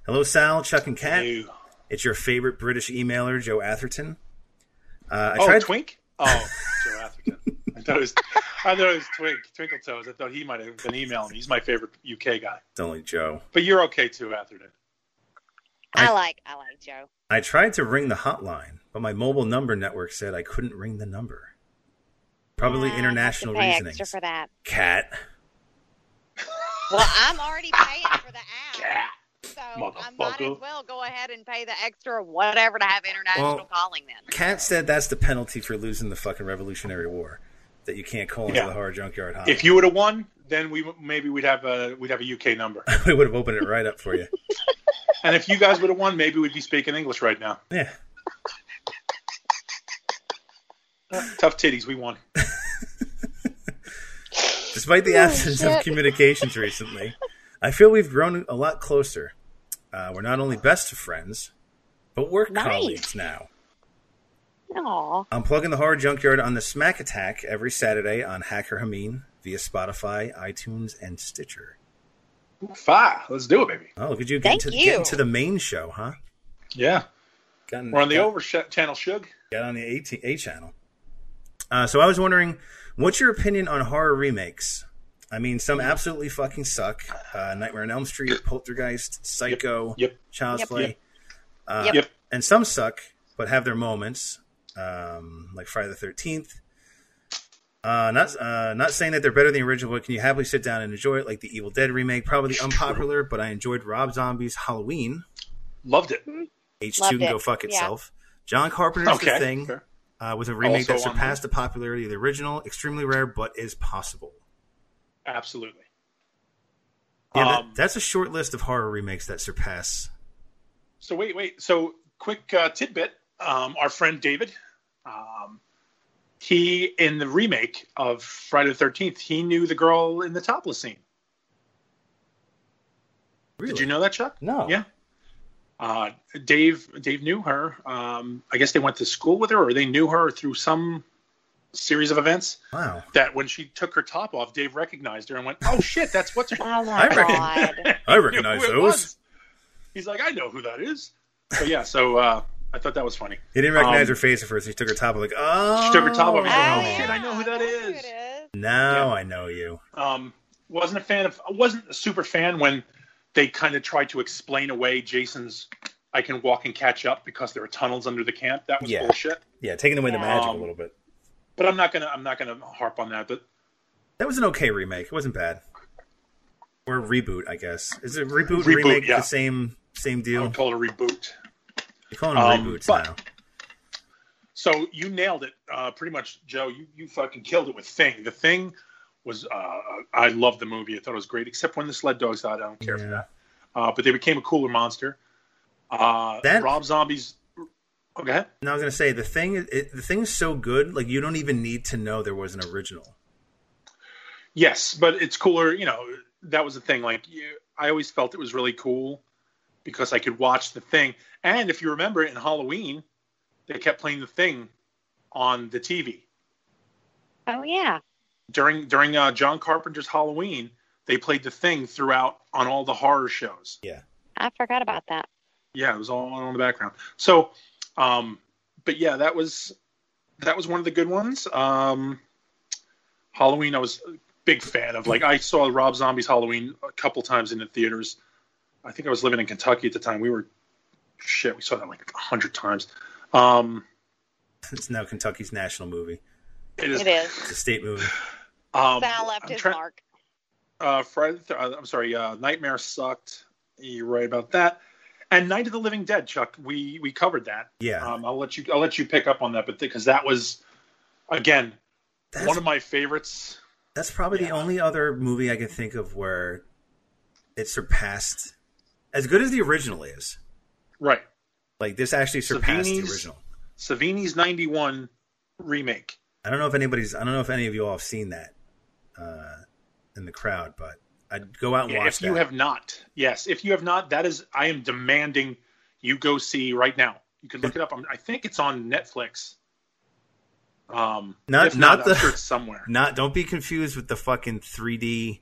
S4: Hello, Sal, Chuck, and Kat.
S2: You.
S4: It's your favorite British emailer, Joe Atherton. Uh, I
S2: Oh,
S4: tried.
S2: Twink. Oh, Joe Atherton. I thought it was I thought it was Twink Twinkle Toes. I thought he might have been emailing. He's my favorite UK guy.
S4: It's only Joe.
S2: But you're okay too, Atherton.
S3: I like I like Joe.
S4: I tried to ring the hotline, but my mobile number network said I couldn't ring the number. Probably
S3: Yeah, Ah, I have to
S4: international
S3: pay
S4: reasoning.
S3: Extra for that.
S4: Cat.
S3: Well, I'm already paying
S2: <laughs>
S3: for the app, so I might
S2: Motherfucker.
S3: as well go ahead and pay the extra whatever to have international
S4: Well,
S3: calling. Then
S4: Cat said that's the penalty for losing the fucking Revolutionary War. That you can't call into
S2: Yeah.
S4: the horror junkyard hotline. <laughs>
S2: If you would have won, then we w- maybe we'd have a we'd have a UK number.
S4: we would have opened it right up
S3: <laughs>
S4: for you.
S2: and if you guys would have won, maybe we'd be speaking English right now.
S4: Yeah.
S2: Tough titties, we won.
S4: Despite the
S3: Oh,
S4: absence of
S3: shit.
S4: communications recently, I feel we've grown a lot closer. Uh, we're not only best of friends, but we're
S3: Nice.
S4: colleagues now.
S3: Aw.
S4: I'm plugging the Horror Junkyard on the Smack Attack every Saturday on Hacker Hameen via Spotify, iTunes, and Stitcher.
S2: Fine, let's do it, baby.
S4: Oh, look at you getting,
S3: Thank
S4: to,
S3: you.
S4: getting to the main show, huh?
S2: Yeah,
S4: Gotten-
S2: we're on the
S4: got-
S2: over sh- channel, Shug.
S4: Got on the A, t- A channel. Uh, so I was wondering, what's your opinion on horror remakes? I mean,
S2: Mm.
S4: some absolutely fucking suck. Uh, Nightmare on Elm Street, Poltergeist, Psycho,
S2: Yep.
S4: Child's
S3: Yep.
S4: Play. Uh,
S3: Yep.
S2: Yep.
S4: And some suck, but have their moments, um, like Friday the Thirteenth. Uh, not uh, not saying that they're better than the original, but can you happily sit down and enjoy it? Like the Evil Dead remake, probably unpopular, but I enjoyed Rob Zombie's Halloween.
S2: Loved it.
S4: H two
S3: Loved
S4: can go
S3: it.
S4: fuck
S3: Yeah.
S4: itself. John Carpenter's
S2: Okay.
S4: The Thing
S2: Fair.
S4: uh, was a remake that
S2: Also on there.
S4: surpassed the popularity of the original. Extremely rare, but is possible.
S2: Absolutely.
S4: Yeah, that-
S2: Um,
S4: that's a short list of horror remakes that surpass.
S2: So wait, wait. So quick uh, tidbit. Um, our friend David, um, he in the remake of Friday the Thirteenth, he knew the girl in the topless scene. Did you know that, Chuck?
S4: No.
S2: Yeah. Uh, Dave Dave knew her. Um, I guess they went to school with her, or they knew her through some series of events.
S4: Wow.
S2: That when she took her top off, Dave recognized her and went, "Oh shit, that's what's <laughs> her."
S3: Oh
S4: I
S3: my
S4: reckon-
S3: god.
S4: I recognize
S2: Who it
S4: those.
S2: was. He's like, "I know who that is." So yeah, so uh, I thought that was funny.
S4: He didn't recognize
S2: Um,
S4: her face at first. He took her top. Like, <laughs> oh,
S2: She took her top off.
S3: Oh,
S2: He's like,
S4: now
S2: oh,
S4: I
S3: yeah,
S2: shit, I know who that
S3: that's
S2: is.
S3: it
S4: know- Now I know you.
S2: Um, wasn't a fan of. Wasn't a super fan when they kind of tried to explain away Jason's. I can walk and catch up because there are tunnels under the camp. That was
S4: Yeah.
S2: bullshit.
S4: Yeah, taking away the
S3: Yeah.
S4: magic
S2: Um,
S4: a little bit.
S2: but I'm not gonna I'm not gonna harp on that. But
S4: That was an okay remake. It wasn't bad. Or reboot, I guess. Is it reboot,
S2: Reboot,
S4: remake
S2: yeah.
S4: the same same
S2: I
S4: deal?
S2: would call it a reboot.
S4: You're calling them
S2: Um,
S4: reboots
S2: but-
S4: now.
S2: So you nailed it, uh, pretty much, Joe. You you fucking killed it with Thing. The Thing was uh, I loved the movie. I thought it was great, except when the sled dogs died. I don't care for
S4: Yeah.
S2: that. Uh, but they became a cooler monster. Uh,
S4: That-
S2: Rob Zombie's. Okay.
S4: No, I was gonna say the thing. It, the thing's so good, like you don't even need to know there was an original. <laughs>
S2: Yes, but it's cooler. You know, that was the thing. Like, you, I always felt it was really cool because I could watch the thing. And if you remember in Halloween, they kept playing the thing on the TV
S3: Oh yeah.
S2: during during uh, John Carpenter's Halloween. They played the thing throughout on all the horror shows.
S3: I forgot about that.
S2: Yeah, it was all on the background. So, um, but yeah, that was that was one of the good ones. Um, Halloween, I was a big fan of. Like, I saw Rob Zombie's Halloween a couple times in the theaters. I think I was living in Kentucky at the time. We were shit. We saw that like a hundred times. Um,
S4: It's now Kentucky's national movie.
S2: it is.
S3: It is.
S4: It's a state movie.
S2: Um,
S3: Sal left
S2: I'm
S3: his
S2: try-
S3: mark.
S2: uh, Friday. The th- uh, I'm sorry. Uh, Nightmare sucked. You're right about that. And Night of the Living Dead, Chuck. We we covered that.
S4: Yeah,
S2: Um, I'll let you I'll let you pick up on that, but because that was again
S4: that's,
S2: one of my favorites.
S4: that's probably the
S2: yeah.
S4: only other movie I can think of where it surpassed as good as the original is.
S2: Right,
S4: Like this actually surpassed the
S2: Savini's-
S4: original.
S2: Savini's '91 remake.
S4: I don't know if anybody's. I don't know if any of you all have seen that uh, in the crowd, but I'd go out and watch
S2: If you
S4: that.
S2: have not, yes, if you have not, that is I am demanding you go see right now. You can look it up. i I think it's on Netflix. Um,
S4: Not-
S2: if
S4: not the-
S2: I'm sure it's
S4: <laughs>
S2: somewhere.
S4: Not don't be confused with the fucking 3D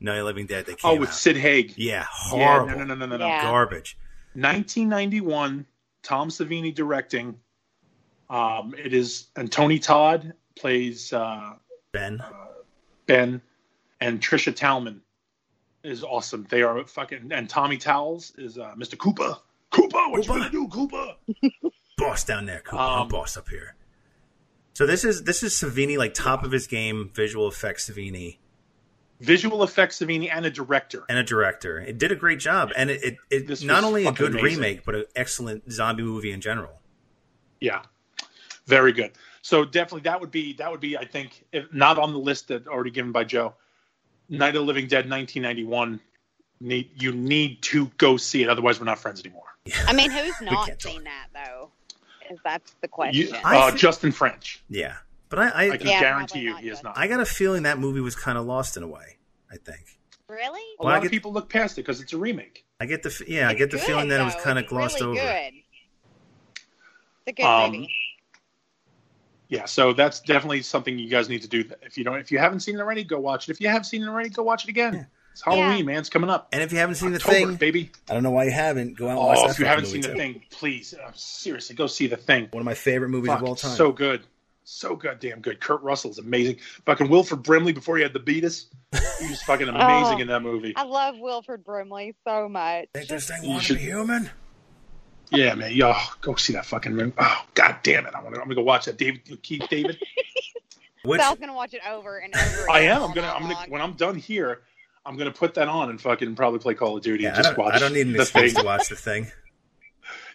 S4: Night of the Living Dead that came
S2: Oh, with
S4: out.
S2: Sid Haig.
S4: yeah,
S2: Yeah,
S4: horrible,
S2: no, no, no, no, no, no.
S3: Yeah.
S4: garbage.
S2: 1991, Tom Savini directing. Um, it is, and Tony Todd plays uh,
S4: Ben,
S2: Ben and Trisha Talman is awesome. They are fucking, and Tommy Towles is uh, Mr. Koopa. Koopa, what
S4: Koopa.
S2: you gonna do, Koopa?
S4: boss down there, Cooper,
S2: Um,
S4: I'm boss up here. So this is this is Savini like top of his game, visual effects Savini,
S2: Visual effects Savini and a director.
S4: and a director. It did a great job, and it, it, it
S2: This
S4: not
S2: was
S4: only a
S2: fucking
S4: good
S2: amazing.
S4: remake, but an excellent zombie movie in general.
S2: Yeah, very good. So definitely that would be that would be I think if not on the list that already given by Joe, Night of the Living Dead 1991. Need you need to go see it, otherwise we're not friends anymore.
S3: I mean, who's
S4: can't
S3: not
S4: talk.
S3: seen that though? Is that's the
S2: You-
S3: question.
S4: I
S2: uh,
S4: thi-
S2: Justin French.
S4: Yeah, but I I,
S2: I can
S3: Yeah,
S2: guarantee
S3: probably
S2: you
S3: not
S2: he is
S3: Justin.
S2: not.
S4: I got a feeling that movie was kind of lost in a way. I think.
S3: really?
S2: a
S4: Well, I
S2: lot
S4: get-
S2: of people look past it because it's a remake.
S4: I get the f- yeah, I
S3: It's
S4: get the
S3: good,
S4: feeling that it was
S3: though.
S4: kind of
S3: It's
S4: glossed
S3: really
S4: over.
S3: Good. It's a good
S2: Um,
S3: movie.
S2: Yeah, so that's definitely something you guys need to do. If you don't, if you haven't seen it already, go watch it. If you have seen it already, go watch it again.
S4: Yeah.
S2: It's Halloween,
S3: Yeah.
S2: man. It's coming up.
S4: And if you haven't seen
S2: October,
S4: the thing,
S2: baby.
S4: I don't know why you haven't. Go out and watch
S2: Oh,
S4: that.
S2: if you
S4: fucking
S2: haven't
S4: movie,
S2: seen the
S4: too.
S2: thing, please, uh, seriously, go see the thing.
S4: one of my favorite movies
S2: Fuck,
S4: of all
S2: it's
S4: time.
S2: So good, so goddamn good. Kurt Russell's amazing. Fucking Wilford Brimley before he had the beatus. He was
S3: <laughs>
S2: fucking amazing
S3: Oh.
S2: in that movie.
S3: I love Wilford Brimley so much.
S4: Think this thing
S2: You
S4: wanted to
S2: should-
S4: be human?
S2: Yeah, man. Yo, go see that fucking movie. Oh, god damn it! I want to. I'm gonna go watch that. David Keith David.
S4: Which
S3: Sal's gonna watch it over and
S2: <laughs>
S3: over.
S2: I
S3: again
S2: am.
S3: all
S2: I'm gonna. I'm
S3: night
S2: gonna.
S3: long.
S2: When I'm done here, I'm gonna put that on and fucking probably play Call of Duty
S4: yeah,
S2: and
S4: I,
S2: just
S4: don't,
S2: watch.
S4: I don't need an
S2: the
S4: excuse
S2: thing.
S4: to watch
S2: <laughs>
S4: the thing.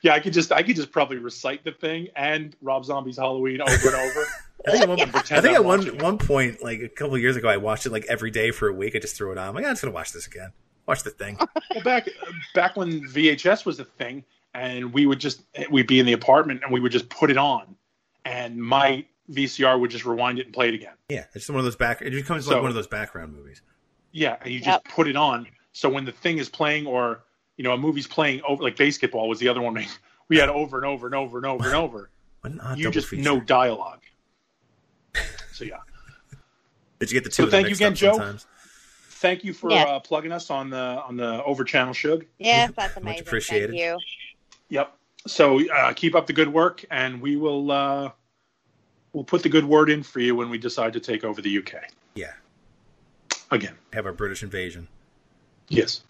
S2: Yeah, I could just. I could just probably recite the thing and Rob Zombie's Halloween over and
S4: <laughs>
S2: over.
S4: I think at one, I
S2: pretend
S4: think
S2: I'm
S4: at one,
S2: watching it.
S4: one point, like a couple years ago, I watched it like every day for a week. I just threw it on. I'm like, I'm just gonna watch this again. Watch the thing.
S2: Well, back back when VHS was a thing, and we would just we'd be in the apartment and we would just put it on, and my VCR would just rewind it and play it again.
S4: yeah, it's just one of those back. It becomes like
S2: So-
S4: one of those background movies.
S2: Yeah, and you just
S3: Yep.
S2: put it on. So when the thing is playing, or you know, a movie's playing over, like Basketball was the other one we, we had over and over and over and over and over.
S4: What an odd
S2: you
S4: double
S2: just
S4: feature.
S2: no dialogue. So yeah,
S4: Did you get the two?
S2: So
S4: of them
S2: thank you
S4: mixed
S2: again,
S4: up
S2: Joe.
S4: sometimes?
S2: thank you for
S3: Yeah.
S2: uh, plugging us on the on the Over Channel Shug.
S3: Yes, that's amazing.
S4: appreciated.
S3: Thank you.
S2: Yep. So uh, keep up the good work, and we will uh, we'll put the good word in for you when we decide to take over the UK
S4: Yeah,
S2: again.
S4: have our British invasion,
S2: Yes,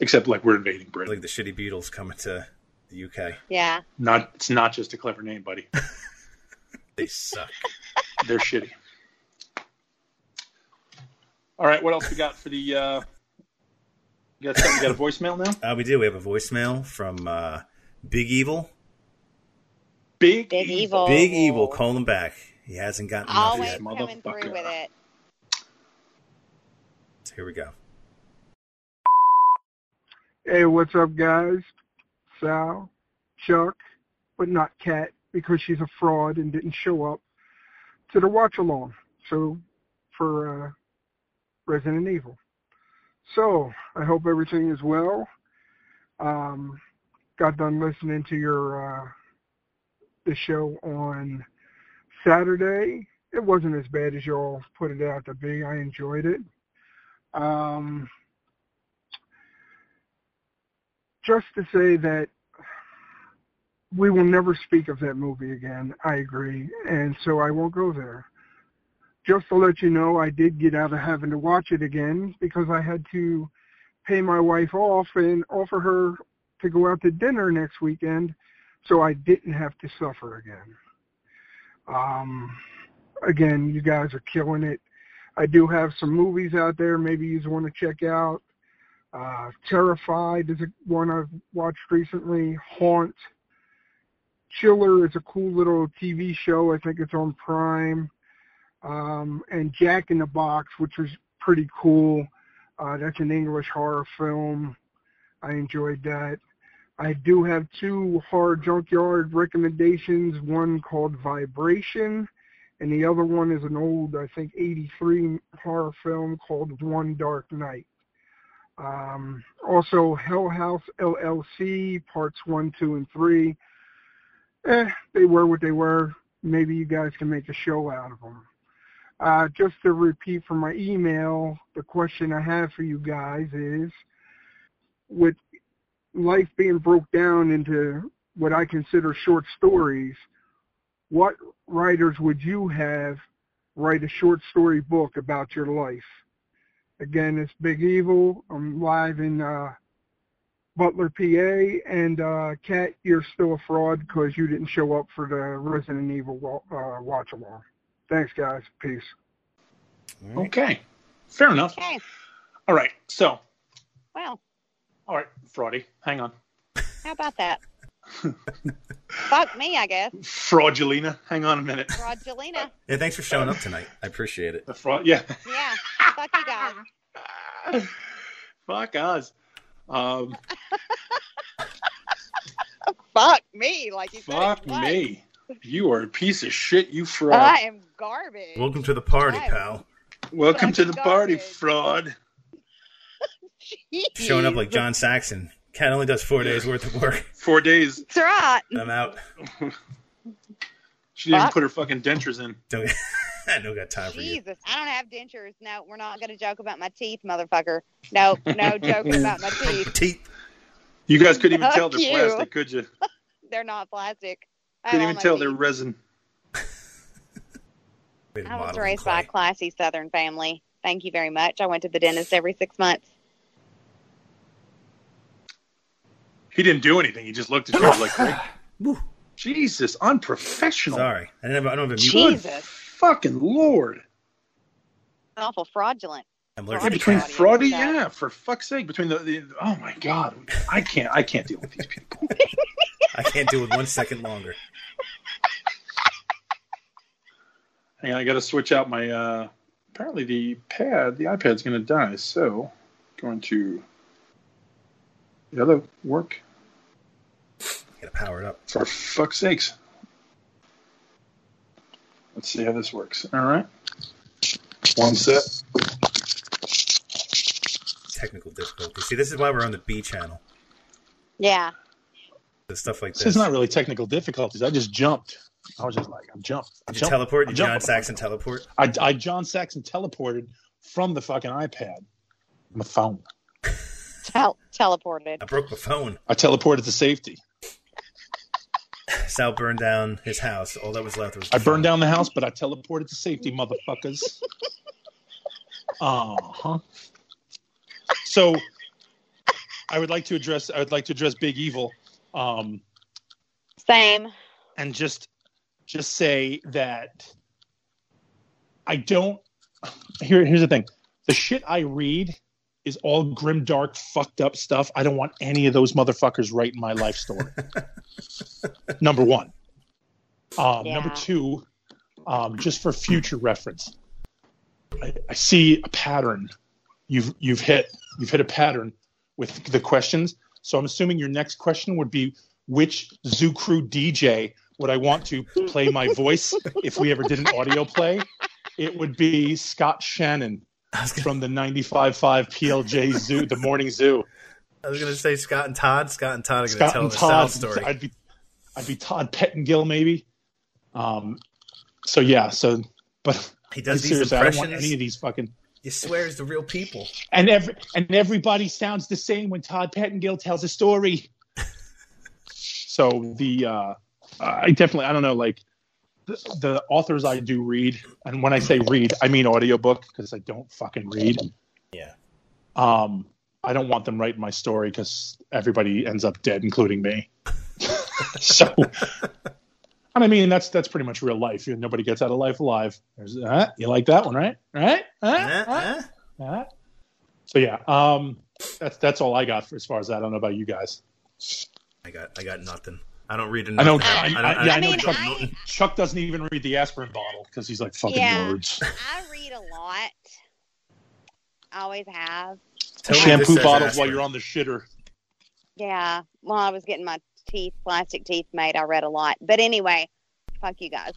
S2: except like we're invading Britain.
S4: like the shitty Beatles coming to the UK.
S3: Yeah.
S2: not it's not just a clever name, buddy. <laughs>
S4: They suck.
S2: They're shitty. All right, what else we got for the? Uh, you got something? You got a voicemail now?
S4: Uh, we do. We have a voicemail from uh, Big Evil.
S2: Big,
S3: Big evil.
S4: Big
S2: Oh.
S4: Evil, call him back. He hasn't gotten enough
S3: Always
S4: yet.
S3: coming
S2: Motherfucker.
S3: through with it.
S4: So here we go.
S5: Hey, what's up, guys? Sal, Chuck, but not Kat because she's a fraud and didn't show up to the watch along. So for uh, Resident Evil. So I hope everything is well. Um, got done listening to your uh, the show on Saturday. It wasn't as bad as y'all put it out to be. I enjoyed it. Um, just to say that we will never speak of that movie again. I agree, and so I won't go there just to let you know, I did get out of having to watch it again because I had to pay my wife off and offer her to go out to dinner next weekend so I didn't have to suffer again. Um, again, you guys are killing it. I do have some movies out there maybe you want to check out. Uh, Terrified is a, one I've watched recently. Haunt. Chiller is a cool little TV show. I think it's on Prime um, and Jack in the Box, which was pretty cool. Uh, that's an English horror film. I enjoyed that. I do have two horror junkyard recommendations. One called Vibration, and the other one is an old, I think, '83 horror film called One Dark Night. Um, also, Hell House LLC parts one, two, and three. Eh, they were what they were. Maybe you guys can make a show out of them. Uh, just to repeat from my email, the question I have for you guys is, with life being broke down into what I consider short stories, what writers would you have write a short story book about your life? Again, it's Big Evil. I'm live in uh, Butler, PA, and uh, Kat, you're still a fraud because you didn't show up for the Resident Evil wa- uh, watch along. Thanks, guys. Peace.
S4: All right.
S2: Okay. Fair enough.
S3: Okay.
S2: All right. So,
S3: Well,
S2: all right, Fraudy, hang on.
S3: how about
S2: <laughs>
S3: that? Fuck me, I guess.
S2: Fraudulina, hang on a minute.
S3: Rogelina.
S4: And thanks for showing up tonight. I appreciate it.
S2: The fraud, yeah. <laughs>
S3: Yeah. Fuck you guys.
S2: Fuck us. Um,
S3: <laughs> Fuck me, like you said.
S2: fuck
S3: it was.
S2: me. You are a piece of shit, you fraud.
S3: I am garbage.
S4: Welcome to the party,
S3: Hi.
S4: pal.
S2: Welcome to the
S3: Fucking
S2: party,
S3: garbage.
S2: fraud.
S4: Showing up like
S3: Jeez.
S4: John Saxon. Cat only does four days worth of
S3: <laughs>
S4: work.
S2: Four days.
S3: That's right.
S4: I'm out.
S2: She didn't
S3: Fuck.
S2: put her fucking dentures in.
S4: Don't, <laughs> I don't got time for you.
S3: Jesus, I don't have dentures. No, we're not going to joke about my teeth, motherfucker. No, no
S2: <laughs>
S3: joke about my teeth.
S4: Teeth.
S2: You guys couldn't even tell
S3: Fuck
S2: they're
S3: you.
S2: plastic, could you?
S3: They're not plastic. I have
S2: Couldn't
S3: all
S2: even
S3: my
S2: tell
S3: teeth.
S2: they're resin.
S4: Way to
S3: I was
S4: model
S3: raised
S4: clay.
S3: by a classy Southern family. Thank you very much. I went to the dentist every six months.
S2: He didn't do anything. He just looked at you like, "Greg,
S4: <sighs> Woo.
S2: Jesus, unprofessional.
S4: Sorry, I didn't have. I don't have a mute.
S3: Jeez.
S2: Good
S3: Jesus.
S2: fucking lord.
S3: Awful fraudulent.
S4: I'm
S2: Yeah,
S3: Fraudy
S4: allergic to
S2: between
S4: cats.
S2: Fraudy,
S3: yeah.
S2: yeah, for fuck's sake, between the, the oh my god, I can't, I can't deal with these people.
S4: I can't do it one second longer.
S2: Hang on, I got to switch out my. uh Apparently, the pad, the iPad's going to die, so going to the other work
S4: Gotta power it up.
S2: for fuck's sakes. Let's see how this works. All right, one set.
S4: Technical difficulty. See, this is why we're on the B channel.
S3: Yeah.
S4: The stuff like this.
S2: This is not really technical difficulties. I just jumped. I was just like, I'm jumped. I'm
S4: Did you
S2: jumped.
S4: teleport? Did
S2: Jump.
S4: John Saxon teleport?
S2: I, I John Saxon teleported from the fucking iPad. My phone.
S3: Tel- teleported.
S4: I broke my phone.
S2: I teleported to safety.
S4: Sal burned down his house. All that was left was.
S2: I burned down the house, but I teleported to safety, motherfuckers. Uh huh. So, I would like to address. I would like to address Big Evil, um,
S3: Same.
S2: and just just say that I don't. Here, here's the thing: the shit I read is all grim, dark, fucked up stuff. I don't want any of those motherfuckers writing my life story. number one. Um,
S3: Yeah.
S2: Number two, um, just for future reference, I, I see a pattern. You've you've hit you've hit a pattern with the questions. So I'm assuming your next question would be which Zoo Crew DJ would I want to play my voice if we ever did an audio play? It would be Scott Shannon
S4: <laughs> I was gonna,
S2: from the 95.5 PLJ Zoo, the morning
S4: <laughs>
S2: zoo.
S4: I was gonna say Scott and Todd. Scott and Todd are gonna
S2: Scott
S4: tell
S2: and
S4: the
S2: Todd.
S4: South story.
S2: I'd be, I'd be Todd Pettingill maybe. Um, so yeah, so but
S4: he does these
S2: seriously, I don't want any of
S4: impressions.
S2: these fucking
S4: He swears to real people.
S2: and every and everybody sounds the same when Todd Pettingill tells a story. so the uh, I definitely I don't know like the, the authors I do read, and when I say read, I mean audiobook because I don't fucking read.
S4: Yeah.
S2: Um, I don't want them writing my story because everybody ends up dead, including me. <laughs> so, and I mean that's that's pretty much real life. You- Nobody gets out of life alive. There's, uh, you like that one, right? Right? Uh,
S4: Huh?
S2: uh,
S4: Huh?
S2: uh. So yeah, um, that's that's all I got for as far as that. I don't know about you guys.
S4: I got I got nothing. I don't read
S2: I
S4: enough.
S2: know.
S4: now.
S2: I,
S4: don't-
S2: I- yeah, I,
S3: I
S2: know.
S3: mean,
S2: Chuck,
S3: I-
S2: Chuck doesn't even read the aspirin bottle because he's like fucking
S3: Yeah.
S2: words.
S3: I read a lot. I always have.
S4: Tony just
S2: Shampoo
S4: says
S2: bottles while
S4: aspirin.
S2: you're on the shitter.
S3: Yeah. While I was getting my teeth, plastic teeth made, I read a lot. But anyway, fuck you guys.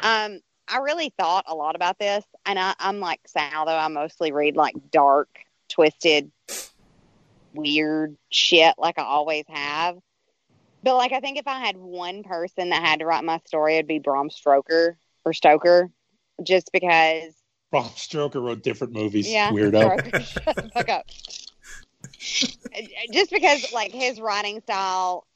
S3: Um, I really thought a lot about this, and I, I'm like Sal, though I mostly read like dark, twisted, weird shit, like I always have. But like, I think if I had one person that had to write my story, it'd be Bram Stoker or Stoker, just because
S2: Rob Stroker wrote different movies.
S3: Yeah.
S2: Weirdo. <laughs>
S3: Sorry. <laughs> Shut the fuck up. Just because, like, his writing style,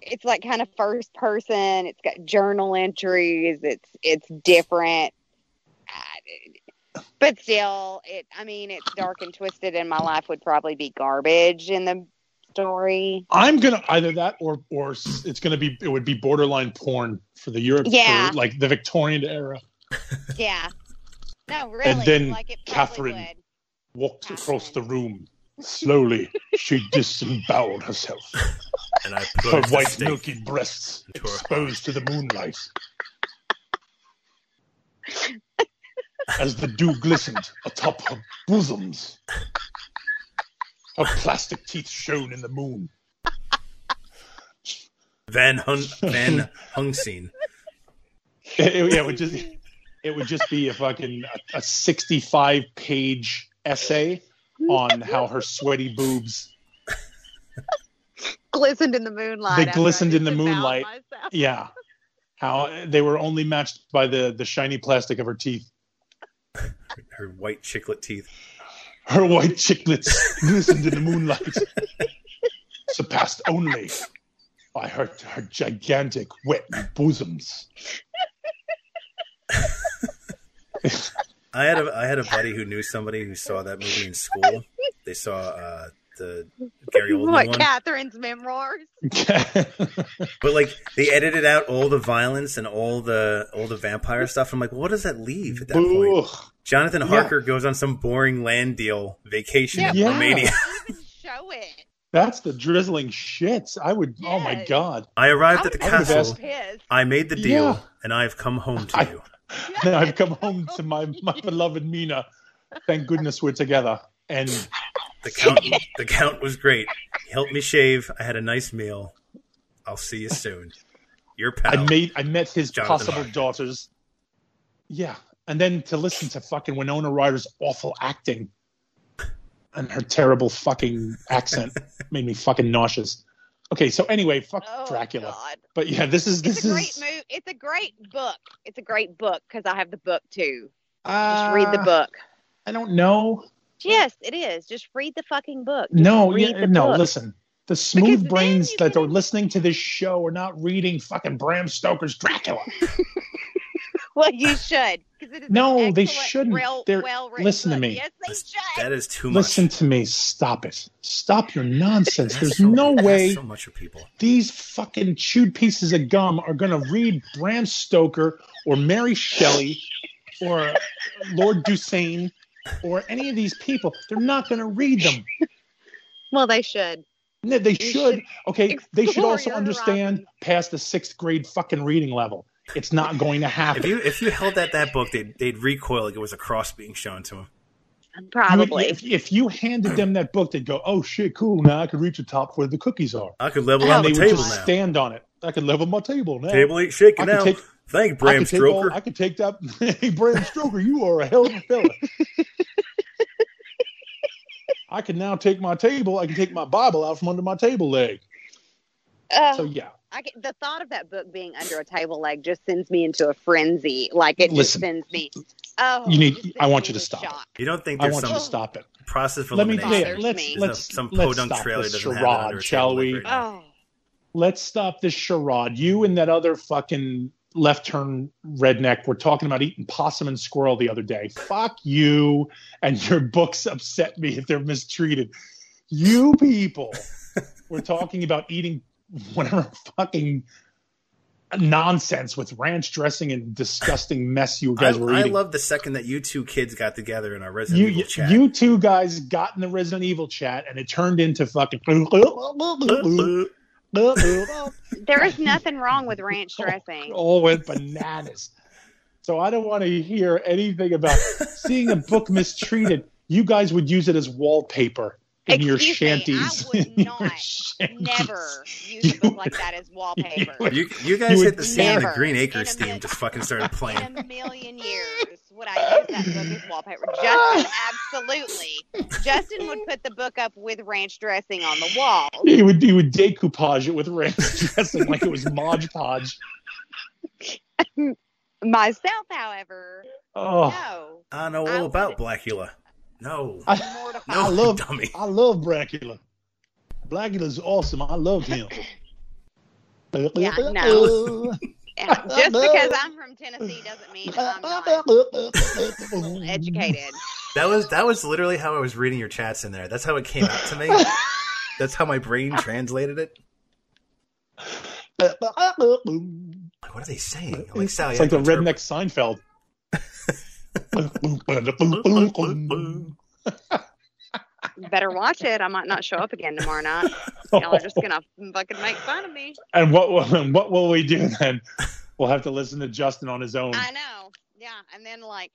S3: it's like kind of first person. It's got journal entries. It's it's different. Uh, But still, it. I mean, it's dark and twisted, and my life would probably be garbage in the story.
S2: I'm gonna either that or or s- it's gonna be it would be borderline porn for the Europe
S3: Yeah.
S2: for, like the Victorian era.
S3: Yeah. No, really.
S2: then
S3: like it probably
S2: Catherine.
S3: would.
S2: Walked across the room slowly. she disemboweled herself.
S4: and
S2: <laughs>
S4: I
S2: Her
S4: plunged the
S2: white
S4: steak
S2: milky breasts
S4: into her
S2: exposed to the moonlight. As the dew glistened atop her bosoms, her plastic teeth shone in the moon. <laughs>
S4: Van Hun Van Hungseen.
S2: it, it- yeah, it would just it would just be a fucking a, a 65 page essay on how her sweaty boobs
S3: Glistened in the moonlight.
S2: They
S3: after I
S2: glistened in the
S3: disemboweled
S2: moonlight.
S3: myself.
S2: yeah how they were only matched by the the shiny plastic of her teeth
S4: Her white chiclet teeth.
S2: her white chiclets glistened in the moonlight <laughs> surpassed only by her her gigantic wet bosoms
S4: I had a I had a buddy who knew somebody who saw that movie in school. They saw uh, the Gary Oldman
S3: What,
S4: one,
S3: Catherine's memoirs?
S4: but like they edited out all the violence and all the all the vampire stuff. I'm like, what does that leave at that point?
S2: Ugh.
S4: Jonathan
S2: Yeah.
S4: Harker goes on some boring land deal vacation in
S2: Yeah.
S4: <laughs> Romania.
S3: Even show it.
S2: that's the drizzling shits i would oh my
S3: Yes.
S2: god
S4: I arrived <laughs> at the
S2: I would've
S4: castle.
S2: asked-
S3: Pissed.
S4: I made the deal,
S2: Yeah.
S4: and I've come home to
S2: I-
S4: you.
S2: now I've come home to my, my beloved Mina. Thank goodness we're together. And
S4: The count, the count was great. He helped me shave. I had a nice meal. I'll see you soon. Your pal.
S2: I made I met his
S4: Jonathan
S2: possible
S4: Larkin.
S2: daughters. Yeah. And then to listen to fucking Winona Ryder's awful acting and her terrible fucking
S4: <laughs>
S2: accent made me fucking nauseous. Okay, so anyway, fuck
S3: Oh,
S2: Dracula.
S3: God.
S2: But yeah, this is this
S3: It's a great
S2: is
S3: move. It's a great book. It's a great book because I have the book too. Just
S2: uh,
S3: read the book.
S2: I don't know.
S3: Yes, it is. Just read the fucking book. Just
S2: No,
S3: read
S2: yeah,
S3: the
S2: no.
S3: book.
S2: Listen, the smooth
S3: then
S2: brains
S3: you
S2: that
S3: can-
S2: are listening to this show are not reading fucking Bram Stoker's Dracula.
S3: <laughs> Well, you should. 'cause it is an
S2: No, they
S3: excellent,
S2: shouldn't.
S3: Well,
S2: They're-
S3: well-written
S2: listen to
S3: book.
S2: me.
S3: Yes, they
S4: This-
S3: should.
S4: that is too much.
S2: Listen to me. Stop it. Stop your nonsense.
S4: <laughs> That's
S2: There's
S4: so-
S2: no
S4: that's
S2: way
S4: So much for people.
S2: these fucking chewed pieces of gum are going to read Bram Stoker or Mary Shelley or Lord Dusain or any of these people. They're not going to read them.
S3: Well, they should.
S2: No, they
S3: should
S2: should. Okay, they should
S3: explore
S2: also
S3: your
S2: understand
S3: horizons.
S2: past the sixth grade fucking reading level. It's not going to
S4: If
S2: happen.
S4: you if you held that that book, they'd, they'd recoil like it was a cross being shown to them.
S2: You would-
S3: Probably.
S2: if, if you handed them that book, they'd go, "Oh shit, cool! Now I can reach the top where the cookies are."
S4: I could level
S3: Oh,
S4: on
S2: and
S4: the
S2: they would
S4: table
S2: just
S4: now.
S2: stand on it. I could level my table now.
S4: Table ain't shaking
S2: I could
S4: now.
S2: take
S4: Thank Bram
S2: I could take all-
S4: Stroker.
S2: I could take that. <laughs> hey, Bram Stroker, you are a hell of a
S4: <laughs>
S2: fella. I can now take my table. I can take my Bible out from under my table leg.
S3: Oh,
S2: So yeah,
S3: I can, the thought of that book being under a table leg just sends me into a frenzy. Like it
S2: Listen.
S3: just sends me. Oh,
S2: You
S3: it
S2: need-
S3: just sends
S2: I want
S3: me
S2: you to
S3: into
S2: stop.
S3: shock.
S4: you don't think
S2: I
S4: there's
S2: want you
S4: some
S2: to stop it.
S4: process of
S2: Let me
S4: elimination?
S2: there.
S3: elimination.
S2: Let's
S3: There's
S2: let's
S4: some
S2: let's
S4: podunk
S2: stop
S4: trailer
S2: this
S4: doesn't have it under
S2: charade,
S4: a
S2: shall
S4: table leg
S2: we?
S4: right now.
S3: Oh,
S2: let's stop this charade. You and that other fucking left turn redneck were talking about eating possum and squirrel the other day. Fuck you and your books upset me if they're mistreated. You
S4: <laughs>
S2: people were talking about eating whatever fucking nonsense with ranch dressing and disgusting mess you
S4: I,
S2: guys were
S4: I
S2: eating.
S4: love the second that you two kids got together in our Resident
S2: you,
S4: Evil
S2: you,
S4: chat.
S2: you two guys got in the Resident Evil chat and it turned into fucking.
S4: <laughs>
S3: there is nothing
S2: <laughs>
S3: wrong with ranch dressing.
S2: Oh, all went bananas. So I don't want to hear anything about seeing a book mistreated. You guys would use it as wallpaper in your
S3: Excuse me, I
S2: shanties. <laughs>
S3: would
S2: in your
S3: not.
S2: shanties. <laughs>
S3: Never use a book like that as wallpaper.
S4: You, you guys
S2: You
S4: hit the
S2: would
S4: scene and the
S3: never
S4: Green
S3: in
S4: Acres
S3: a
S4: theme
S3: minute-
S4: just fucking started <laughs> playing.
S3: In a million years would I use that book as wallpaper. Justin,
S2: <laughs>
S3: absolutely. Justin would put the book up with ranch dressing on the
S2: <laughs>
S3: wall.
S2: He would he would decoupage it with ranch <laughs> dressing like it was Mod Podge.
S3: Myself, however,
S2: Oh,
S3: no.
S4: I know
S3: I
S4: all
S3: would-
S4: about Blackula. No,
S2: I,
S3: Mortified.
S2: I
S4: no,
S2: love
S4: dummy.
S2: I love Blackula. Blackula's awesome. I love
S3: <coughs>
S2: him.
S3: Yeah,
S2: <laughs>
S3: no. Yeah, Just because I'm from Tennessee doesn't mean I'm
S2: <laughs>
S3: not educated.
S4: That was that was literally how I was reading your chats in there. That's how it came out
S2: <laughs>
S4: to me. That's how my brain translated it. Like, what are they saying? Like Sally,
S2: it's like the
S4: Echo Turp-
S2: redneck Seinfeld.
S3: <laughs>
S2: <laughs>
S3: Better watch it. I might not show up again tomorrow night.
S2: <laughs> Oh.
S3: Y'all are just gonna fucking make fun of me.
S2: and what will- and what will we do then? We'll have to listen to Justin on his own,
S3: I know. Yeah, and then like,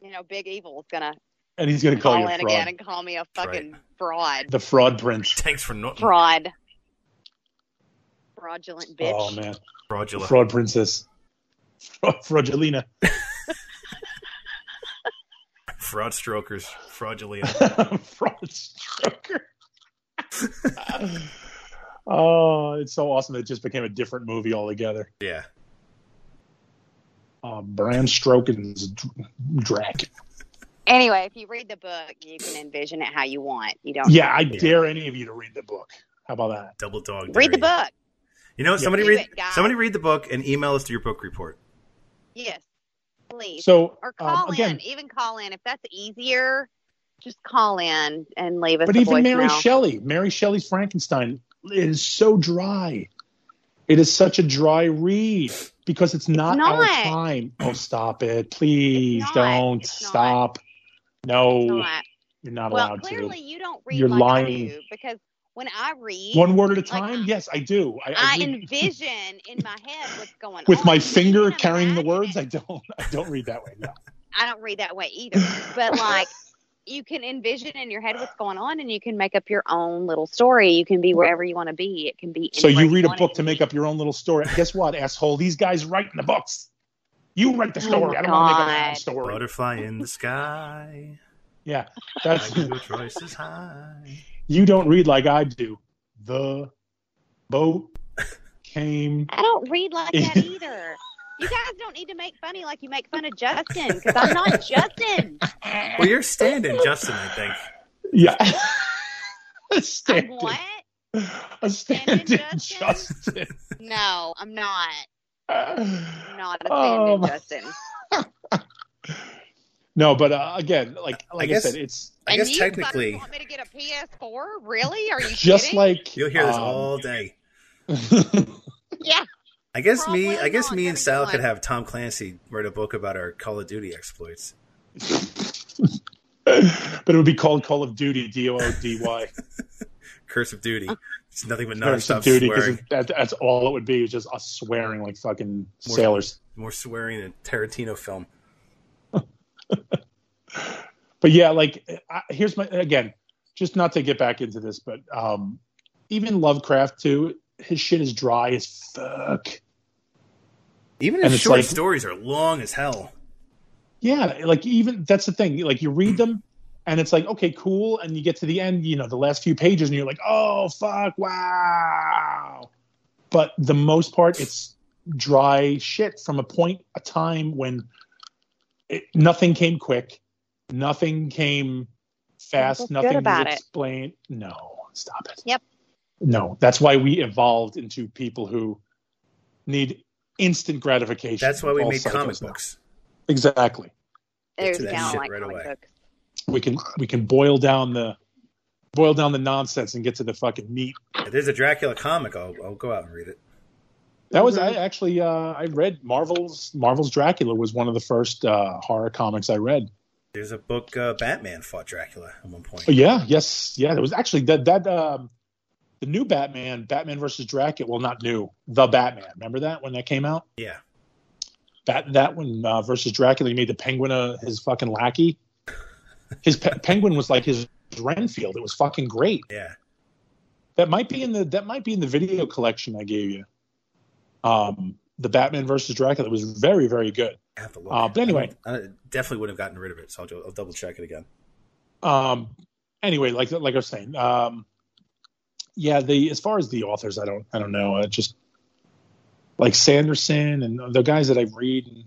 S3: you know, Big Evil is gonna
S2: and he's going to call
S3: call
S2: you
S3: in
S2: a
S3: again
S2: fraud.
S3: and call me a fucking fraud.
S2: The fraud prince.
S4: Thanks for not
S3: Fraud. Fraudulent bitch.
S2: Oh man,
S4: fraudula.
S2: fraud princess, fraud, fraudulina. <laughs>
S4: Fraud strokers. Fraudulia.
S2: fraud stroker. <laughs> oh, it's so awesome! It just became a different movie altogether.
S4: Yeah.
S2: Uh, Bram Stroker's Dr- Drac.
S3: Anyway, if you read the book, you can envision it how you want. You don't
S2: Yeah, I dare any of you to read the book. How about that?
S4: Double dog.
S3: read the
S4: dairy.
S3: book.
S4: You know, somebody
S3: Do
S4: read
S3: it, guys.
S4: somebody read the book and email us to your book report.
S3: Yes. Please.
S2: So
S3: or call
S2: um, again,
S3: in. Even call in. If that's easier, just call in and leave us
S2: but
S3: a
S2: even Mary
S3: voicemail.
S2: Shelley, Mary Shelley's Frankenstein is so dry. It is such a dry read because it's not, our
S3: not.
S2: time. Oh, stop it, please
S3: It's not.
S2: don't
S3: It's not.
S2: stop. No,
S3: It's not-
S2: you're not
S3: well,
S2: allowed
S3: clearly
S2: to.
S3: you don't read
S2: You're
S3: like
S2: lying.
S3: I do because when I read,
S2: One word at a
S3: like, uh,
S2: time. yes, I do. I, I <laughs>
S3: I
S2: read
S3: envision in my head what's going on.
S2: with my
S3: You
S2: finger
S3: can
S2: carrying the
S3: imagine
S2: words.
S3: it.
S2: I don't. <laughs> I don't read that way. No.
S3: I don't read that way either. But like you can envision in your head what's going on and you can make up your own little story. You can be wherever you want to be. It can be
S2: So
S3: anywhere
S2: you read a
S3: want
S2: book
S3: it
S2: to make up your own little story. Guess what, asshole? These guys writing the books. You write the
S3: Oh,
S2: story. I don't want to make up my own
S3: God.
S2: story.
S4: Butterfly in the sky.
S2: Yeah,
S4: I
S2: that's
S4: go choices high.
S2: <laughs> you don't read like I do. The boat came.
S3: I don't read
S2: <laughs>
S3: like that either. You guys don't need to make funny like you make fun of Justin because I'm not
S2: <laughs>
S3: Justin.
S4: Well, you're standing, Justin. I think.
S2: Yeah, <laughs> a
S3: I'm
S2: standing,
S3: what?
S2: a standing
S3: Standing
S2: Justin.
S3: No, I'm not. I'm not a
S2: Oh,
S3: stand-in
S2: my-
S3: Justin.
S2: no, but uh, again, like like I,
S4: guess-
S2: said, it's
S4: I
S3: and
S4: guess
S3: you
S4: technically,
S3: fuckers want me to get a PS4? Really? Are you
S2: just
S3: kidding?
S2: like
S4: you'll hear this
S2: um,
S4: all day.
S3: <laughs> yeah.
S4: I guess me.
S3: Probably
S4: I guess
S3: not
S4: me
S3: gonna
S4: and
S3: be
S4: Sal could
S3: one.
S4: have Tom Clancy write a book about our Call of Duty exploits.
S2: <laughs> but it would be called Call of Duty. D O O D Y.
S4: Curse of Duty.
S3: Uh-huh.
S4: It's nothing but
S2: Curse of
S4: nonstop
S2: Duty
S4: swearing.
S2: because that, that's all it would be. It's just us swearing like fucking
S4: More-
S2: sailors.
S4: More swearing than a Tarantino film.
S2: but yeah, like I, here's my again, just not to get back into this, but um, even Lovecraft too, his shit is dry as fuck.
S4: Even
S2: And
S4: his
S2: it's
S4: short
S2: like-
S4: stories are long as hell.
S2: Yeah, like even that's the thing. Like you read them and it's like, okay, cool. And you get to the end, you know, the last few pages, and you're like, oh, fuck, wow. But the most part, it's dry shit from a point, a time when it, nothing came quick, nothing came
S3: Don't
S2: fast,
S3: feel good
S2: nothing
S3: about
S2: was
S3: it.
S2: explained. No, stop it.
S3: Yep.
S2: No, that's why we evolved into people who need instant gratification.
S4: That's why we
S2: All
S4: made comic
S2: psychos now.
S4: books.
S2: Exactly.
S3: There's
S4: to that
S3: down
S4: shit
S3: like
S4: right
S3: comic
S4: away.
S3: books.
S2: we can we can boil down the boil down the nonsense and get to the fucking meat.
S4: If there's a Dracula comic, I'll, I'll go out and read it.
S2: That was I actually uh, I read Marvel's Marvel's Dracula was one of the first uh, horror comics I read.
S4: There's a book uh, Batman fought Dracula at one point.
S2: Oh, yeah, yes, yeah. That was actually that that um, the new Batman, Batman versus Dracula. Well, not new, the Batman. Remember that when that came out?
S4: Yeah.
S2: That that one uh, versus Dracula. He made the Penguin uh, his fucking lackey. His pe- Penguin was like his Renfield. It was fucking great.
S4: Yeah.
S2: That might be in the that might be in the video collection I gave you. Um, the Batman versus Dracula was very very good.
S4: I have to look.
S2: Uh, but anyway.
S4: I, I definitely would not have gotten rid of it, so I'll, do- I'll double check it again.
S2: Um, anyway, like like I was saying, um, yeah, the as far as the authors, I don't I don't know. I just like Sanderson and the guys that I read. And,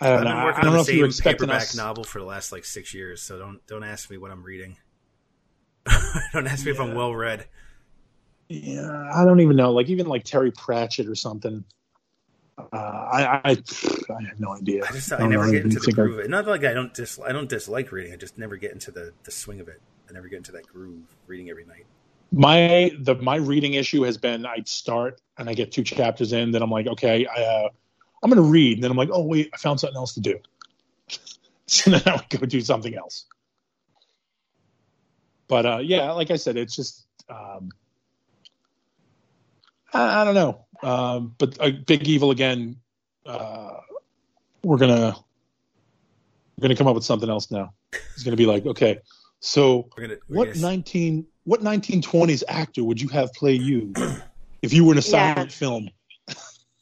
S2: I
S4: I've
S2: don't
S4: been
S2: know. I
S4: working
S2: I don't
S4: on
S2: know
S4: the
S2: if you were
S4: same
S2: expecting
S4: paperback
S2: us.
S4: novel for the last like six years, so don't don't ask me what I'm reading. <laughs> don't ask me if I'm
S2: Yeah.
S4: well read.
S2: Yeah, I don't even know. Like even like Terry Pratchett or something. Uh, I, I I have Oh, no idea.
S4: I just I,
S2: don't
S4: never
S2: know.
S4: get into the
S2: Think I-
S4: groove. of it. Not that, like I don't dis I don't dislike reading. I just never get into the the swing of it. I never get into that groove reading every night.
S2: my the my reading issue has been I start and I get two chapters in, then I'm like, okay, I, uh, I'm going to read, and then I'm like, oh wait, I found something else to do, <laughs> so then I would go do something else. But uh, yeah, like I said, it's just um, I, I don't know. Um, but uh, Big Evil again, uh, we're gonna we're gonna come up with something else now. It's gonna be like, okay, so
S4: We're gonna we're
S2: what
S4: gonna-
S2: nineteen what nineteen twenties actor would you have play you if you were in a
S3: Yeah.
S2: silent film?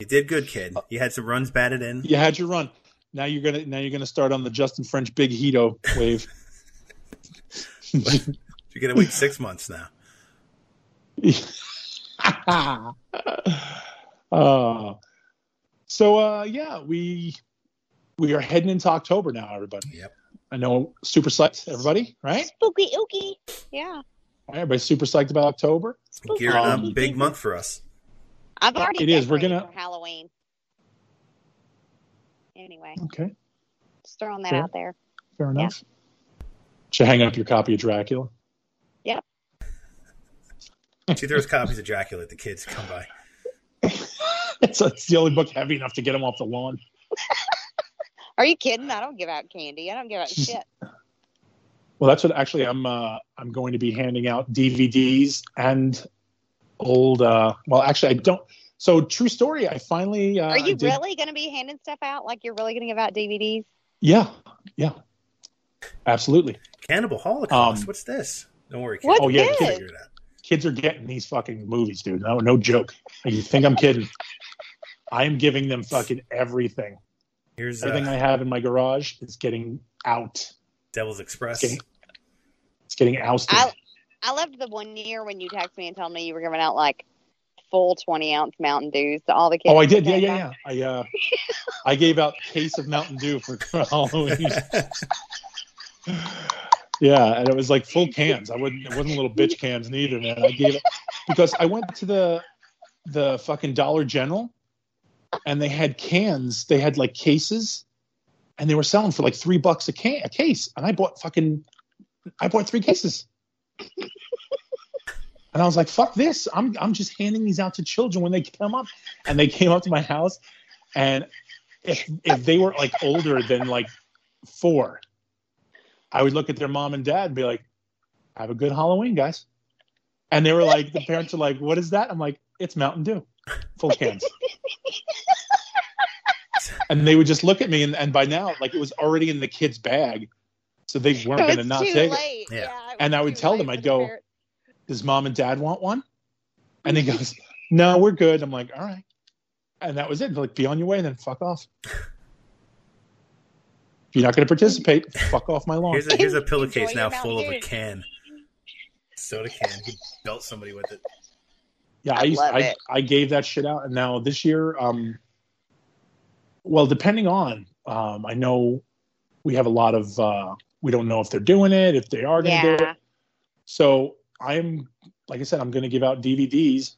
S4: You did good,
S2: Uh,
S4: kid. You had some runs batted in.
S2: You had your run. Now you're gonna now you're gonna start on the Justin French Big Hito wave. <laughs>
S4: You're gonna wait six
S2: <laughs>
S4: months now.
S2: uh, so uh, yeah, we we are heading into October now, everybody.
S4: Yep.
S2: I know super psyched, everybody, right?
S3: Spooky ooky. Yeah.
S2: Everybody's super psyched about October.
S4: Gearing
S2: Um,
S4: up, big month for us.
S3: I've already
S2: It is. We're
S3: decorated
S2: gonna-
S3: for Halloween. Anyway,
S2: Okay,
S3: just throwing that
S2: Fair.
S3: out there.
S2: fair enough. Should hang up your copy of Dracula.
S4: See, there was copies of Dracula that the kids come by.
S2: <laughs> It's, it's the only book heavy enough to get him off the lawn.
S3: Are you kidding? I don't give out candy. I
S2: <laughs>
S3: don't give out shit.
S2: Well, that's what actually I'm. Uh, I'm going to be handing out DVDs and old. Uh, well, actually, I don't. So, true story. I finally. Uh,
S3: Are
S2: I
S3: you
S2: did-
S3: really going to be handing stuff out? Like you're really going to give out DVDs?
S4: Oh,
S2: Yeah, yeah, absolutely.
S4: Cannibal Holocaust.
S2: Um,
S4: What's this? Don't worry, kid.
S3: What's
S2: Oh, yeah,
S4: We'll
S3: this?
S4: figure it out.
S2: Kids are getting these fucking movies, dude. No, no joke. You think I'm kidding? I am giving them fucking everything.
S4: Here's
S2: Everything
S4: uh,
S2: I have in my garage is getting out.
S4: Devil's Express.
S2: Okay. It's getting ousted.
S3: I I loved the one year when you texted me and told me you were giving out like full twenty ounce Mountain Dews to all the kids.
S2: Oh, I did.
S3: that
S2: Yeah, yeah,
S3: came
S2: yeah. I uh, <laughs> I gave out a case of Mountain Dew for <laughs> Halloween. yeah, and it was like full cans. I wouldn't. It wasn't little bitch cans neither, man. I gave it because I went to the the fucking Dollar General, and they had cans. They had like cases, and they were selling for like three bucks a can a case. And I bought fucking, I bought three cases. And I was like, "Fuck this! I'm I'm just handing these out to children when they come up." And they came up to my house, and if if they were like older than like four, I would look at their mom and dad and be like, "Have a good Halloween, guys." And they were like, the parents are like, "What is that?" I'm like, "It's Mountain Dew, full cans." and they would just look at me, and, and by now, like it was already in the kid's bag, so they weren't
S3: It
S2: going to
S3: was
S2: not
S3: too
S2: take it
S3: late.
S4: Yeah.
S3: it
S2: And
S3: was
S2: I would
S3: too
S2: tell
S3: late
S2: them,
S3: for
S2: I'd
S3: the
S2: go,
S3: parents. Mm-hmm.
S2: does mom and dad want one? And he goes, no, we're good. I'm like, all right. and that was it. Like, be on your way, then fuck off. If you're not going to participate, fuck off my lawn.
S4: Here's a, here's a
S3: <laughs>
S4: pillowcase
S3: Enjoy
S4: now
S3: your
S4: full of a
S3: Mountain Dew.
S4: can. Soda can. He belt somebody with it.
S2: Yeah, I,
S3: I
S2: used,
S3: love
S2: I,
S3: it.
S2: I gave that shit out, and now this year, um, well, depending on, um, I know we have a lot of uh, we don't know if they're doing it, if they are going to do it.
S3: Yeah.
S2: So I'm, like I said, I'm going to give out DVDs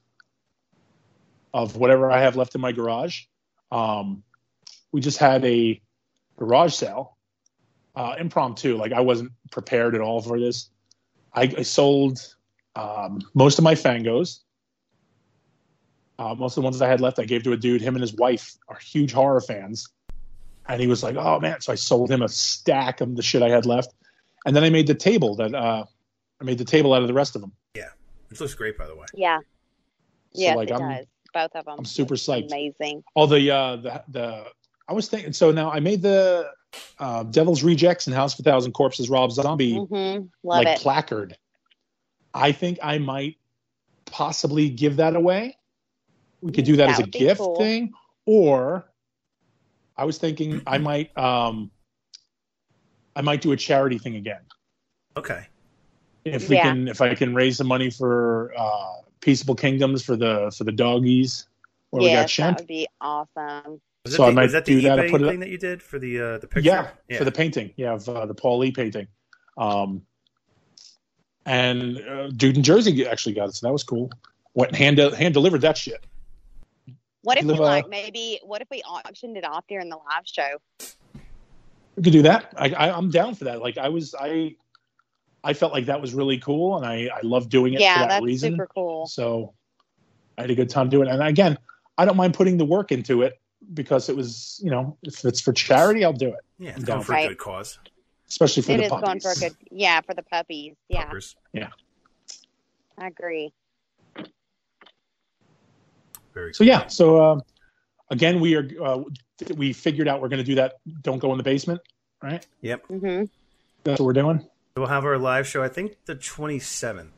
S2: of whatever I have left in my garage. Um, we just had a garage sale, uh, impromptu. Like I wasn't prepared at all for this. I, I sold um, most of my Fangos. Uh, most of the ones that I had left, I gave to a dude. Him and his wife are huge horror fans, and he was like, "Oh man!" So I sold him a stack of the shit I had left, and then I made the table that uh, I made the table out of the rest of them.
S4: This looks great, by the way.
S3: Yeah.
S2: So
S3: yes,
S2: like
S3: it
S2: I'm
S3: does. Both of them.
S2: I'm super psyched.
S3: Amazing.
S2: all the uh the the I was thinking so now I made the uh, Devil's Rejects and House of a Thousand Corpses Rob Zombie
S3: Mm-hmm. Love
S2: like
S3: it.
S2: placard. I think I might possibly give that away. We could do that,
S3: That
S2: as a
S3: would be
S2: gift
S3: cool.
S2: thing, or I was thinking I might um I might do a charity thing again
S4: Okay.
S2: if we
S3: Yeah.
S2: can if I can raise the money for uh, Peaceable Kingdoms for the for the doggies where we got
S3: yes,
S2: Shemp.
S3: that would be awesome.
S4: Was that,
S2: So I
S4: the,
S2: might
S4: was that the
S2: do that, I
S4: eBay
S2: put it up-
S4: thing that you did for the uh, the picture?
S2: Yeah, for the painting. Yeah, of, uh, the Paul Lee painting. Um, and uh, dude in Jersey actually got it, so that was cool. Went and hand hand delivered that shit.
S3: What if we
S2: Live, uh,
S3: like maybe? What if we auctioned it off during the live show?
S2: We could do that. I, I, I'm down for that. Like I was, I I felt like that was really cool, and I I love doing it for
S3: Yeah,
S2: that
S3: that's
S2: reason.
S3: super cool.
S2: So I had a good time doing it. And again, I don't mind putting the work into it because it was, you know, if it's for charity, I'll do it,
S4: yeah, it's
S2: Down.
S4: going for a
S3: Right.
S4: good cause.
S2: especially for
S3: It
S2: the
S3: is going
S2: puppies.
S3: for a good. Yeah, for the puppies. Yeah,
S4: Puppers.
S3: I agree.
S4: Very
S2: So
S4: cool.
S2: yeah, so um, again, we are uh, we figured out we're going to do that. Don't go in the basement.
S3: Mm-hmm.
S2: That's what we're doing.
S4: So we'll have our live show. I think the 27th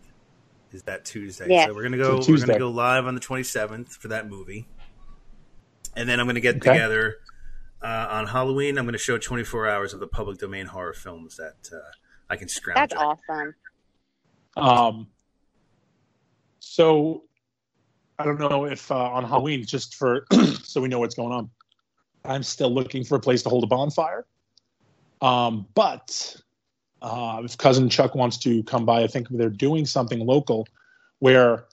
S4: is that Tuesday.
S3: Yeah.
S4: So we're gonna go.
S2: It's a
S4: We're gonna
S2: Tuesday.
S4: go live on the 27th for that movie, and then I'm gonna get
S2: Okay.
S4: together uh, on Halloween. I'm gonna show 24 hours of the public domain horror films that uh, I can scrounge.
S3: That's
S4: up.
S3: awesome.
S2: Um, so I don't know if uh, on Halloween, just for <clears throat> so we know what's going on. I'm still looking for a place to hold a bonfire. Um, but uh, if cousin Chuck wants to come by, I think they're doing something local where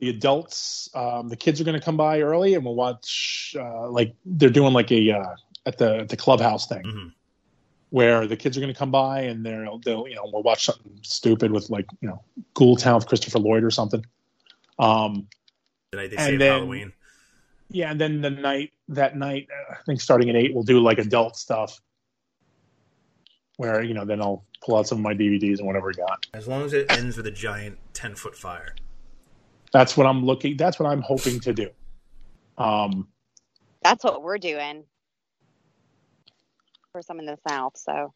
S2: the adults, um, the kids are going to come by early, and we'll watch. Uh, like they're doing like a uh, at the at the clubhouse thing.
S4: Mhm.
S2: Where the kids are going to come by and they'll, they'll, you know, we'll watch something stupid with like, you know, Ghoul Town with Christopher Lloyd or something. Um,
S4: Did I they
S2: And
S4: save
S2: then-
S4: Halloween?
S2: yeah, and then the night that night, uh, I think starting at eight, we'll do like adult stuff. Where you know, then I'll pull out some of my DVDs and whatever I got.
S4: As long as it ends with a giant 10 foot fire.
S2: That's what I'm looking. That's what I'm hoping to do. Um,
S3: That's what we're doing for some in the south. So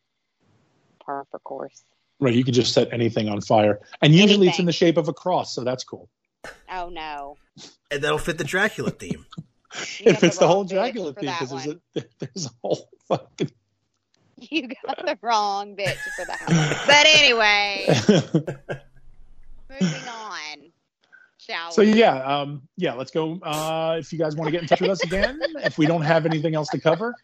S3: par for course.
S2: right, you could just set anything on fire, and usually it's in
S3: Anything.
S2: the shape of a cross, so that's cool.
S3: Oh no!
S4: And that'll fit the
S2: <laughs>
S4: Dracula theme.
S3: You got
S2: if it's the
S3: wrong
S2: whole
S3: bitch
S2: Dracula
S3: for
S2: thing,
S3: that
S2: because there's
S3: one.
S2: a, <laughs> there's a whole fucking.
S3: <laughs> you got the wrong bitch for that. one. But anyway, moving on. Shall
S2: so
S3: we?
S2: yeah, um, yeah, let's go. Uh, if you guys want to get in touch with us again, if we don't have anything else to cover,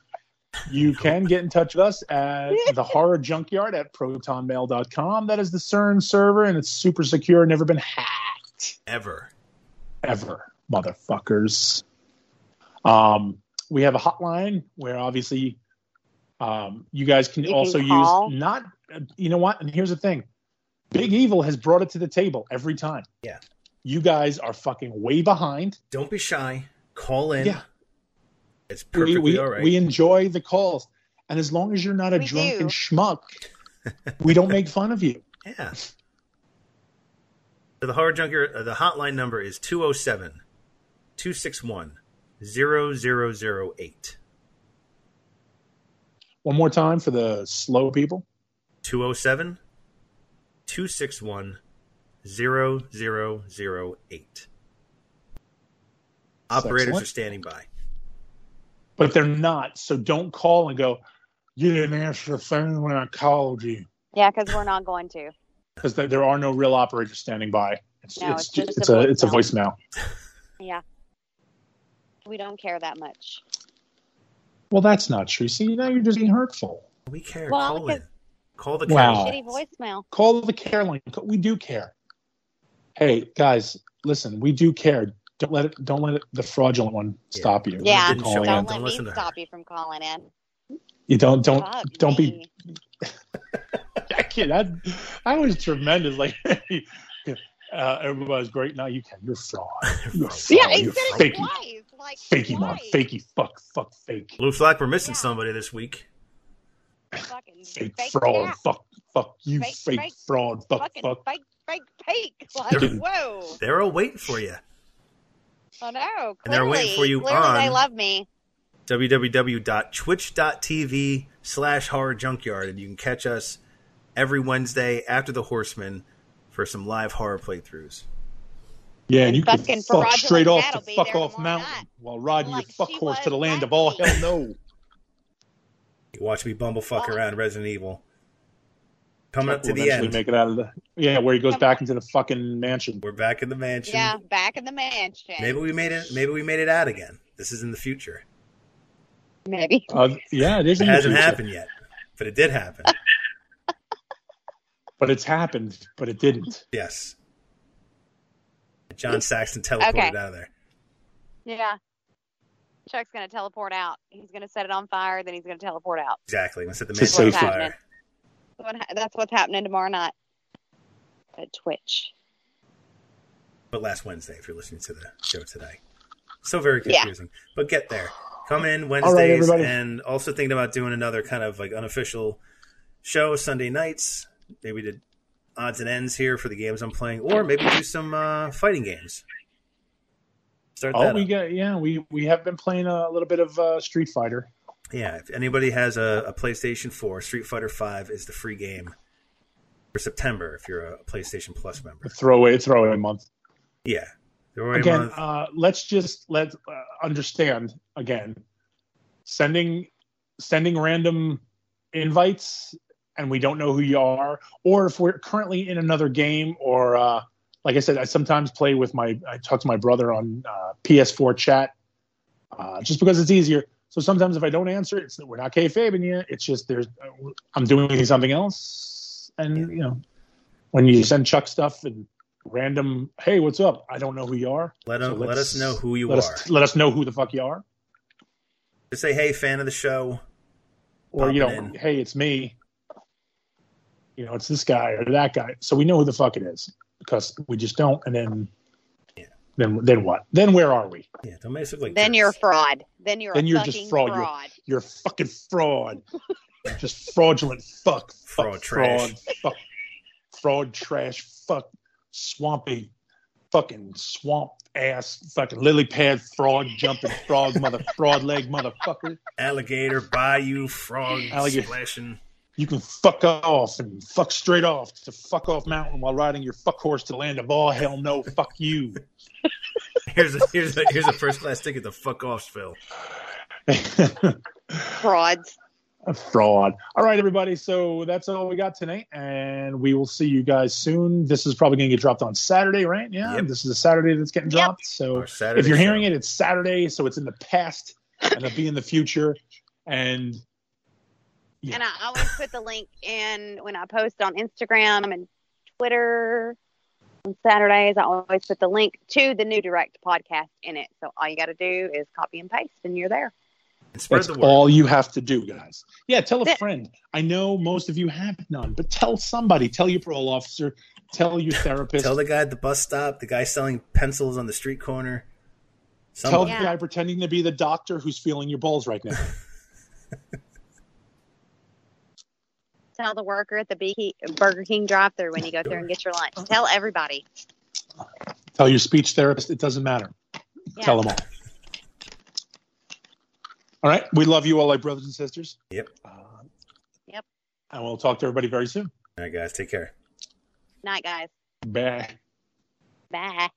S2: you can get in touch with us at the horror junkyard at protonmail.com. That is the CERN server and it's super secure, never been hacked
S4: Ever.
S2: ever, motherfuckers. Um, we have a hotline where obviously um, you guys can
S3: You can
S2: also
S3: call.
S2: use not, you know what? And here's the thing Big Evil has brought it to the table every time.
S4: Yeah.
S2: You guys are fucking way behind.
S4: Don't be shy. Call in.
S2: Yeah.
S4: It's perfectly
S2: We, we,
S4: all right.
S2: we enjoy the calls. And as long as you're not a
S3: We
S2: drunken
S3: do.
S2: schmuck, we don't make fun of you.
S4: yeah. So the horror junker, uh, the hotline number is 207 261 0008.
S2: One more time for the slow people.
S4: 207 261 0008. Operators
S2: excellent.
S4: are standing by.
S2: but they're not. So don't call and go, you didn't answer the phone when I called you.
S3: Yeah, because we're not going to.
S2: Because there there are no real operators standing by. It's,
S3: No,
S2: it's,
S3: it's
S2: ju-
S3: just
S2: it's
S3: a
S2: a, it's a
S3: voicemail.
S2: voicemail.
S3: Yeah. We don't care that much.
S2: Well, that's not true. See, now you're just being hurtful.
S4: We care.
S3: Well,
S4: Call it.
S3: because-
S4: Call the
S2: Wow.
S4: cow.
S3: Shitty voicemail.
S2: Call the care line. We do care. Hey guys, listen, we do care. Don't let it. Don't let it, the fraudulent one
S4: Yeah.
S2: stop you.
S3: Yeah,
S2: from
S4: Didn't show
S2: calling
S4: up.
S2: in.
S3: Don't let
S4: Don't
S3: me
S4: listen to her.
S3: stop you from calling in.
S2: You don't don't
S3: Fuck
S2: don't be <laughs>
S3: me.
S2: I kid, I, I was tremendous. Like, <laughs> uh, everybody's great. Now you can. You're a
S4: <laughs>
S2: fraud. You're a fraud.
S3: Yeah,
S2: You're
S3: he's said it
S2: fakey.
S3: twice. Like
S2: Fakey,
S3: twice.
S2: mon. Fakey, fuck, fuck, fake.
S4: Looks like we're missing
S3: Yeah.
S4: somebody this week.
S3: Fucking
S2: Fake,
S3: fake
S2: fraud.
S3: cat.
S2: Fuck, fuck you.
S3: Fake,
S2: Fake,
S3: fake,
S2: fraud. Fuck,
S3: Fucking
S2: fuck.
S3: fake, fake, fake. Like,
S4: They're-
S3: whoa.
S4: They're all waiting for you.
S3: I know. Clearly,
S4: And they're waiting for you
S3: clearly they
S4: on-
S3: love me.
S4: www.twitch.tv slash horror junkyard. And you can catch us every Wednesday after The Horseman for some live horror playthroughs.
S2: Yeah, and you can
S3: fucking
S2: fuck
S3: fraudulent
S2: straight off
S3: cat
S2: the
S3: will be
S2: fuck
S3: there
S2: off
S3: tomorrow
S2: mountain
S3: night.
S2: while riding
S3: Like
S2: your fuck
S3: she
S2: horse
S3: was
S2: to the land of
S3: last
S2: all
S3: week.
S2: hell no.
S4: You watch me bumblefuck
S3: Well-
S4: around Resident Evil. Coming up to
S2: We'll
S4: the
S2: eventually
S4: end.
S2: make it out of the yeah, where he goes
S3: Come
S2: back into the fucking mansion.
S4: We're back in the mansion.
S3: Yeah, back in the mansion.
S4: Maybe we made it maybe we made it out again. This is in the future.
S3: Maybe.
S2: Uh, yeah, it is.
S4: It
S2: in the
S4: hasn't
S2: future.
S4: happened yet. But it did happen.
S2: but it's happened. But it didn't.
S4: Yes. John Saxton teleported
S3: Okay.
S4: out of there.
S3: Yeah. Chuck's gonna teleport out. He's gonna set it on fire. Then he's gonna teleport out.
S4: Exactly. Let's set the
S2: It's
S4: mansion on
S2: safer.
S4: fire.
S3: That's what ha- That's what's happening tomorrow night at Twitch.
S4: but last Wednesday if you're listening to the show today. So very
S3: Yeah.
S4: confusing. But get there. Come in
S2: right,
S4: Wednesdays
S2: everybody.
S4: and also thinking about doing another kind of like unofficial show Sunday nights. Maybe the odds and ends here for the games I'm playing, or maybe do some uh, fighting games. Start
S2: Oh,
S4: that.
S2: we
S4: up.
S2: got yeah. We we have been playing a little bit of uh, Street Fighter.
S4: Yeah, if anybody has a, a PlayStation 4, Street Fighter 5 is the free game for September if you're a PlayStation Plus member.
S2: throwaway throwaway month
S4: Yeah. They're already
S2: again
S4: month-
S2: uh, let's just let uh, understand again sending sending random invites and we don't know who you are or if we're currently in another game or uh, like i said i sometimes play with my i talk to my brother on uh, ps4 chat uh, just because it's easier so sometimes if i don't answer it's that we're not kayfabing yet it's just there's uh, i'm doing something else and you know when you send chuck stuff and random hey what's up i don't know who you are
S4: let,
S2: so
S4: them, let
S2: let's-
S4: us know who you
S2: let
S4: are.
S2: us, let us know who the fuck you are
S4: Just say, hey, fan of the show.
S2: or you know
S4: Popping in.
S2: hey it's me you know it's this guy or that guy so we know who the fuck it is because we just don't and then
S4: Yeah.
S2: then then what then where are we
S4: Yeah, don't make us look like
S3: Then
S4: jerks.
S3: you're a fraud. Then you're
S2: Then
S3: a
S2: you're
S3: fucking
S2: just fraud. You're-
S3: fraud.
S2: you're a fucking fraud You're just fraudulent fuck fuck
S4: Fraud trash.
S2: fraud fuck fraud trash fuck swampy fucking swamp ass fucking lily pad fraud jumping fraud mother fraud leg motherfucker
S4: alligator, bayou, frog,
S2: Alligator.
S4: splashing.
S2: you can fuck off and fuck straight off to fuck off mountain while riding your fuck horse to land of all hell no fuck <laughs> you
S4: Here's a here's a here's a first class ticket to fuck off Phil.
S3: Frauds.
S2: A fraud all right everybody so that's all we got tonight and we will see you guys soon this is probably going to get dropped on saturday right yeah
S4: Yep.
S2: this is a saturday that's getting
S3: Yep.
S2: dropped so
S4: Our Saturday
S2: if you're hearing
S4: show.
S2: it it's saturday so it's in the past and it'll be in the future and Yeah.
S3: And I always put the link in when I post on Instagram and Twitter on Saturdays. I always put the link to the New Direct podcast in it. So all you got to do is copy and paste, and you're there.
S4: and spread
S2: That's
S4: the word.
S2: all you have to do, guys. Yeah, tell a
S3: That-
S2: friend. I know most of you have none, but tell somebody. Tell your parole officer. Tell your therapist.
S4: Tell
S2: tell
S4: the guy at the bus stop, the guy selling pencils on the street corner.
S2: the,
S4: Somebody.
S3: Yeah.
S2: guy pretending to be the doctor who's feeling your balls right now.
S3: Tell the worker at the Bee- Burger King drive-through when you go through and get your lunch. Tell everybody.
S2: tell your speech therapist. It doesn't matter.
S3: Yeah.
S2: Tell them all. All right. We love you all, like brothers and sisters.
S4: Yep.
S2: Uh,
S3: Yep.
S2: And we'll talk to everybody very soon.
S4: All right, guys, take care.
S3: Night, guys.
S2: Bye.
S3: Bye.